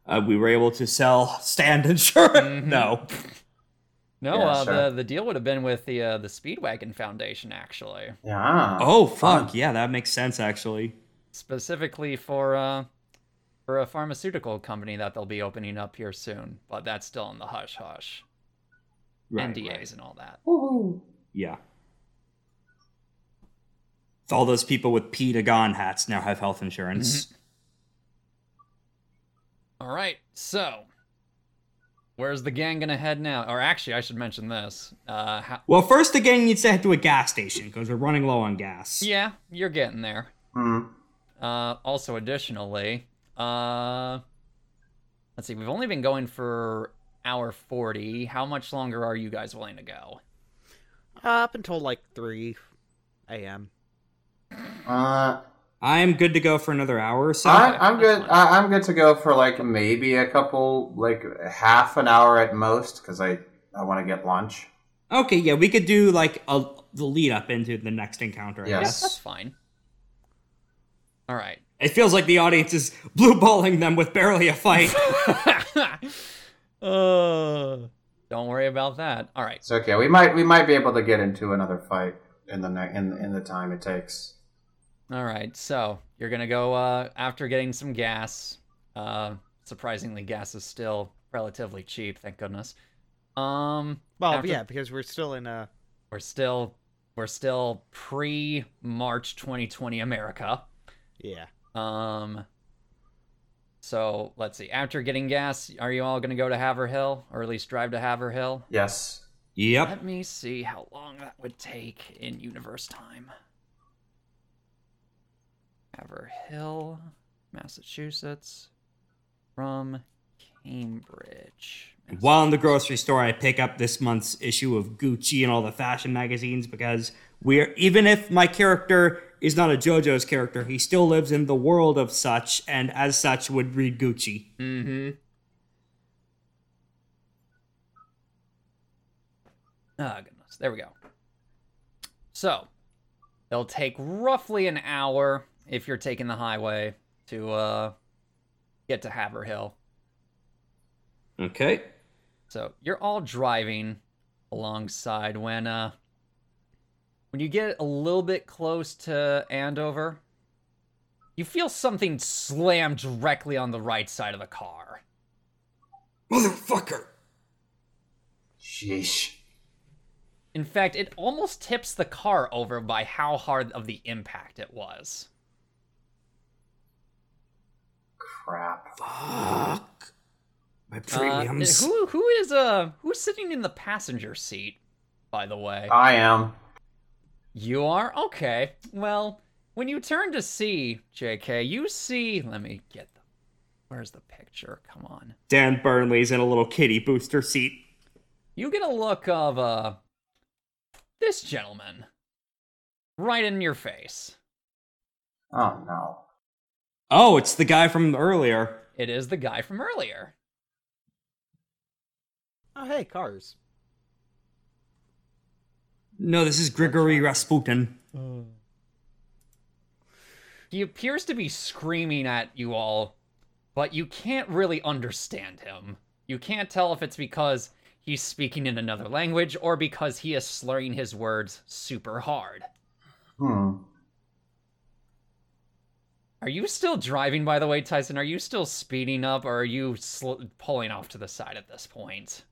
Speaker 5: Uh, we were able to sell stand insurance. No.
Speaker 1: No,
Speaker 4: Yeah,
Speaker 1: uh,
Speaker 4: sure.
Speaker 1: the the deal would have been with the uh, the Speedwagon Foundation actually,
Speaker 4: Yeah.
Speaker 5: Oh, fuck. Yeah, that makes sense, actually.
Speaker 1: specifically for uh, for a pharmaceutical company that they'll be opening up here soon. But that's still in the hush hush,
Speaker 5: Right,
Speaker 1: NDAs
Speaker 5: right.
Speaker 1: and all that.
Speaker 5: Yeah. All those people with P to Gone hats now have health insurance.
Speaker 1: All right, so where's the gang gonna head now? Or actually, I should mention this. Uh, how,
Speaker 5: Well, first, the gang needs to head to a gas station because we're running low on gas.
Speaker 1: yeah, you're getting there.
Speaker 4: Hmm.
Speaker 1: Uh, also, additionally, uh, let's see, we've only been going for hour 40. How much longer are you guys willing to go?
Speaker 3: Uh,
Speaker 7: Up until like 3 a.m.
Speaker 4: Uh,
Speaker 5: I'm good to go for another hour or so.
Speaker 4: I, I'm good. I, I'm good to go for like maybe a couple, like half an hour at most, because I I want to get lunch.
Speaker 5: okay, yeah, we could do like a, the lead up into the next encounter. I
Speaker 4: Yes.
Speaker 5: guess.
Speaker 1: That's fine. All right.
Speaker 5: It feels like the audience is blue balling them with barely a fight.
Speaker 1: uh, don't worry about that. All right.
Speaker 4: It's okay. We might we might be able to get into another fight in the ne- in in the time it takes.
Speaker 1: All right. So you're going to go uh, after getting some gas. Uh, surprisingly, gas is still relatively cheap. Thank goodness. Um,
Speaker 7: Well,
Speaker 1: After-
Speaker 7: yeah, because we're still in uh, a.
Speaker 1: we're still we're still pre March 2020 America.
Speaker 7: Yeah.
Speaker 1: Um so let's see. After getting gas, are you all gonna go to Haverhill? Or at least drive to Haverhill?
Speaker 4: Yes.
Speaker 5: yep.
Speaker 1: Let me see how long that would take in universe time. Haverhill, Massachusetts from Cambridge.
Speaker 5: While in the grocery store, I pick up this month's issue of Gucci and all the fashion magazines because we're even if my character is not a JoJo's character, he still lives in the world of such, and as such would read Gucci.
Speaker 1: Mm-hmm. Oh, goodness. There we go. So, it'll take roughly an hour if you're taking the highway to uh, get to Haverhill.
Speaker 5: Okay.
Speaker 1: So, you're all driving alongside when uh, when you get a little bit close to Andover, you feel something slam directly on the right side of the car.
Speaker 5: Motherfucker.
Speaker 4: Sheesh.
Speaker 1: In fact, it almost tips the car over by how hard of the impact it was.
Speaker 4: Crap.
Speaker 5: Fuck. My
Speaker 1: Uh,
Speaker 5: premiums.
Speaker 1: who who is uh who's sitting in the passenger seat? By the way,
Speaker 4: I am.
Speaker 1: you are okay. Well, when you turn to see J.K., you see. Let me get the. Where's the picture? Come on.
Speaker 5: Dan Burnley's in a little kitty booster seat.
Speaker 1: You get a look of uh this gentleman right in your face.
Speaker 4: Oh no.
Speaker 5: Oh, it's the guy from earlier.
Speaker 1: It is the guy from earlier.
Speaker 9: Oh, hey, cars.
Speaker 5: No, this is Grigory Rasputin.
Speaker 1: He appears to be screaming at you all, but you can't really understand him. You can't tell if it's because he's speaking in another language or because he is slurring his words super hard.
Speaker 4: Hmm.
Speaker 1: Are you still driving, by the way, Tyson? Are you still speeding up, or are you sl- pulling off to the side at this point?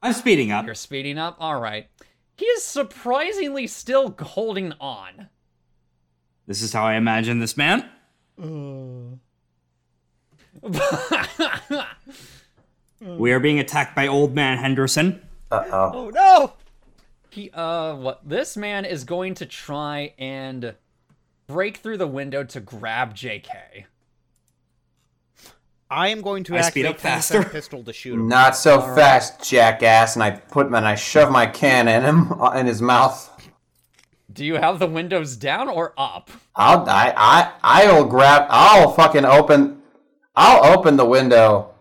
Speaker 5: I'm speeding up.
Speaker 1: You're speeding up? All right. He is surprisingly still holding on.
Speaker 5: This is how I imagine this man. Uh, We are being attacked by old man Henderson.
Speaker 4: Uh oh.
Speaker 9: Oh no!
Speaker 1: he, uh, what? This man is going to try and break through the window to grab JK.
Speaker 7: I am going to
Speaker 5: I
Speaker 7: activate
Speaker 5: speed up
Speaker 7: Tony's
Speaker 5: faster.
Speaker 7: pistol to shoot him.
Speaker 4: Not so fast, jackass! And I put my, and I shove my can in him in his mouth.
Speaker 1: Do you have the windows down or up?
Speaker 4: I'll I I I'll grab. I'll fucking open. I'll open the window.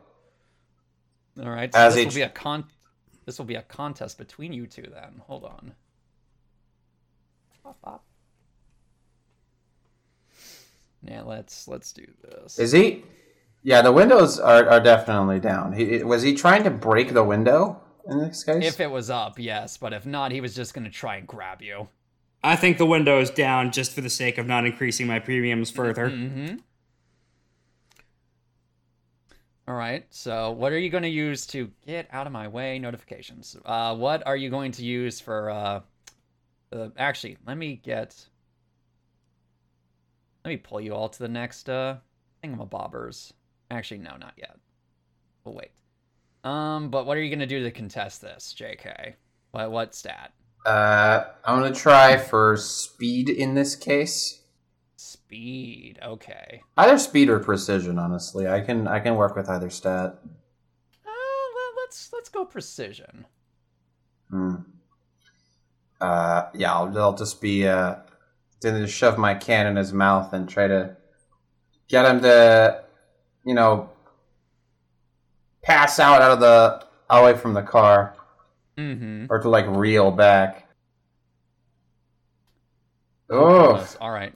Speaker 1: All right. So
Speaker 4: As
Speaker 1: this
Speaker 4: it-
Speaker 1: will be a con. This will be a contest between you two. Then hold on. Bop, bop. Now let's let's do this.
Speaker 4: Is he? Yeah, the windows are, are definitely down. He, was he trying to break the window in this case?
Speaker 1: If it was up, yes, but if not, he was just gonna try and grab you.
Speaker 5: I think the window is down just for the sake of not increasing my premiums further.
Speaker 1: Mm-hmm. All right. So what are you gonna use to get out of my way? Notifications. Uh, what are you going to use for? Uh, uh, actually, let me get. Let me pull you all to the next uh, thingamabobbers. Actually, no, not yet. We'll wait. Um, but what are you gonna do to contest this, J.K.? What what stat?
Speaker 4: uh, I'm gonna try for speed in this case.
Speaker 1: Speed. Okay.
Speaker 4: Either speed or precision, honestly. I can I can work with either stat.
Speaker 1: Uh, well, let's let's go precision.
Speaker 4: Hmm. Uh, yeah, I'll, I'll just be uh, then just shove my can in his mouth and try to get him to, you know, pass out out of the away from the car
Speaker 1: Mm-hmm.
Speaker 4: or to like reel back. Oh,
Speaker 1: Goodness, All right.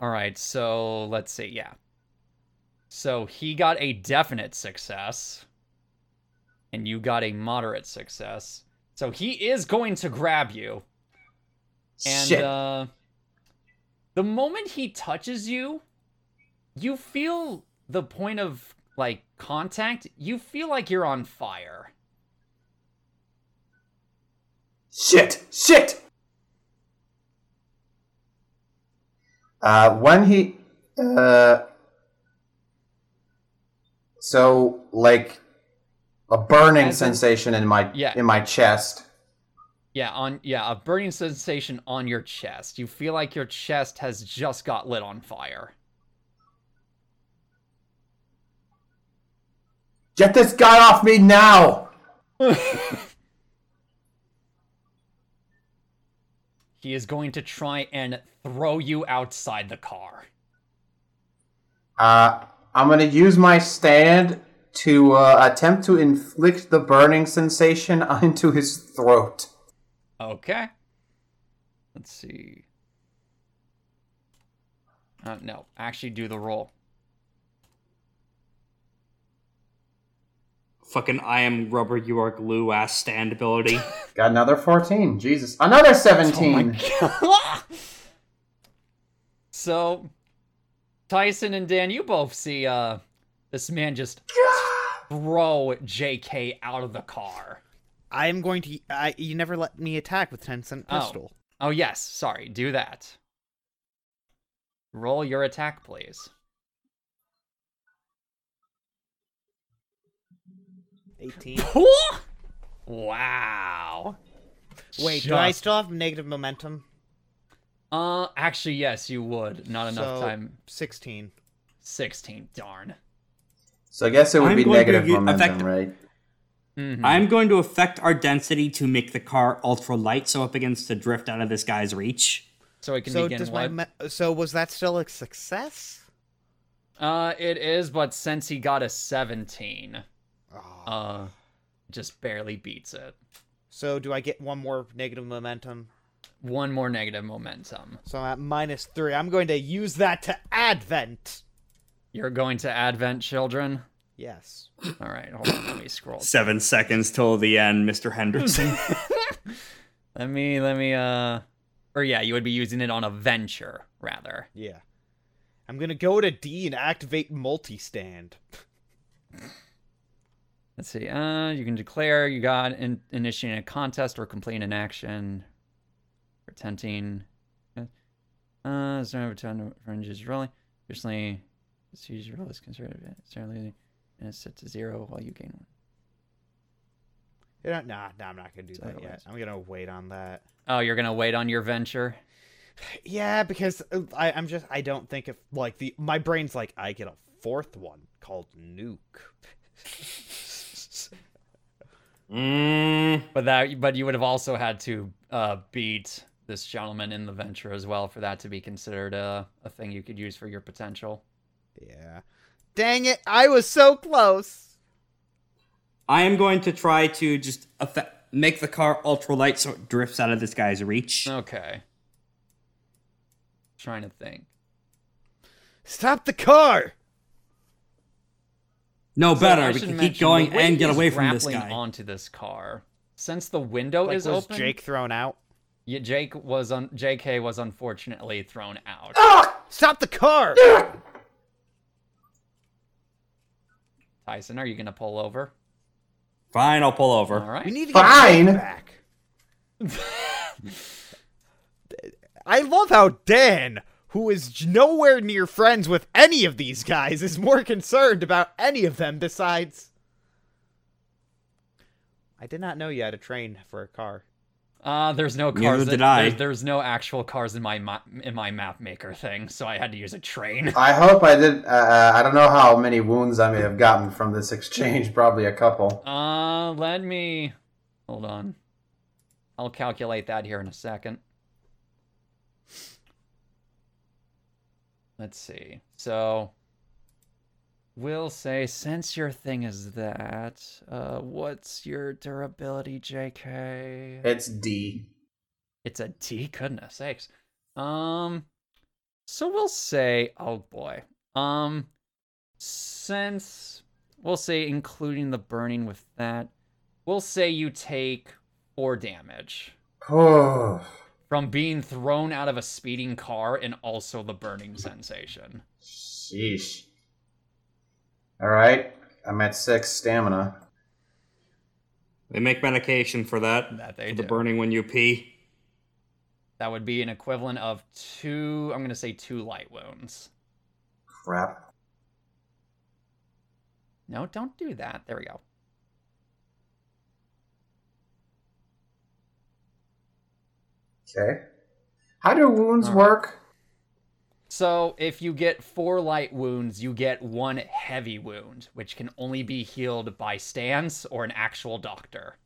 Speaker 1: All right. So let's see. Yeah. So he got a definite success, and you got a moderate success. So he is going to grab you, and
Speaker 4: shit!
Speaker 1: uh, the moment he touches you, you feel the point of like contact. You feel like you're on fire.
Speaker 4: Shit! Shit! Uh, when he, uh, so like a burning
Speaker 1: As in-
Speaker 4: sensation in my
Speaker 1: Yeah.
Speaker 4: in my chest.
Speaker 1: Yeah, on yeah, a burning sensation on your chest. You feel like your chest has just got lit on fire.
Speaker 4: Get this guy off me now!
Speaker 1: He is going to try and throw you outside the car.
Speaker 4: Uh, I'm gonna use my stand to uh, attempt to inflict the burning sensation onto his throat.
Speaker 1: Okay. Let's see. Uh, no, actually do the roll.
Speaker 5: Fucking I am rubber, you are glue ass stand ability.
Speaker 4: Got another 14. Jesus. Another
Speaker 1: Oh
Speaker 4: 17.
Speaker 1: so, Tyson and Dan, you both see uh, this man just throw JK out of the car.
Speaker 7: I am going to. I, you never let me attack with ten cent
Speaker 1: Oh.
Speaker 7: pistol.
Speaker 1: Oh, yes, sorry, do that. Roll your attack, please.
Speaker 7: 18.
Speaker 1: wow.
Speaker 7: Wait, do I
Speaker 1: Just-
Speaker 7: still have negative momentum?
Speaker 1: Uh, actually, yes, you would. Not enough
Speaker 7: So,
Speaker 1: time.
Speaker 7: 16.
Speaker 1: 16, darn.
Speaker 4: So I guess it would
Speaker 5: I'm
Speaker 4: be
Speaker 5: going to
Speaker 4: negative
Speaker 5: u-
Speaker 4: momentum,
Speaker 5: affect-
Speaker 4: right?
Speaker 1: Mhm.
Speaker 5: I'm going to affect our density to make the car ultra light so it begins to drift out of this guy's reach.
Speaker 1: So it can
Speaker 7: So
Speaker 1: begin
Speaker 7: does
Speaker 1: what?
Speaker 7: my me- uh, so was that still a success?
Speaker 1: Uh, it is, but since he got a 17,
Speaker 7: Ah.
Speaker 1: uh, just barely beats it.
Speaker 7: So do I get one more negative momentum?
Speaker 1: One more negative momentum.
Speaker 7: So I'm
Speaker 3: Uh,
Speaker 7: at minus 3. I'm going to use that to advent.
Speaker 1: You're going to Advent, children?
Speaker 7: Yes.
Speaker 1: All right, hold on. Let me scroll.
Speaker 5: Seven seconds till the end, Mr. Henderson.
Speaker 1: Let me, let me, uh, or yeah, you would be using it on a venture. rather.
Speaker 9: Yeah. I'm gonna go to D and activate multi stand.
Speaker 1: Let's see. Uh, you can declare you got in, initiating a contest or complete an action. Pretending. Uh, is there ever time for injuries rolling? Additionally, it's usually roll is considered certainly and it's set to zero while you gain one.
Speaker 3: You know, nah, nah, I'm not gonna do
Speaker 1: So
Speaker 3: that yet.
Speaker 1: otherwise-
Speaker 3: I'm gonna wait on that.
Speaker 1: Oh, you're gonna wait on your venture.
Speaker 3: Yeah, because uh, I, I'm just I don't think if like the my brain's like I get a fourth one called nuke.
Speaker 5: Mm,
Speaker 1: But that, but you would have also had to uh, beat this gentleman in the venture as well for that to be considered a, a thing you could use for your potential.
Speaker 3: Yeah. Dang it! I was so close.
Speaker 5: I am going to try to just affe- make the car ultra light so it drifts out of this guy's reach.
Speaker 1: Okay. Trying to think.
Speaker 3: Stop the car.
Speaker 5: No,
Speaker 1: So I
Speaker 5: better. We
Speaker 1: should
Speaker 5: can keep
Speaker 1: mention,
Speaker 5: going
Speaker 1: the way
Speaker 5: and get
Speaker 1: he's
Speaker 5: away from this
Speaker 1: grappling
Speaker 5: guy.
Speaker 1: Onto this car. Since the window
Speaker 3: Like
Speaker 1: is
Speaker 3: was
Speaker 1: open,
Speaker 3: Jake thrown out?
Speaker 1: yeah, Jake was un- J.K. was unfortunately thrown out.
Speaker 3: Stop the car.
Speaker 1: Tyson, are you gonna pull over?
Speaker 5: Fine, I'll pull over.
Speaker 1: All right.
Speaker 3: We need to get Jake
Speaker 4: Fine.
Speaker 3: back. I love how Dan, who is j- nowhere near friends with any of these guys, is more concerned about any of them besides. I did not know you had a train for a car.
Speaker 1: Uh, there's no cars.
Speaker 5: Neither
Speaker 1: that-
Speaker 5: did I.
Speaker 1: There's, there's no actual cars in my ma- in my map maker thing, so I had to use a train.
Speaker 4: I hope I did. Uh, uh, I don't know how many wounds I may have gotten from this exchange. Probably a couple.
Speaker 1: Uh, let me. Hold on. I'll calculate that here in a second. Let's see. So, we'll say since your thing is that, uh, what's your durability, JK?
Speaker 4: It's D.
Speaker 1: It's a D. Goodness sakes. Um, so we'll say, oh boy. Um, since we'll say including the burning with that, we'll say you take four damage
Speaker 4: Oh,
Speaker 1: from being thrown out of a speeding car and also the burning sensation.
Speaker 4: sheesh. All right, I'm at six stamina.
Speaker 5: They make medication for that.
Speaker 1: That they
Speaker 5: for the
Speaker 1: do.
Speaker 5: burning when you pee.
Speaker 1: That would be an equivalent of two. I'm gonna say two light wounds.
Speaker 4: Crap.
Speaker 1: No, don't do that. There we go.
Speaker 4: Okay. How do wounds
Speaker 1: All right.
Speaker 4: work?
Speaker 1: So if you get four light wounds, you get one heavy wound, which can only be healed by stance or an actual doctor.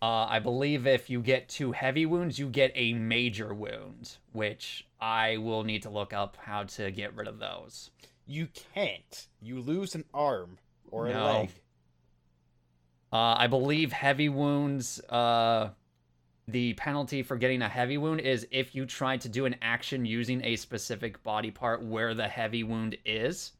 Speaker 1: Uh, I believe if you get two heavy wounds, you get a major wound, which I will need to look up how to get rid of those.
Speaker 9: You can't. You lose an arm or a
Speaker 1: No.
Speaker 9: leg.
Speaker 1: Uh, I believe heavy wounds. Uh, the penalty for getting a heavy wound is if you try to do an action using a specific body part where the heavy wound is.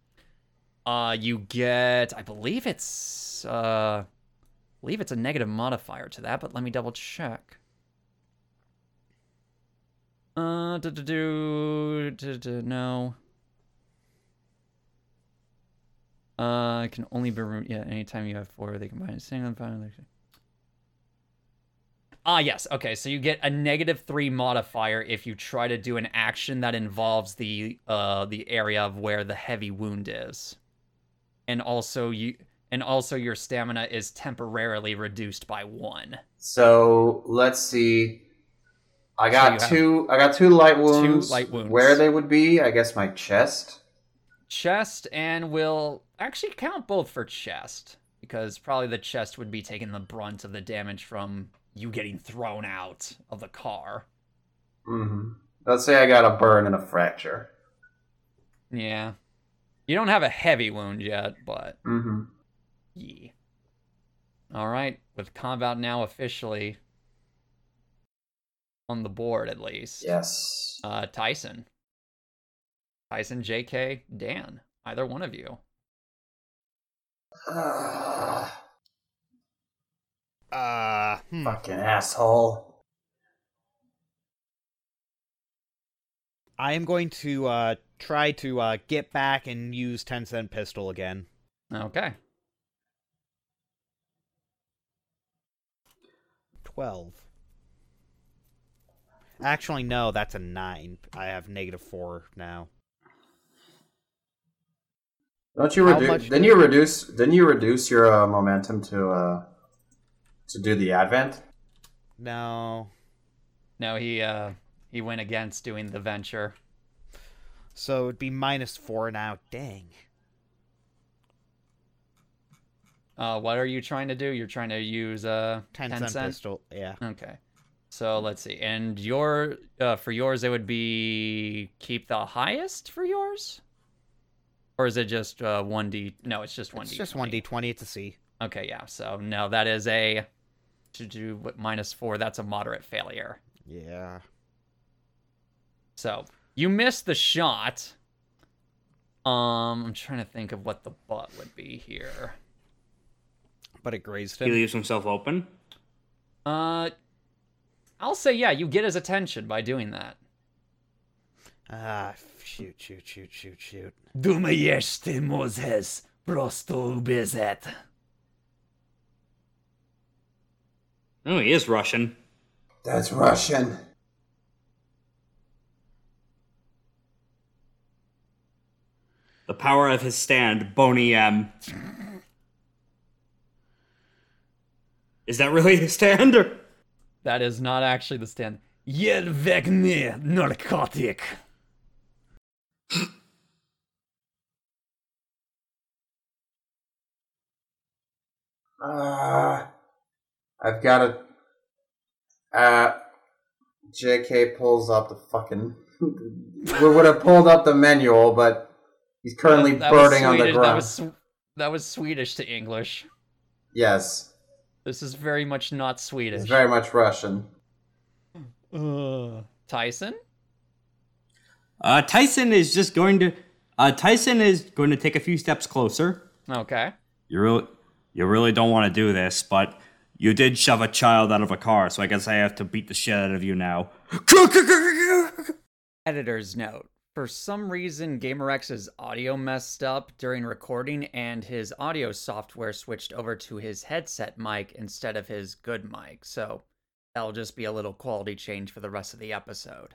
Speaker 1: Uh, you get, I believe it's, uh, I believe it's a negative modifier to that, but let me double check. Uh, do do do do no. Uh, it can only be re- yeah. Anytime you have four, they combine a single and final. Ah, yes. Okay, so you get a negative three modifier if you try to do an action that involves the uh the area of where the heavy wound is, and also you and also your stamina is temporarily reduced by one.
Speaker 4: So let's see. I got
Speaker 1: you have
Speaker 4: two. I got two light wounds.
Speaker 1: light wounds.
Speaker 4: Where they would be? I guess my chest.
Speaker 1: Chest and will actually count both for chest because probably the chest would be taking the brunt of the damage from you getting thrown out of the car.
Speaker 4: hmm Let's say I got a burn and a fracture.
Speaker 1: Yeah. You don't have a heavy wound yet, but
Speaker 4: hmm
Speaker 1: yeah. All right, with combat now officially on the board at least.
Speaker 4: Yes.
Speaker 1: Uh Tyson. Tyson, JK, Dan, either one of you.
Speaker 4: Ah,
Speaker 7: Uh, hmm.
Speaker 4: fucking asshole.
Speaker 7: I am going to uh, try to uh, get back and use ten cent pistol again.
Speaker 1: Okay.
Speaker 7: Twelve. Actually, no, that's a nine. I have negative four now.
Speaker 4: Don't you
Speaker 7: How
Speaker 4: reduce?
Speaker 7: much
Speaker 4: Then
Speaker 7: do
Speaker 4: you reduce. Then you reduce your uh, momentum to uh, to do the advent.
Speaker 7: No.
Speaker 1: No, he uh he went against doing the venture.
Speaker 7: So it'd be minus four now. Dang.
Speaker 1: Uh, what are you trying to do? You're trying to use uh
Speaker 7: Ten,
Speaker 1: ten
Speaker 7: cent,
Speaker 1: cent?
Speaker 7: pistol. Yeah.
Speaker 1: Okay. So let's see. And your uh, for yours it would be keep the highest for yours? Or is it just uh 1d No, it's just 1d.
Speaker 7: It's just one d twenty. It's a C.
Speaker 1: Okay, yeah. So no, that is a to do what minus 4, that's a moderate failure.
Speaker 7: Yeah.
Speaker 1: So, you missed the shot. Um, I'm trying to think of what the butt would be here.
Speaker 7: But it grazed
Speaker 5: He
Speaker 7: him.
Speaker 5: leaves himself open.
Speaker 1: Uh I'll say yeah, you get his attention by doing that.
Speaker 7: Ah, shoot, shoot, shoot, shoot, shoot.
Speaker 1: Duma ty Mozes, prosto ubezet.
Speaker 5: Oh, he is Russian.
Speaker 4: That's Russian.
Speaker 5: The power of his stand, Boney M. Is that really his stand? Or...
Speaker 1: That is not actually the stand. Yelvekne narcotic.
Speaker 4: Uh, I've got a. Uh, JK pulls up the fucking. we would have pulled up the manual, but he's currently
Speaker 1: That- that was
Speaker 4: burning on the
Speaker 1: Swedish-
Speaker 4: ground.
Speaker 1: That was, Sw- that was Swedish to English.
Speaker 4: Yes,
Speaker 1: This is very much not Swedish.
Speaker 4: it's very much Russian.
Speaker 1: Tyson?
Speaker 5: Uh, Tyson is just going to. Uh, Tyson is going to take a few steps closer.
Speaker 1: Okay.
Speaker 5: You really, you really don't want to do this, but you did shove a child out of a car, so I guess I have to beat the shit out of you now.
Speaker 1: Editor's note. For some reason, GamerX's audio messed up during recording and his audio software switched over to his headset mic instead of his good mic, so that'll just be a little quality change for the rest of the episode.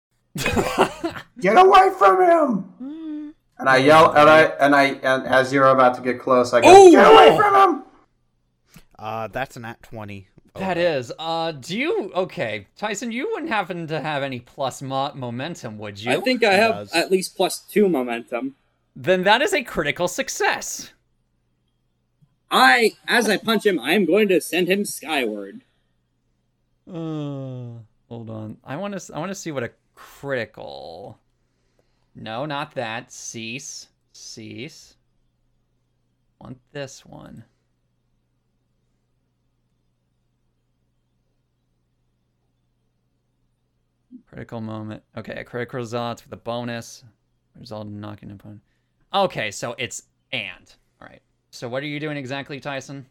Speaker 4: Get away from him! Mm-hmm. And I yell, and I, and I, and as you're about to get close, I go, "Get away from him!"
Speaker 7: Uh, that's an at twenty.
Speaker 1: That is. Uh, do you okay, Tyson? You wouldn't happen to have any plus mo- momentum, would you?
Speaker 10: I have at least plus two momentum.
Speaker 1: Then that is a critical success.
Speaker 10: I, as I punch him, I am going to send him skyward.
Speaker 1: Uh, hold on. I want to. I want to see what a critical. No, not that. Cease. Cease. Want this one. Critical moment. Okay, a critical result with a bonus. Result in knocking opponent. Okay, so it's and. All right. So what are you doing exactly, Tyson?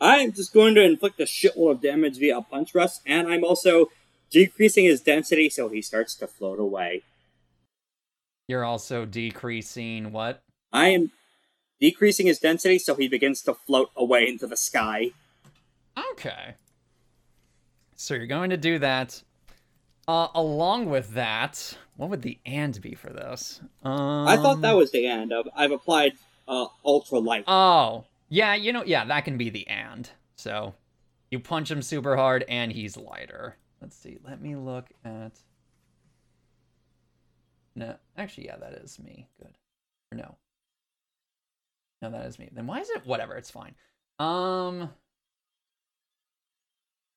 Speaker 10: I am just going to inflict a shitload of damage via a punch rust, and I'm also decreasing his density so he starts to float away.
Speaker 1: You're also decreasing what?
Speaker 10: I am decreasing his density so he begins to float away into the sky.
Speaker 1: Okay. So you're going to do that. Uh, along with that, what would the and be for this? Um,
Speaker 10: I thought that was the end. I've, I've applied uh, ultra light.
Speaker 1: Oh, yeah. You know, yeah, that can be the and. So you punch him super hard, and he's lighter. Let's see. Let me look at. No, actually, yeah, that is me. Good. Or no. No, that is me. Then why is it? Whatever. It's fine. Um.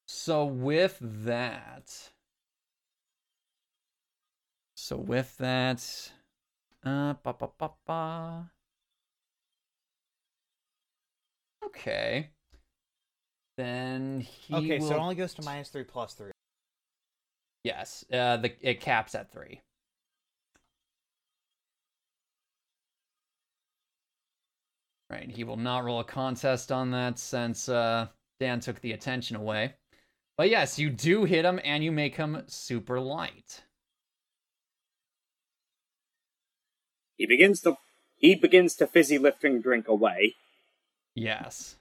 Speaker 1: So with that. So with that. Uh, ba ba ba ba. Okay. Then he
Speaker 7: Okay, so it
Speaker 1: will-
Speaker 7: only goes to minus three plus three.
Speaker 1: Yes, uh, the it caps at three. Right, he will not roll a contest on that since uh, Dan took the attention away. But yes, you do hit him and you make him super light.
Speaker 10: He begins to he begins to fizzy lifting drink away.
Speaker 1: Yes.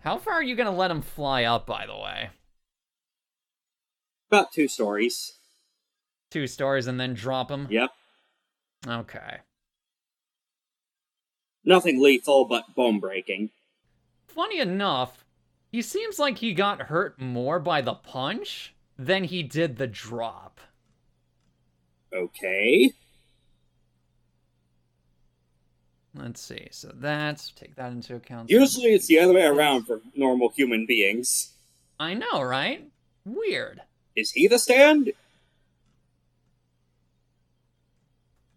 Speaker 1: How far are you going to let him fly up, by the way?
Speaker 10: About two stories.
Speaker 1: Two stories and then drop him?
Speaker 10: Yep.
Speaker 1: Okay.
Speaker 10: Nothing lethal, but bone breaking.
Speaker 1: Funny enough, he seems like he got hurt more by the punch than he did the drop.
Speaker 10: Okay.
Speaker 1: Let's see. So that's take that into account.
Speaker 10: Usually it's the other way around for normal human beings.
Speaker 1: I know, right? Weird.
Speaker 10: Is he the stand?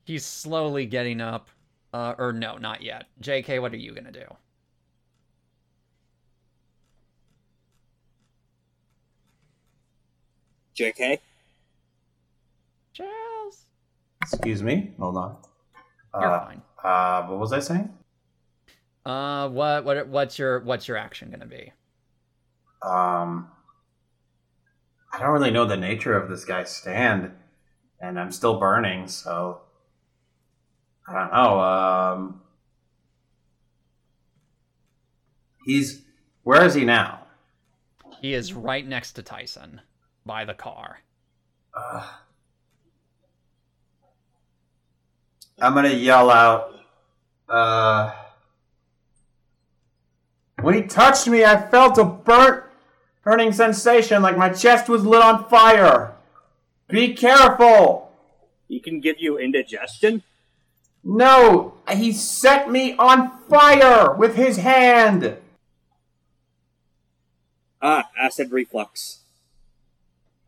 Speaker 1: He's slowly getting up. Uh, or no, not yet. JK, what are you gonna do?
Speaker 10: JK?
Speaker 1: Charles,
Speaker 4: Excuse me. Hold on.
Speaker 1: you're
Speaker 4: Uh,
Speaker 1: fine.
Speaker 4: uh, what was I saying?
Speaker 1: Uh, what what what's your what's your action gonna be?
Speaker 4: Um, I don't really know the nature of this guy's stand, and I'm still burning, so I don't know. Um, he's where is he now?
Speaker 1: He is right next to Tyson by the car.
Speaker 4: Ugh. I'm gonna yell out. Uh, when he touched me, I felt a burnt, burning sensation, like my chest was lit on fire. Be careful!
Speaker 10: He can give you indigestion?
Speaker 4: No, he set me on fire with his hand.
Speaker 10: Ah, acid reflux.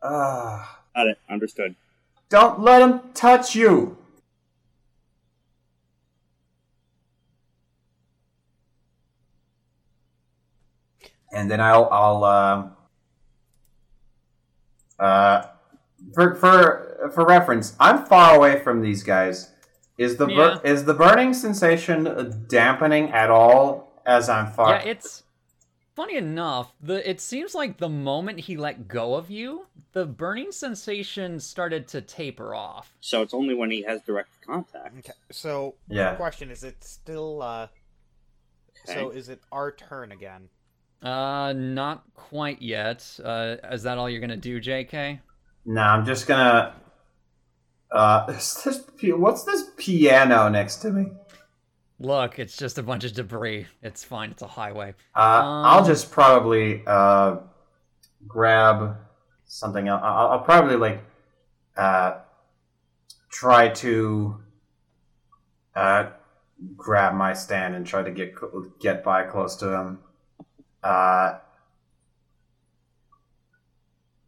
Speaker 4: Ugh.
Speaker 10: Got it. Understood.
Speaker 4: don't let him touch you. And then I'll I'll um uh for for for reference, I'm far away from these guys. Is the bur- is the burning sensation dampening at all as I'm far?
Speaker 1: Yeah, it's funny enough. The it seems like the moment he let go of you, the burning sensation started to taper off.
Speaker 10: So it's only when he has direct contact.
Speaker 7: Okay. So
Speaker 4: yeah.
Speaker 7: question is it still uh so
Speaker 10: Okay.
Speaker 7: is it our turn again?
Speaker 1: Uh, not quite yet. Uh, is that all you're gonna do, JK?
Speaker 4: No, I'm just gonna. Uh, is this, pi- what's this piano next to me?
Speaker 1: Look, it's just a bunch of debris. It's fine. It's a highway.
Speaker 4: Uh, I'll
Speaker 1: Um,
Speaker 4: just probably uh, grab something else. I'll, I'll probably like uh, try to uh, grab my stand and try to get cl- get by close to him. Uh,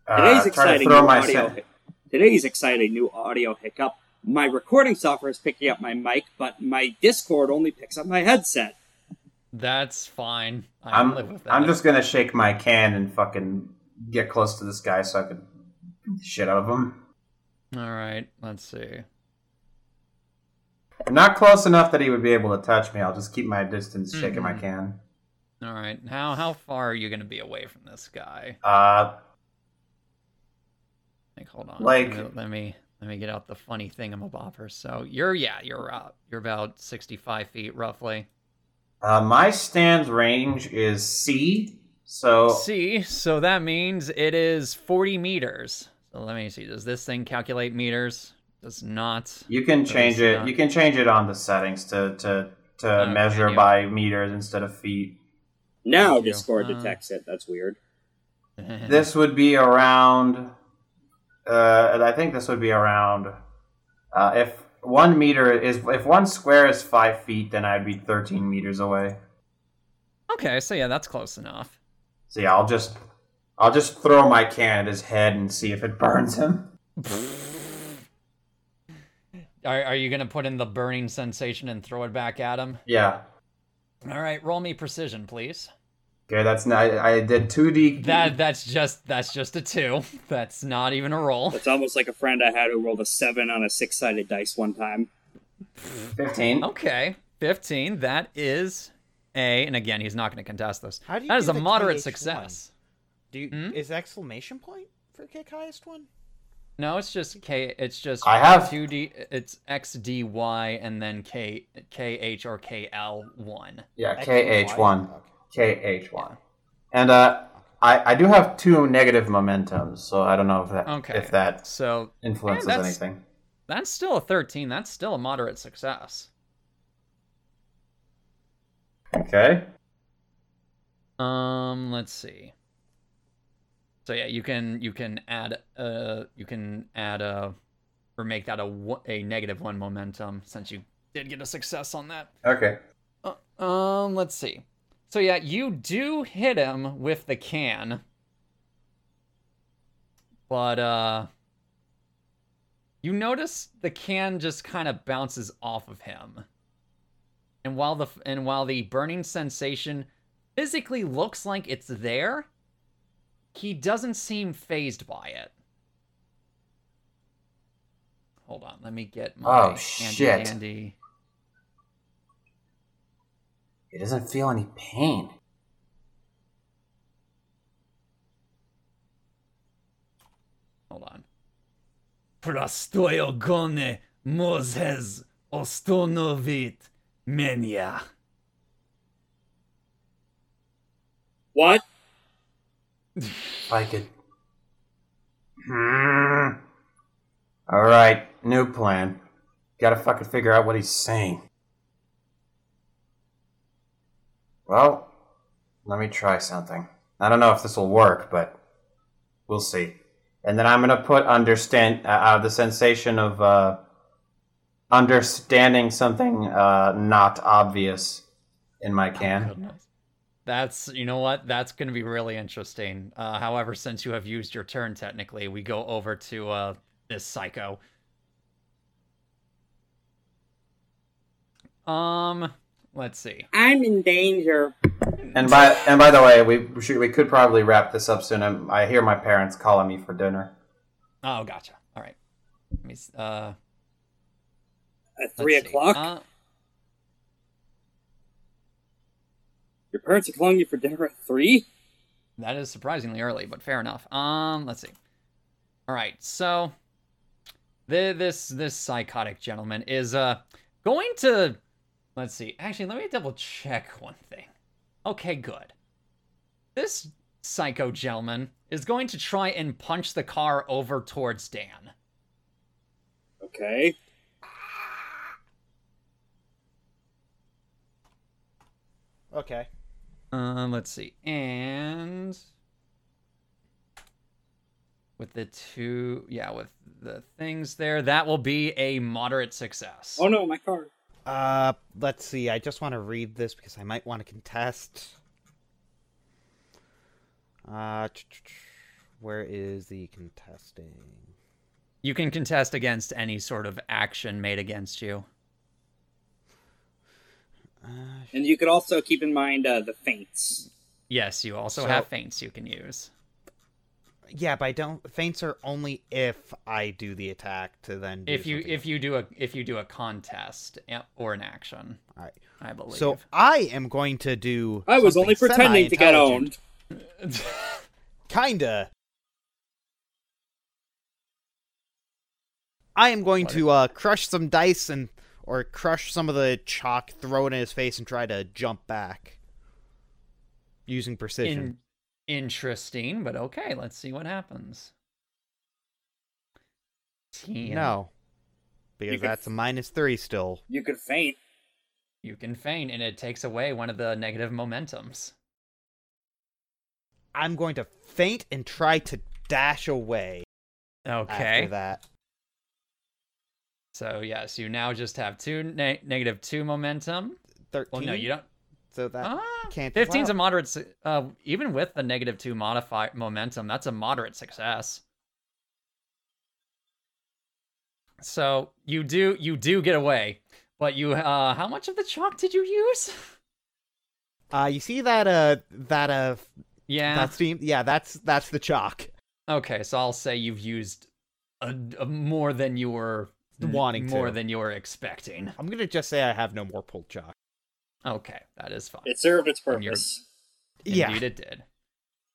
Speaker 4: uh,
Speaker 10: Today's
Speaker 4: try to
Speaker 10: exciting
Speaker 4: throw
Speaker 10: new
Speaker 4: my
Speaker 10: audio.
Speaker 4: stand.
Speaker 10: Today's exciting new audio hiccup. My recording software is picking up my mic, but my Discord only picks up my headset.
Speaker 1: That's fine. I can live
Speaker 4: I'm
Speaker 1: with that.
Speaker 4: I'm just gonna shake my can and fucking get close to this guy so I can beat the shit out of him.
Speaker 1: all right. Let's see.
Speaker 4: I'm not close enough that he would be able to touch me. I'll just keep my distance, shaking my
Speaker 1: Mhm.
Speaker 4: can.
Speaker 1: All right. How how far are you gonna be away from this guy?
Speaker 4: Uh,
Speaker 1: Like, hold on. let
Speaker 4: Like-
Speaker 1: me, let me let me get out the funny thing. I'm a bopper. So you're yeah, you're out. You're about 65 feet roughly.
Speaker 4: uh, my stand's range is C, so
Speaker 1: See, so that means it is 40 meters. So let me see. Does this thing calculate meters? Does not.
Speaker 4: you can
Speaker 1: So
Speaker 4: change
Speaker 1: it's
Speaker 4: it.
Speaker 1: not-
Speaker 4: You can change it on the settings to to to
Speaker 1: Okay,
Speaker 4: measure
Speaker 1: yeah.
Speaker 4: by meters instead of feet.
Speaker 10: Now
Speaker 1: Thank you.
Speaker 10: Discord
Speaker 1: Uh,
Speaker 10: detects it. That's weird.
Speaker 4: This would be around. Uh, and I think this would be around. Uh, if one meter is if one square is five feet, then I'd be thirteen meters away.
Speaker 1: Okay, so yeah, that's close enough.
Speaker 4: So yeah, I'll just I'll just throw my can at his head and see if it burns him.
Speaker 1: Are, are you gonna put in the burning sensation and throw it back at him?
Speaker 4: Yeah.
Speaker 1: All right, roll me precision, please.
Speaker 4: Okay, that's not. I, I did two D.
Speaker 1: That that's just that's just a two. That's not even a roll.
Speaker 10: That's almost like a friend I had who rolled a seven on a six-sided dice one time.
Speaker 4: fifteen.
Speaker 1: Oh, Okay, fifteen. That is a, and again, he's not going to contest this.
Speaker 7: How do you
Speaker 1: that
Speaker 7: do
Speaker 1: is a
Speaker 7: the
Speaker 1: moderate
Speaker 7: KH1?
Speaker 1: success.
Speaker 7: Do you,
Speaker 1: Hmm?
Speaker 7: is exclamation point for kick highest one?
Speaker 1: No, it's just K. It's just
Speaker 4: I have-
Speaker 1: two D. It's X D Y and then K K H or K L one.
Speaker 4: Yeah,
Speaker 9: X
Speaker 4: K
Speaker 9: and
Speaker 4: H
Speaker 9: Y?
Speaker 4: one.
Speaker 9: Okay.
Speaker 4: K H one. And uh, I I do have two negative momentums, so I don't know if that
Speaker 1: Okay.
Speaker 4: if that
Speaker 1: So
Speaker 4: influences
Speaker 1: that's-
Speaker 4: anything.
Speaker 1: that's still a thirteen. That's still a moderate success.
Speaker 4: Okay.
Speaker 1: Um, let's see. So yeah, you can you can add uh you can add a or make that a one- a negative one momentum since you did get a success on that.
Speaker 4: Okay.
Speaker 1: Uh, um, let's see. So yeah, you do hit him with the can. But uh you notice the can just kind of bounces off of him. And while the and while the burning sensation physically looks like it's there, he doesn't seem phased by it. Hold on, let me get my
Speaker 4: Oh,
Speaker 1: handy
Speaker 4: shit.
Speaker 1: dandy.
Speaker 4: It doesn't feel any pain.
Speaker 1: Hold on. Простой огоне мозhez остановит меня.
Speaker 10: What?
Speaker 4: If I could. Hmm. All right, new plan. Gotta fucking figure out what he's saying. Well, let me try something. I don't know if this will work, but we'll see. And then I'm gonna put understand uh, uh, the sensation of uh, understanding something uh, not obvious in my can.
Speaker 1: Goodness. That's you know what? That's gonna be really interesting. Uh, however, since you have used your turn technically, we go over to uh this psycho. Um let's see.
Speaker 10: I'm in danger.
Speaker 4: And by and by the way, we we should, we could probably wrap this up soon. I'm, I hear my parents calling me for dinner.
Speaker 1: Oh gotcha. All right. Let me s- uh
Speaker 10: At
Speaker 1: let's
Speaker 10: 3
Speaker 1: see.
Speaker 10: o'clock?
Speaker 1: Uh,
Speaker 10: Your parents are calling you for dinner at 3?
Speaker 1: That is surprisingly early, but fair enough. Um, let's see. All right, so the, this this psychotic gentleman is uh going to let's see. Actually, let me double check one thing. Okay, good. This psycho gentleman is going to try and punch the car over towards Dan.
Speaker 10: Okay.
Speaker 9: Okay.
Speaker 1: Um, let's see. And with the two, yeah, with the things there, that will be a moderate success.
Speaker 10: Oh no, my car.
Speaker 7: Uh, let's see. I just want to read this because I might want to contest. Uh, ch- ch- ch- where is the contesting?
Speaker 1: You can contest against any sort of action made against you.
Speaker 10: And you could also keep in mind uh, the feints.
Speaker 1: Yes, you also
Speaker 7: So-
Speaker 1: have feints you can use.
Speaker 7: Yeah, but I don't. Feints are only if I do the attack to then. Do
Speaker 1: If you
Speaker 7: something
Speaker 1: if you do a if you do a contest a- or an action,
Speaker 7: else. All right.
Speaker 1: I believe.
Speaker 7: So I am going to do.
Speaker 10: I was
Speaker 7: something
Speaker 10: only pretending to get
Speaker 7: semi-intelligent.
Speaker 10: owned.
Speaker 7: Kinda. I am going to uh, crush some dice and or crush some of the chalk, throw it in his face, and try to jump back using precision.
Speaker 1: In- interesting, but okay, let's see what happens. Ten.
Speaker 7: No, because
Speaker 10: could-
Speaker 7: that's a minus three still.
Speaker 10: You could faint.
Speaker 1: You can feign, and it takes away one of the negative momentums.
Speaker 7: I'm going to faint and try to dash away
Speaker 1: Okay.
Speaker 7: after that.
Speaker 1: So yes, you now just have two ne- negative two momentum.
Speaker 7: Thirteen.
Speaker 1: Well, no, you don't.
Speaker 7: So that
Speaker 1: Ah,
Speaker 7: can't.
Speaker 1: 15's
Speaker 7: wow.
Speaker 1: a moderate. su- Uh, even with the negative two modifier momentum, that's a moderate success. So you do you do get away, but you uh, how much of the chalk did you use?
Speaker 7: Uh, you see that? Uh, that. Uh,
Speaker 1: yeah.
Speaker 7: that's the. Yeah, that's that's the chalk.
Speaker 1: Okay, so I'll say you've used a, a more than you were
Speaker 7: Wanting
Speaker 1: more
Speaker 7: to.
Speaker 1: than you were expecting.
Speaker 7: I'm gonna just say I have no more pulled chalk.
Speaker 1: Okay, that is fine.
Speaker 10: It served its
Speaker 1: From your-
Speaker 10: purpose.
Speaker 7: Yeah.
Speaker 1: Indeed, it did.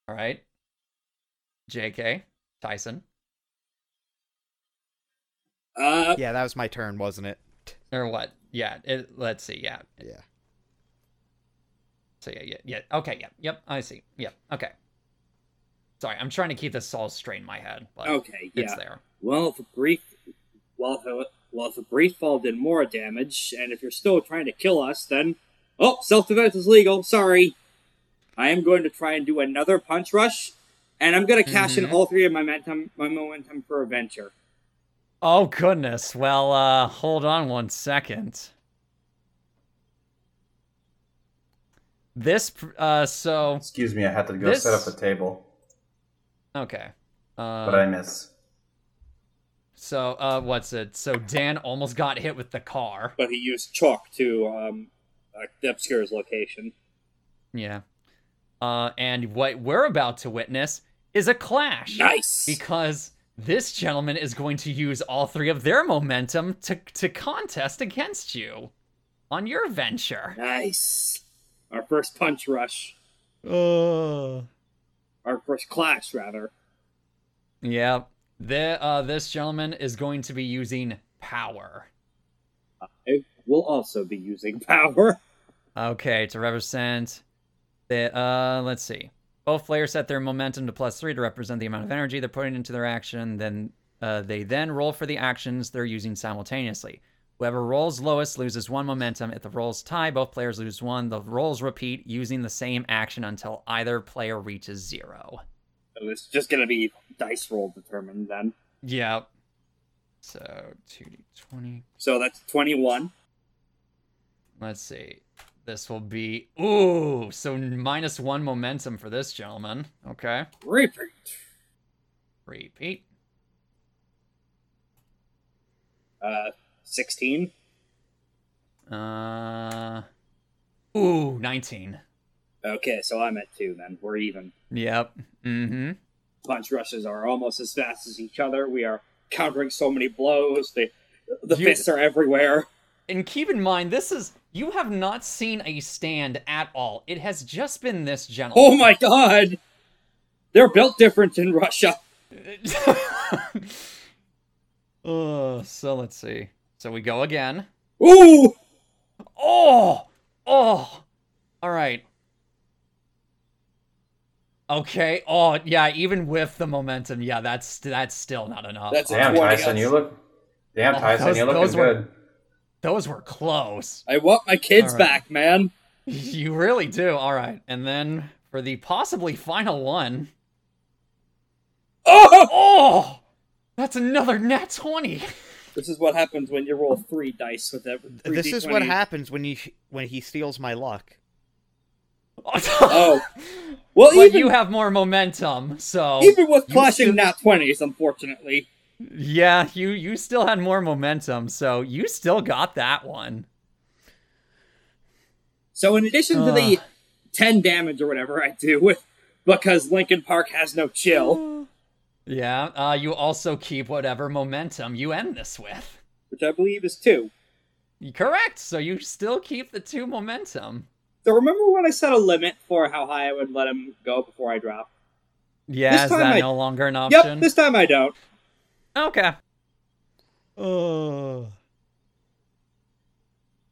Speaker 1: All right. JK, Tyson.
Speaker 5: Uh,
Speaker 7: Yeah, that was my turn, wasn't it?
Speaker 1: Or what? Yeah. It, let's see. Yeah.
Speaker 7: Yeah.
Speaker 1: So yeah, yeah, yeah. Okay, yeah, yep. I see. Yep. Okay. Sorry, I'm trying to keep this all straight in my head, but
Speaker 5: okay, yeah.
Speaker 1: it's there.
Speaker 5: Well, if a brief, well, if a, well, if a brief fall did more damage, and if you're still trying to kill us, then oh, self defense is legal. Sorry, I am going to try and do another punch rush, and I'm going to cash in all three of my momentum, my momentum for adventure.
Speaker 1: Oh goodness. Well, uh, hold on one second. This pr- uh, so
Speaker 4: Excuse me, I had to go
Speaker 1: This-
Speaker 4: set up a table,
Speaker 1: okay. Uh,
Speaker 4: but I miss.
Speaker 1: So uh, what's it? So Dan almost got hit with the car.
Speaker 5: But he used chalk to um, uh, obscure his location.
Speaker 1: Yeah. Uh, and what we're about to witness is a clash.
Speaker 5: Nice.
Speaker 1: because this gentleman is going to use all three of their momentum to to contest against you on your venture.
Speaker 5: Nice. Our first punch rush.
Speaker 1: Oh.
Speaker 5: Our first clash, rather.
Speaker 1: Yeah. The, uh, this gentleman is going to be using power.
Speaker 5: I will also be using power.
Speaker 1: Okay, to represent the uh let's see. Both players set their momentum to plus three to represent the amount of energy they're putting into their action, then uh, they then roll for the actions they're using simultaneously. Whoever rolls lowest loses one momentum. If the rolls tie, both players lose one. The rolls repeat using the same action until either player reaches zero.
Speaker 5: So it's just going to be dice roll determined then.
Speaker 1: Yep. So two D twenty.
Speaker 5: So that's 21.
Speaker 1: Let's see. This will be ooh, so minus one momentum for this gentleman. Okay.
Speaker 5: Repeat.
Speaker 1: Repeat.
Speaker 5: Uh, 16.
Speaker 1: Uh, ooh, 19.
Speaker 5: Okay, so I'm at 2 then. We're even.
Speaker 1: Yep. Mm-hmm.
Speaker 5: Punch rushes are almost as fast as each other. We are countering so many blows. The, the
Speaker 1: You-
Speaker 5: fists are everywhere.
Speaker 1: And keep in mind, this is you have not seen a stand at all. It has just been this
Speaker 5: Oh
Speaker 1: gentleman.
Speaker 5: my god! They're built different in Russia.
Speaker 1: Oh, so let's see. So we go again.
Speaker 5: Ooh!
Speaker 1: Oh, oh. All right. Okay. Oh, yeah. Even with the momentum, yeah, that's that's still not enough.
Speaker 5: That's
Speaker 4: Damn,
Speaker 5: 20.
Speaker 4: Tyson, you look. Damn,
Speaker 1: uh, Oh,
Speaker 4: Tyson,
Speaker 1: those-
Speaker 4: you're looking
Speaker 1: those were-
Speaker 4: good.
Speaker 1: Those were close.
Speaker 5: I want my kids
Speaker 1: All right.
Speaker 5: back, man.
Speaker 1: You really do. All right. And then for the possibly final one.
Speaker 5: Oh!
Speaker 1: Oh! That's another nat 20.
Speaker 5: This is what happens when you roll three dice with every. Three
Speaker 7: This is what
Speaker 5: D20.
Speaker 7: happens when you when he steals my luck.
Speaker 5: Oh, well,
Speaker 1: but
Speaker 5: even
Speaker 1: you have more momentum, so
Speaker 5: even with
Speaker 1: you
Speaker 5: clashing
Speaker 1: still-
Speaker 5: nat twenties, unfortunately,
Speaker 1: yeah, you you still had more momentum, so you still got that one.
Speaker 5: So in addition to the ten damage or whatever I do with because Lincoln Park has no chill,
Speaker 1: Yeah, uh, you also keep whatever momentum you end this with.
Speaker 5: which I believe is two.
Speaker 1: Correct. So you still keep the two momentum.
Speaker 5: So remember when I set a limit for how high I would let him go before I drop?
Speaker 1: Yeah,
Speaker 5: This
Speaker 1: is
Speaker 5: time
Speaker 1: that
Speaker 5: I-
Speaker 1: no longer an option?
Speaker 5: Yep, this time I don't.
Speaker 1: Okay. Oh.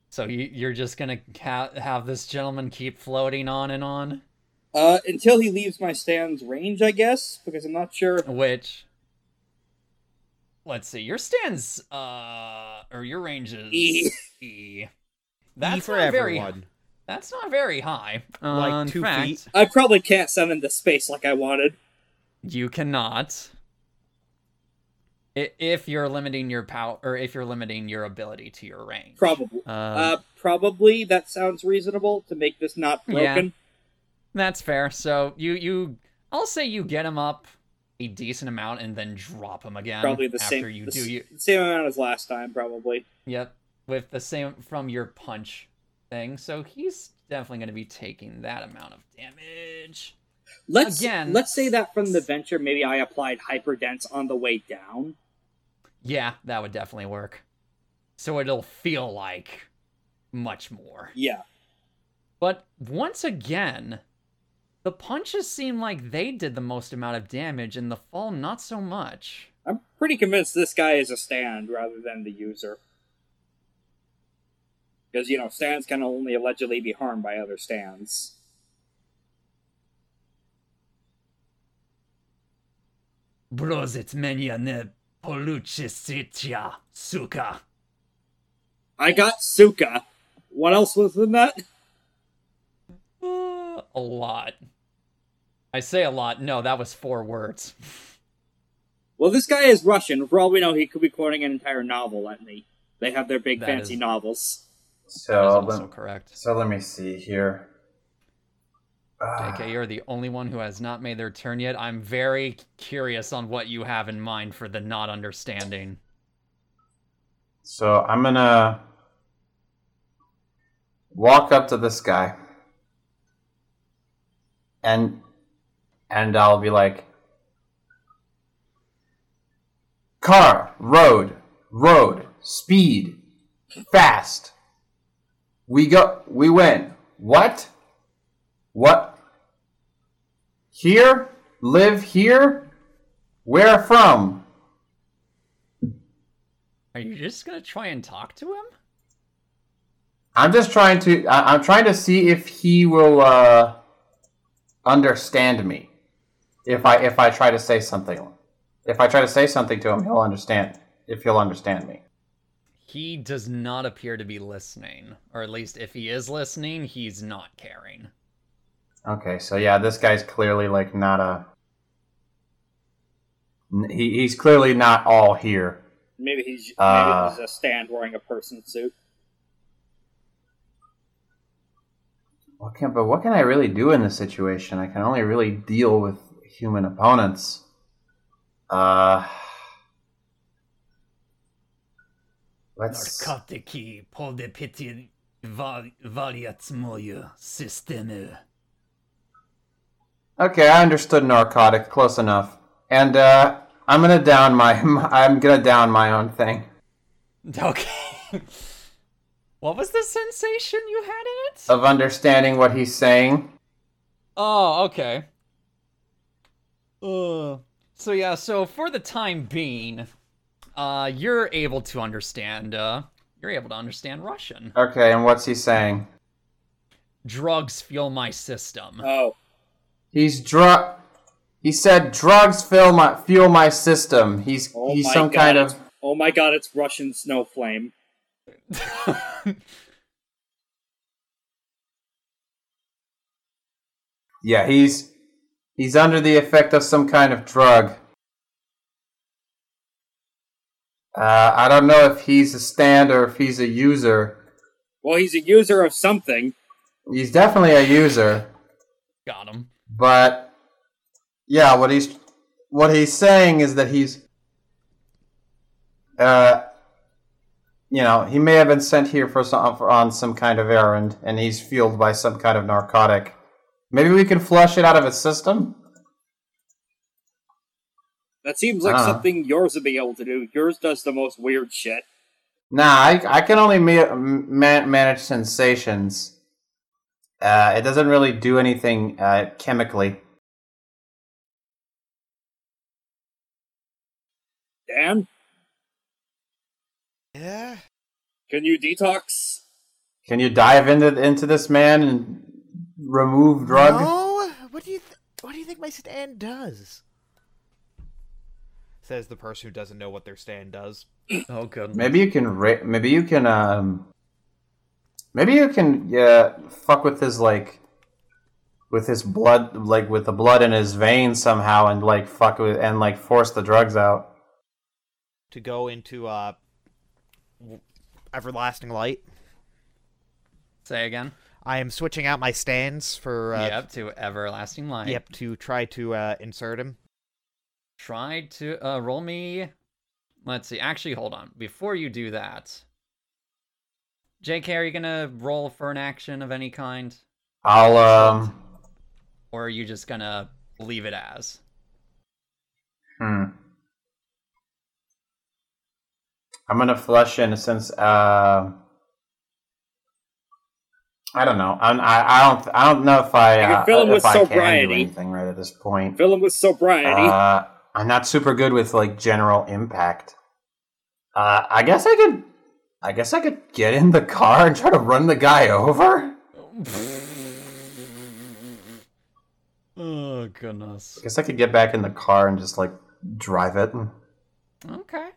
Speaker 1: So you, you're just gonna ha- have this gentleman keep floating on and on,
Speaker 5: Uh, until he leaves my stand's range, I guess, because I'm not sure.
Speaker 1: which. Let's see. Your stands, uh, or your range is
Speaker 5: E.
Speaker 1: E. That's
Speaker 7: E for
Speaker 1: not Very,
Speaker 7: everyone.
Speaker 1: that's not very high.
Speaker 7: Like
Speaker 1: Uh, in
Speaker 7: two
Speaker 1: fact,
Speaker 7: feet.
Speaker 5: I probably can't send him to space like I wanted.
Speaker 1: You cannot. I- If you're limiting your power, or if you're limiting your ability to your range.
Speaker 5: Probably.
Speaker 1: Um,
Speaker 5: Uh, probably that sounds reasonable to make this not
Speaker 1: Yeah.
Speaker 5: broken.
Speaker 1: That's fair. So you you I'll say you get him up a decent amount and then drop him again.
Speaker 5: Probably the
Speaker 1: Um, after
Speaker 5: same.
Speaker 1: you
Speaker 5: the,
Speaker 1: do
Speaker 5: s-
Speaker 1: you
Speaker 5: the same amount as last time, probably.
Speaker 1: Yep. With the same from your punch thing. So he's definitely gonna be taking that amount of damage.
Speaker 5: Let's
Speaker 1: Again-
Speaker 5: let's say that from the venture, maybe I applied hyperdense on the way down.
Speaker 1: Yeah, that would definitely work. So it'll feel like much more.
Speaker 5: Yeah,
Speaker 1: But once again, the punches seem like they did the most amount of damage and the fall not so much.
Speaker 5: I'm
Speaker 10: pretty convinced this guy is a stand rather than the user. Because, you know, stands can only allegedly be harmed by other stands.
Speaker 1: Brozit menia ne poluchisitia, suka.
Speaker 10: I got Suka. What else was in that?
Speaker 1: Uh, a lot. I say a lot. No, that was four words.
Speaker 10: Well, this guy is Russian. For all we know, he could be quoting an entire novel at me. They have their big
Speaker 1: That
Speaker 10: fancy
Speaker 1: is-
Speaker 10: novels.
Speaker 1: that is
Speaker 4: So,
Speaker 1: also
Speaker 4: let-
Speaker 1: correct.
Speaker 4: so let me see here. Ah,
Speaker 1: JK, you're the only one who has not made their turn yet. I'm very curious on what you have in mind for the not understanding.
Speaker 4: So I'm gonna walk up to this guy, and and I'll be like, car, road, road, speed, fast. We go, we win. What? What? Here, live here. Where from?
Speaker 1: Are you just gonna try and talk to him?
Speaker 4: I'm just trying to. I, I'm trying to see if he will uh, understand me. If I if I try to say something, if I try to say something to him, he'll understand. If he'll understand me.
Speaker 1: He does not appear to be listening, or at least if he is listening, he's not caring.
Speaker 4: Okay, so yeah, this guy's clearly like not a. n- He, he's clearly not all here.
Speaker 10: Maybe he's
Speaker 4: Ah.
Speaker 10: maybe he's a stand wearing a person suit.
Speaker 4: What can but what can I really do in this situation? I can only really deal with human opponents. Uh. Let's.
Speaker 1: Narkotiki podepity valiats moje systemy.
Speaker 4: Okay, I understood narcotic close enough, and uh, I'm gonna down my, I'm gonna down my own thing.
Speaker 1: Okay. what was the sensation you had in it?
Speaker 4: Of understanding what he's saying,
Speaker 1: Oh, okay. Uh, so yeah, so for the time being, uh, you're able to understand. Uh, you're able to understand Russian.
Speaker 4: okay, and what's he saying?
Speaker 1: Drugs fuel my system.
Speaker 10: Oh,
Speaker 4: He's drug. He said drugs fill my fuel my system. He's
Speaker 10: oh
Speaker 4: he's
Speaker 10: my
Speaker 4: some
Speaker 10: god!
Speaker 4: kind of
Speaker 10: it's- Oh my god! It's Russian snow flame.
Speaker 4: yeah. He's he's under the effect of some kind of drug. Uh, I don't know if he's a stand or if he's a user.
Speaker 10: Well, he's a user of something.
Speaker 4: He's definitely a user.
Speaker 1: Got him.
Speaker 4: But yeah, what he's what he's saying is that he's uh you know, he may have been sent here for some for, on some kind of errand and he's fueled by some kind of narcotic. Maybe we can flush it out of his system?
Speaker 10: That seems like
Speaker 4: Ah.
Speaker 10: something yours would be able to do. Yours does the most weird shit.
Speaker 4: Nah, I, I can only ma- ma- manage sensations. Uh, it doesn't really do anything uh, chemically.
Speaker 10: Dan,
Speaker 3: Yeah.
Speaker 10: can you detox?
Speaker 4: Can you dive into into this man and remove drug?
Speaker 7: Oh,
Speaker 3: No. What do you th- What do you think my stand does?
Speaker 7: Says the person who doesn't know what their stand does.
Speaker 1: Oh good.
Speaker 4: Maybe you can. Ra- maybe you can. Um, maybe you can. Yeah, fuck with his like, with his blood, like with the blood in his veins somehow, and like fuck with and like force the drugs out.
Speaker 7: To go into uh, w- everlasting light.
Speaker 1: Say again.
Speaker 7: I am switching out my stands for uh,
Speaker 1: Yep. To everlasting light.
Speaker 7: yep, to try to uh, insert him.
Speaker 1: Try to uh, roll me. Let's see. Actually, hold on. Before you do that, JK, are you gonna roll for an action of any kind,
Speaker 4: I'll. Um,
Speaker 1: or are you just gonna leave it as?
Speaker 4: hmm. I'm gonna flush in since. Uh, I don't know. I'm, I I don't I don't know if I
Speaker 10: You can
Speaker 4: uh,
Speaker 10: fill him
Speaker 4: if
Speaker 10: with
Speaker 4: I can do
Speaker 10: sobriety.
Speaker 4: anything right at this point.
Speaker 1: Ah.
Speaker 10: Fill him with sobriety.
Speaker 4: Uh, I'm not super good with like general impact. Uh, I guess I could. I guess I could get in the car and try to run the guy over.
Speaker 1: Oh goodness.
Speaker 4: I guess I could get back in the car and just like drive it.
Speaker 1: Okay.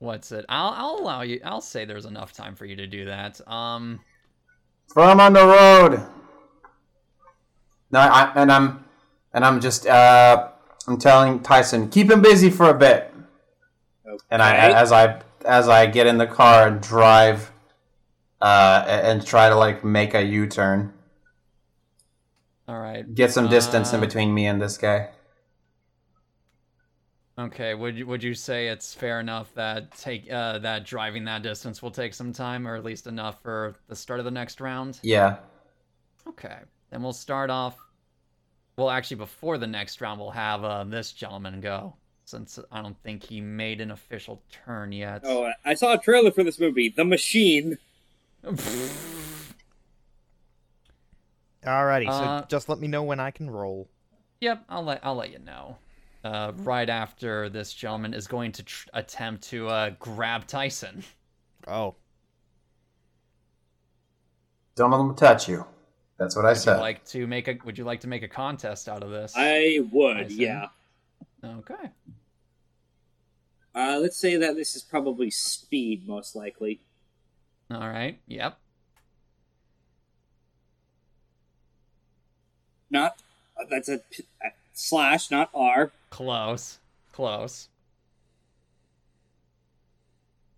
Speaker 1: What's it? I'll I'll allow you. I'll say there's enough time for you to do that. Um.
Speaker 4: From on the road. No, I, and I'm and I'm just uh, I'm telling Tyson keep him busy for a bit. And I
Speaker 5: Okay.
Speaker 4: as I as I get in the car and drive uh, a- and try to like make a U-turn,
Speaker 1: All right.
Speaker 4: get some distance in
Speaker 1: Uh,
Speaker 4: between me and this guy.
Speaker 1: Okay. Would you would you say it's fair enough that take uh, that driving that distance will take some time, or at least enough for the start of the next round?
Speaker 4: Yeah.
Speaker 1: Okay. Then we'll start off. Well, actually, before the next round, we'll have uh, this gentleman go, since I don't think he made an official turn yet.
Speaker 5: Oh, I- I saw a trailer for this movie, The Machine.
Speaker 3: Alrighty,
Speaker 1: Uh,
Speaker 3: so just let me know when I can roll.
Speaker 1: Yep, I'll let I'll let you know. Uh, right after this gentleman is going to tr- attempt to uh, grab Tyson.
Speaker 3: Oh,
Speaker 4: Don't let them touch you. That's what I
Speaker 1: Would
Speaker 4: said.
Speaker 1: you like to make a Would you like to make a contest out of this?
Speaker 5: I would,
Speaker 1: I see.
Speaker 5: yeah.
Speaker 1: Okay.
Speaker 5: Uh, let's say that this is probably speed, most likely.
Speaker 1: All right. Yep.
Speaker 5: Not uh, that's a, p- a slash, not R.
Speaker 1: Close. Close.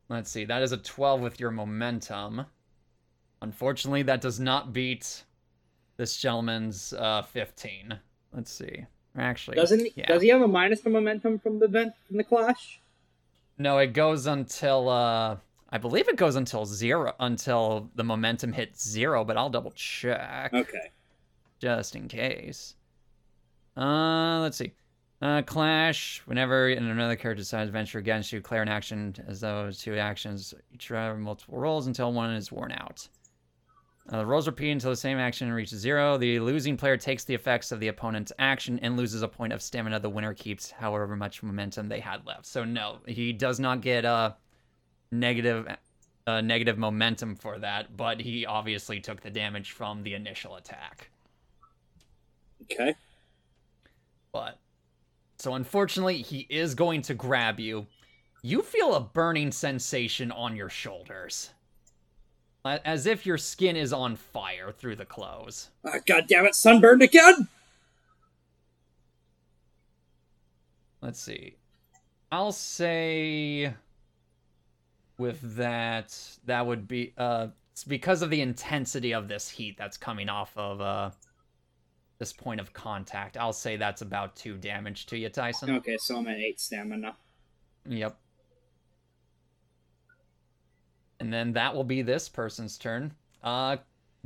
Speaker 1: Let's see. That is a 12 with your momentum. Unfortunately, that does not beat this gentleman's uh, 15. Let's see. Actually,
Speaker 5: Doesn't he,
Speaker 1: yeah.
Speaker 5: does he have a minus to momentum from the vent from the clash?
Speaker 1: No, it goes until uh I believe it goes until zero until the momentum hits zero, but I'll double check
Speaker 5: Okay.
Speaker 1: just in case. Uh let's see. Uh clash, whenever and another character decides to venture against you, declare an action as though two actions each have multiple rolls until one is worn out. Uh, the rolls repeat until the same action reaches zero. The losing player takes the effects of the opponent's action and loses a point of stamina. The winner keeps however much momentum they had left. So no, he does not get uh, negative uh, negative momentum for that, but he obviously took the damage from the initial attack.
Speaker 5: Okay.
Speaker 1: But so unfortunately, he is going to grab you. You feel a burning sensation on your shoulders, A- as if your skin is on fire through the clothes.
Speaker 5: Ah, God damn it, sunburned again.
Speaker 1: Let's see. I'll say with that that would be uh it's because of the intensity of this heat that's coming off of uh this point of contact. I'll say that's about 2 damage to you, Tyson.
Speaker 5: Okay, so I'm at eight stamina.
Speaker 1: Yep. And then that will be this person's turn. Uh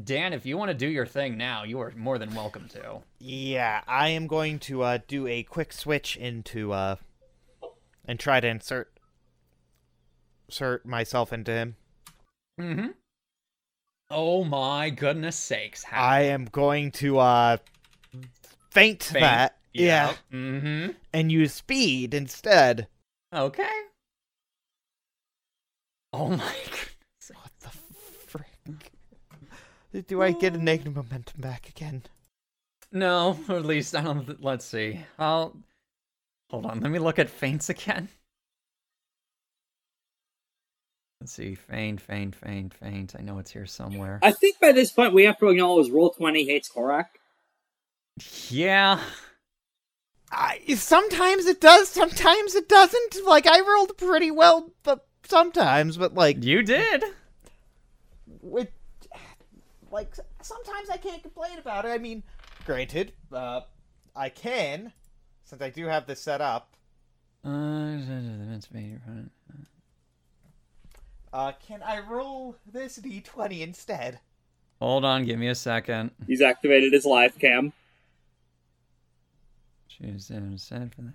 Speaker 1: Dan, if you want to do your thing now, you are more than welcome to.
Speaker 3: yeah, I am going to uh, do a quick switch into uh, and try to insert insert myself into him. Mm-hmm.
Speaker 1: Mhm. Oh my goodness sakes. How
Speaker 3: I am going to uh, faint,
Speaker 1: Faint,
Speaker 3: that. Yeah.
Speaker 1: Mm-hmm.
Speaker 3: and use speed instead.
Speaker 1: Okay. Oh my goodness.
Speaker 3: What the frick? Do I get a negative momentum back again?
Speaker 1: No, or at least I don't. th- Let's see. I'll hold on. Let me look at feints again. Let's see. Feint, feint, feint, feint. I know it's here somewhere.
Speaker 5: I think by this point we have to acknowledge Roll Twenty hates Korak.
Speaker 1: Yeah.
Speaker 3: I sometimes it does, sometimes it doesn't. Like I rolled pretty well, but sometimes, but like
Speaker 1: You did.
Speaker 3: with like sometimes I can't complain about it. I mean, granted, uh, I can since I do have this set up.
Speaker 1: Uh, that's me, right.
Speaker 3: Uh, can I roll this d20 instead?
Speaker 1: Hold on. Give me a second.
Speaker 5: He's activated his live cam.
Speaker 1: Choose them instead for that.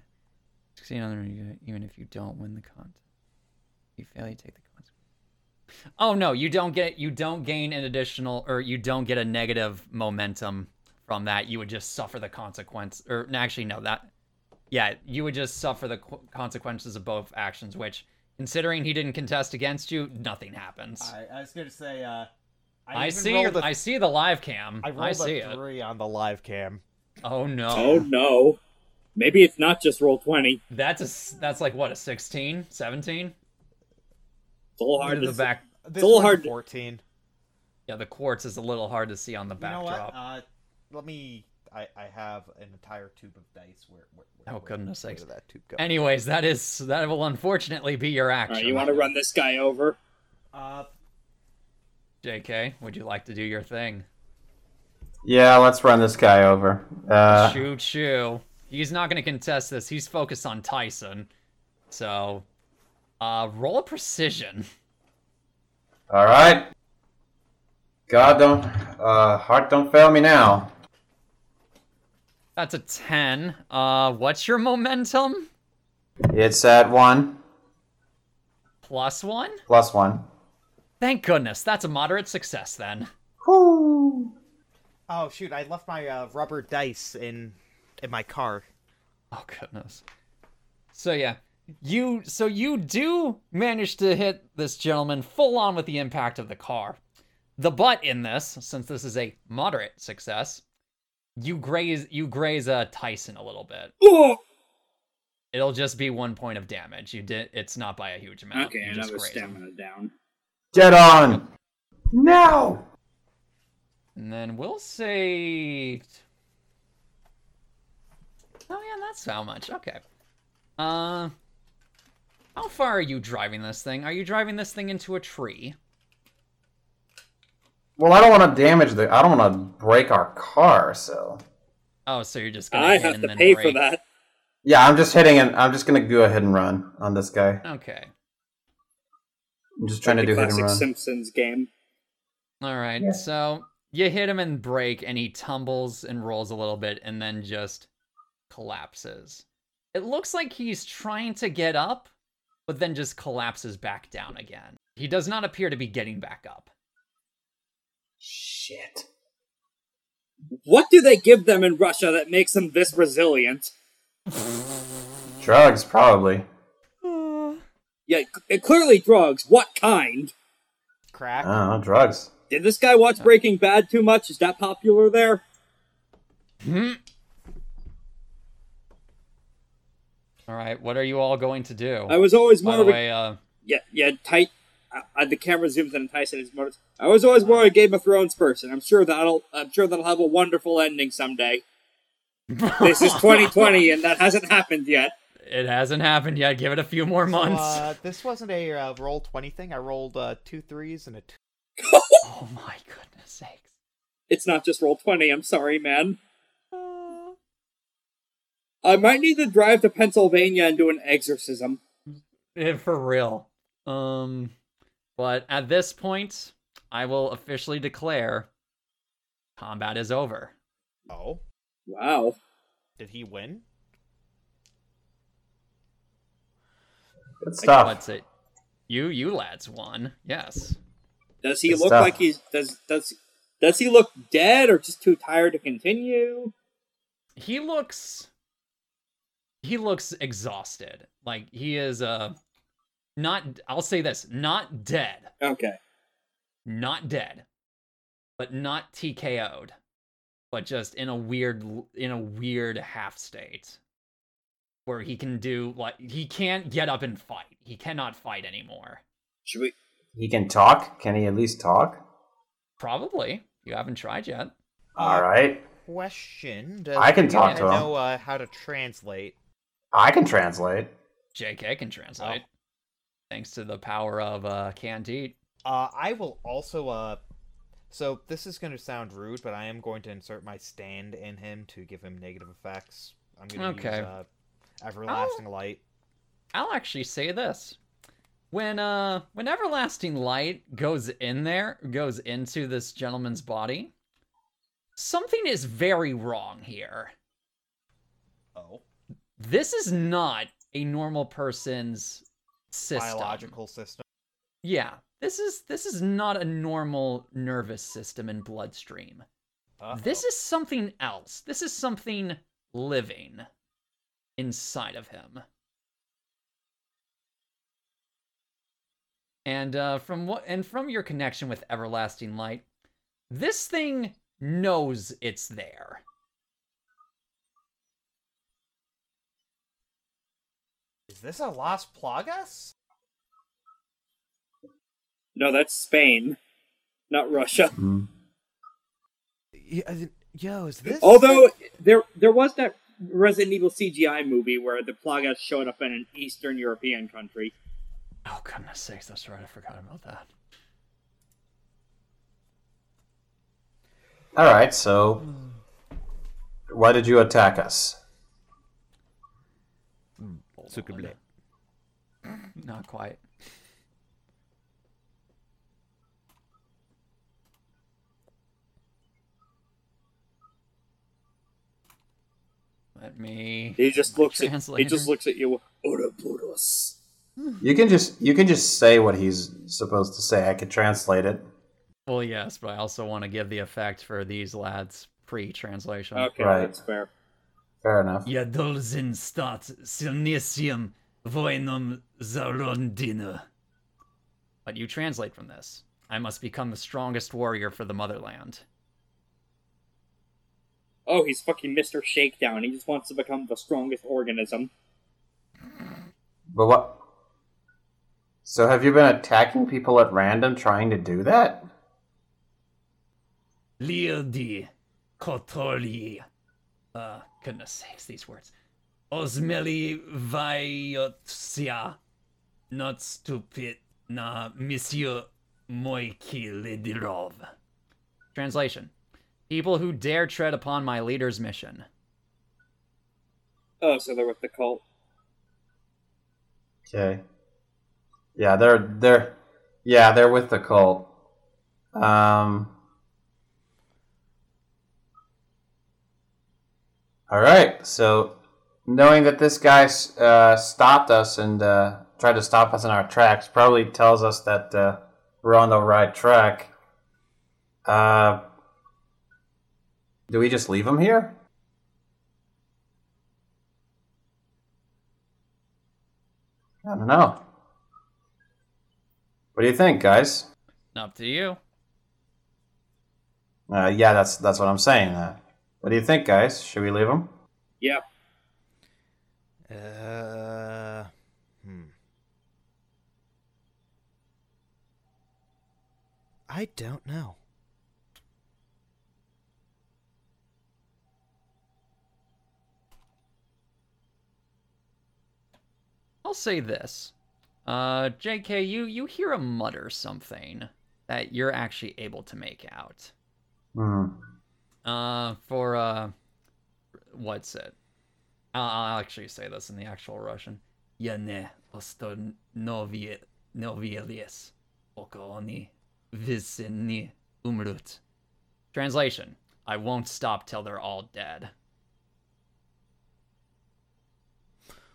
Speaker 1: Succeed on the renewal, even if you don't win the contest. You fail, you take the consequence. Oh no, you don't get you don't gain an additional or you don't get a negative momentum from that, you would just suffer the consequence. Or no, actually, no, that yeah, you would just suffer the qu- consequences of both actions. Which, considering he didn't contest against you, nothing happens.
Speaker 7: I, I was gonna say, uh,
Speaker 1: I,
Speaker 7: even
Speaker 1: see.
Speaker 7: rolled a-
Speaker 1: I see the live cam.
Speaker 7: I
Speaker 1: I,
Speaker 7: rolled
Speaker 1: see
Speaker 7: a
Speaker 1: it.
Speaker 7: three on the live cam.
Speaker 1: Oh no.
Speaker 5: Oh no. Maybe it's not just roll 20.
Speaker 1: That's a. s- That's like what a 16, 17.
Speaker 5: It's a little
Speaker 1: Hard
Speaker 5: hard
Speaker 1: to the
Speaker 5: to
Speaker 1: back.
Speaker 7: This
Speaker 5: a little
Speaker 7: one's
Speaker 5: hard to-
Speaker 7: Fourteen.
Speaker 1: Yeah, the quartz is a little hard to see on the
Speaker 7: You know
Speaker 1: backdrop.
Speaker 7: what? Uh, let me. I, I have an entire tube of dice. Where? where, where
Speaker 1: Oh, goodness
Speaker 7: where
Speaker 1: sakes.
Speaker 7: did that tube go?
Speaker 1: Anyways, that is that will unfortunately be your action.
Speaker 5: Alright, you want to run this guy over?
Speaker 7: Uh,
Speaker 1: JK, would you like to do your thing?
Speaker 4: Yeah, let's run this guy over. Uh,
Speaker 1: Choo choo. He's not going to contest this. He's focused on Tyson. So, uh, roll a precision.
Speaker 4: all right. God don't, uh, heart don't fail me now.
Speaker 1: That's a ten. Uh, what's your momentum?
Speaker 4: It's at one
Speaker 1: Plus one.
Speaker 4: plus one.
Speaker 1: Thank goodness. That's a moderate success then.
Speaker 7: oh shoot! I left my uh, rubber dice in in my car.
Speaker 1: Oh goodness. So yeah, you so you do manage to hit this gentleman full on with the impact of the car. The butt in this, since this is a moderate success, you graze you graze uh, Tyson a little bit.
Speaker 5: Oh!
Speaker 1: It'll just be one point of damage. You did it's not by a huge amount.
Speaker 5: Okay,
Speaker 1: You
Speaker 5: and I
Speaker 1: just
Speaker 5: was
Speaker 1: graze him.
Speaker 5: stamina down.
Speaker 4: Get on. No.
Speaker 1: And then we'll say. Oh yeah, that's how much. Okay. Uh, how far are you driving this thing? Are you driving this thing into a tree?
Speaker 4: Well, I don't want to damage the. I don't want to break our car, so.
Speaker 1: Oh, so you're just gonna
Speaker 5: I
Speaker 1: hit
Speaker 5: have
Speaker 1: and
Speaker 5: to
Speaker 1: then
Speaker 5: pay for
Speaker 1: brake.
Speaker 5: that.
Speaker 4: Yeah, I'm just hitting and I'm just gonna go ahead and run on this guy.
Speaker 1: Okay.
Speaker 4: I'm just trying to
Speaker 5: Like
Speaker 4: do
Speaker 5: the
Speaker 4: hit and
Speaker 5: classic
Speaker 4: run.
Speaker 5: Simpsons game.
Speaker 1: All right. So you hit him and break, and he tumbles and rolls a little bit, and then just collapses. It looks like he's trying to get up, but then just collapses back down again. He does not appear to be getting back up.
Speaker 4: Shit.
Speaker 5: What do they give them in Russia that makes them this resilient?
Speaker 4: Drugs, probably.
Speaker 5: Yeah, c- clearly drugs. What kind?
Speaker 4: I
Speaker 7: Crack.
Speaker 4: don't know, drugs.
Speaker 5: Did this guy watch Breaking Bad too much? Is that popular there?
Speaker 1: All right, what are you all going to do?
Speaker 5: I was always
Speaker 1: By
Speaker 5: more
Speaker 1: the
Speaker 5: of a
Speaker 1: way, uh,
Speaker 5: yeah yeah tight. Uh, uh, the camera zooms in and Tyson is more. I was always more a Game of Thrones person. I'm sure that'll I'm sure that'll have a wonderful ending someday. this is 2020 and that hasn't happened yet.
Speaker 1: it hasn't happened yet. Give it a few more months.
Speaker 7: Uh, this wasn't a uh, roll twenty thing. I rolled uh, two threes and a two.
Speaker 1: oh my goodness sakes.
Speaker 5: It's not just roll 20. I'm sorry, man. I might need to drive to Pennsylvania and do an exorcism.
Speaker 1: Eh, for real. Um, but at this point, I will officially declare combat is over.
Speaker 3: Oh,
Speaker 5: Wow.
Speaker 3: did he win?
Speaker 4: Good stuff.
Speaker 1: What's it? You, you lads won. Yes.
Speaker 5: Does he
Speaker 4: Good
Speaker 5: look
Speaker 4: stuff.
Speaker 5: like he's does does does he look dead or just too tired to continue?
Speaker 1: He looks. He looks exhausted. Like he is uh, not. I'll say this: not dead,
Speaker 5: Okay.
Speaker 1: not dead, but not TKO'd, but just in a weird in a weird half state where he can do like he can't get up and fight. He cannot fight anymore.
Speaker 5: Should we
Speaker 4: He can talk. Can he at least talk?
Speaker 1: Probably. You haven't tried yet.
Speaker 4: All right.
Speaker 3: Question. Uh, Does
Speaker 4: I can talk
Speaker 3: Brianna
Speaker 4: to him.
Speaker 7: Oh,
Speaker 3: know uh, how to translate.
Speaker 4: I can translate.
Speaker 1: JK can translate. Thanks to the power of uh Candide.
Speaker 3: Uh, I will also. Uh, so this is going to sound rude, but I am going to insert my stand in him to give him negative effects. I'm going to
Speaker 1: Okay.
Speaker 3: use uh, everlasting light.
Speaker 1: I'll actually say this. When uh when everlasting light goes in there, goes into this gentleman's body, something is very wrong here.
Speaker 3: Oh,
Speaker 1: This is not a normal person's system.
Speaker 3: biological system.
Speaker 1: Yeah. This is this is not a normal nervous system and bloodstream.
Speaker 7: Uh,
Speaker 1: This is something else. This is something living inside of him. And uh, from what and from your connection with everlasting light, this thing knows it's there.
Speaker 3: Is this a Las Plagas?
Speaker 5: No, that's Spain, not Russia.
Speaker 4: Mm.
Speaker 11: Yeah, I didn't- Yo, is this?
Speaker 5: Although there there was that Resident Evil CGI movie where the Plagas showed up in an Eastern European country.
Speaker 1: Oh goodness sakes, that's right. I forgot about that.
Speaker 4: All right, so why did you attack us?
Speaker 1: Sukuble. Not quite. Let me.
Speaker 5: He just looks at he
Speaker 1: Translator.
Speaker 5: just looks at you. Ouroboros.
Speaker 4: You can just you can just say what he's supposed to say. I could translate it.
Speaker 1: Well, yes, but I also want to give the effect for these lads pre-translation.
Speaker 5: Okay,
Speaker 4: Right.
Speaker 5: that's fair.
Speaker 4: Fair enough.
Speaker 1: Yadolzin stat silnisium voinum zarondina. But you translate from this. I must become the strongest warrior for the motherland.
Speaker 5: Oh, he's fucking Mr. Shakedown. He just wants to become the strongest organism.
Speaker 4: But what? So have you been attacking people at random trying to do that?
Speaker 1: Liodi Kotoli. Uh, goodness sakes, these words. Osmeli Vayotsia. Not stupid na Monsieur Moikilidirov. Translation People who dare tread upon my leader's mission.
Speaker 5: Oh, so they're with the cult.
Speaker 4: Okay. Yeah, they're they're yeah, they're with the cult. Um All right. So knowing that this guy uh, stopped us and uh, tried to stop us in our tracks probably tells us that uh, we're on the right track. Uh do we just leave him here? I don't know. What do you think, guys?
Speaker 1: Up to you.
Speaker 4: Uh, yeah, that's that's what I'm saying. Uh, what do you think, guys? Should we leave him?
Speaker 5: Yeah.
Speaker 3: Uh, hmm. I don't know.
Speaker 1: I'll say this. Uh, JK, you, you hear a mutter something that you're actually able to make out.
Speaker 4: Hmm.
Speaker 1: Uh, for uh, what's it? I'll, I'll actually say this in the actual Russian. Я не остановились, пока они все не умрут. Translation: I won't stop till they're all dead.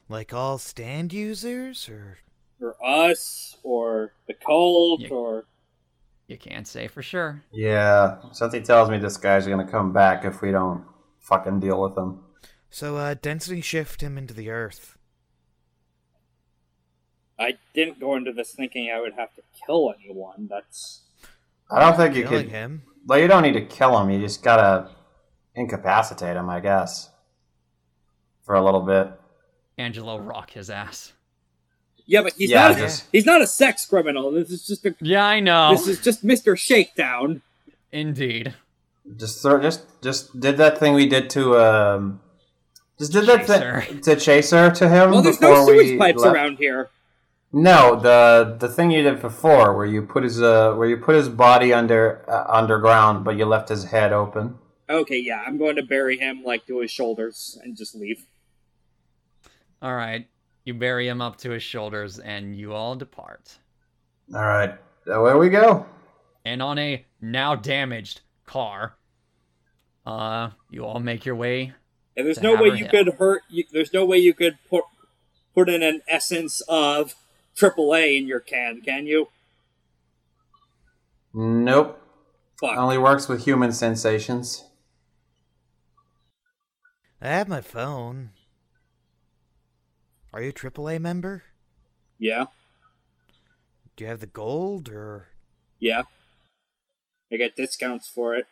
Speaker 3: Like all stand users, or
Speaker 5: Or us, or the cult,
Speaker 1: Yeah.
Speaker 5: or
Speaker 1: You can't say for sure.
Speaker 4: Yeah, something tells me this guy's gonna come back if we don't fucking deal with him.
Speaker 3: so uh, density shift him into the earth.
Speaker 5: I didn't go into this thinking I would have to kill anyone. That's
Speaker 4: I don't think you
Speaker 3: killing
Speaker 4: could.
Speaker 3: him.
Speaker 4: Well, you don't need to kill him. You just gotta incapacitate him, I guess, for a little bit.
Speaker 1: Angelo rock his ass.
Speaker 5: yeah, but he's
Speaker 4: Yeah,
Speaker 5: not.
Speaker 4: just-
Speaker 5: He's not a sex criminal. This is just a.
Speaker 1: Yeah, I know.
Speaker 5: This is just Mr. Shakedown.
Speaker 1: Indeed.
Speaker 4: Just throw, just just did that thing we did to um. Just did that
Speaker 1: Chaser.
Speaker 4: thing to Chaser to him.
Speaker 5: Well, there's
Speaker 4: before
Speaker 5: no sewage
Speaker 4: we
Speaker 5: pipes
Speaker 4: left.
Speaker 5: around here.
Speaker 4: No, the the thing you did before, where you put his uh, where you put his body under uh, underground, but you left his head open.
Speaker 5: Okay, yeah, I'm going to bury him like to his shoulders and just leave.
Speaker 1: All right. You bury him up to his shoulders, and you all depart.
Speaker 4: All right, away we go.
Speaker 1: and on a now damaged car. Uh, you all make your way.
Speaker 5: And there's
Speaker 1: To
Speaker 5: no way
Speaker 1: hammer
Speaker 5: you
Speaker 1: him.
Speaker 5: could hurt. You, there's no way you could put put in an essence of AAA in your can, can you?
Speaker 4: Nope,
Speaker 5: Fuck.
Speaker 4: Oh. only works with human sensations.
Speaker 3: I have my phone. Are you a AAA member?
Speaker 5: Yeah,
Speaker 3: Do you have the gold or
Speaker 5: yeah. I get discounts for it.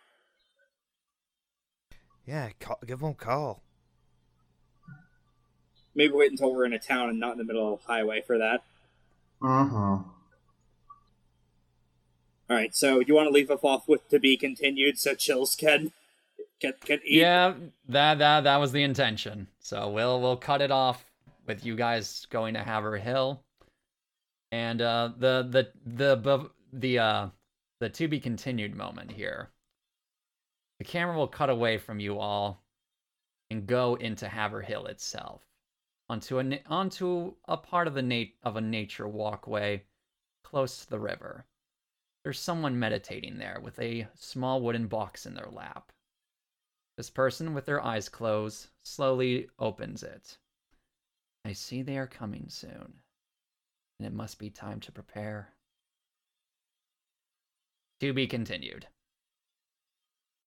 Speaker 3: yeah? Call, give them a call.
Speaker 5: Maybe wait until we're in a town and not in the middle of a highway for that.
Speaker 4: Mm-hmm.
Speaker 5: All right, so you want to leave us off with "to be continued" so chills can can can eat.
Speaker 1: Yeah, that that that was the intention. So we'll we'll cut it off with you guys going to Haver Hill, and uh, the the the the the uh, the to be continued moment here. The camera will cut away from you all, and go into Haver Hill itself, onto a na- onto a part of the nat- of a nature walkway, close to the river. There's someone meditating there with a small wooden box in their lap. This person, with their eyes closed, slowly opens it. I see they are coming soon, and it must be time to prepare. To be continued.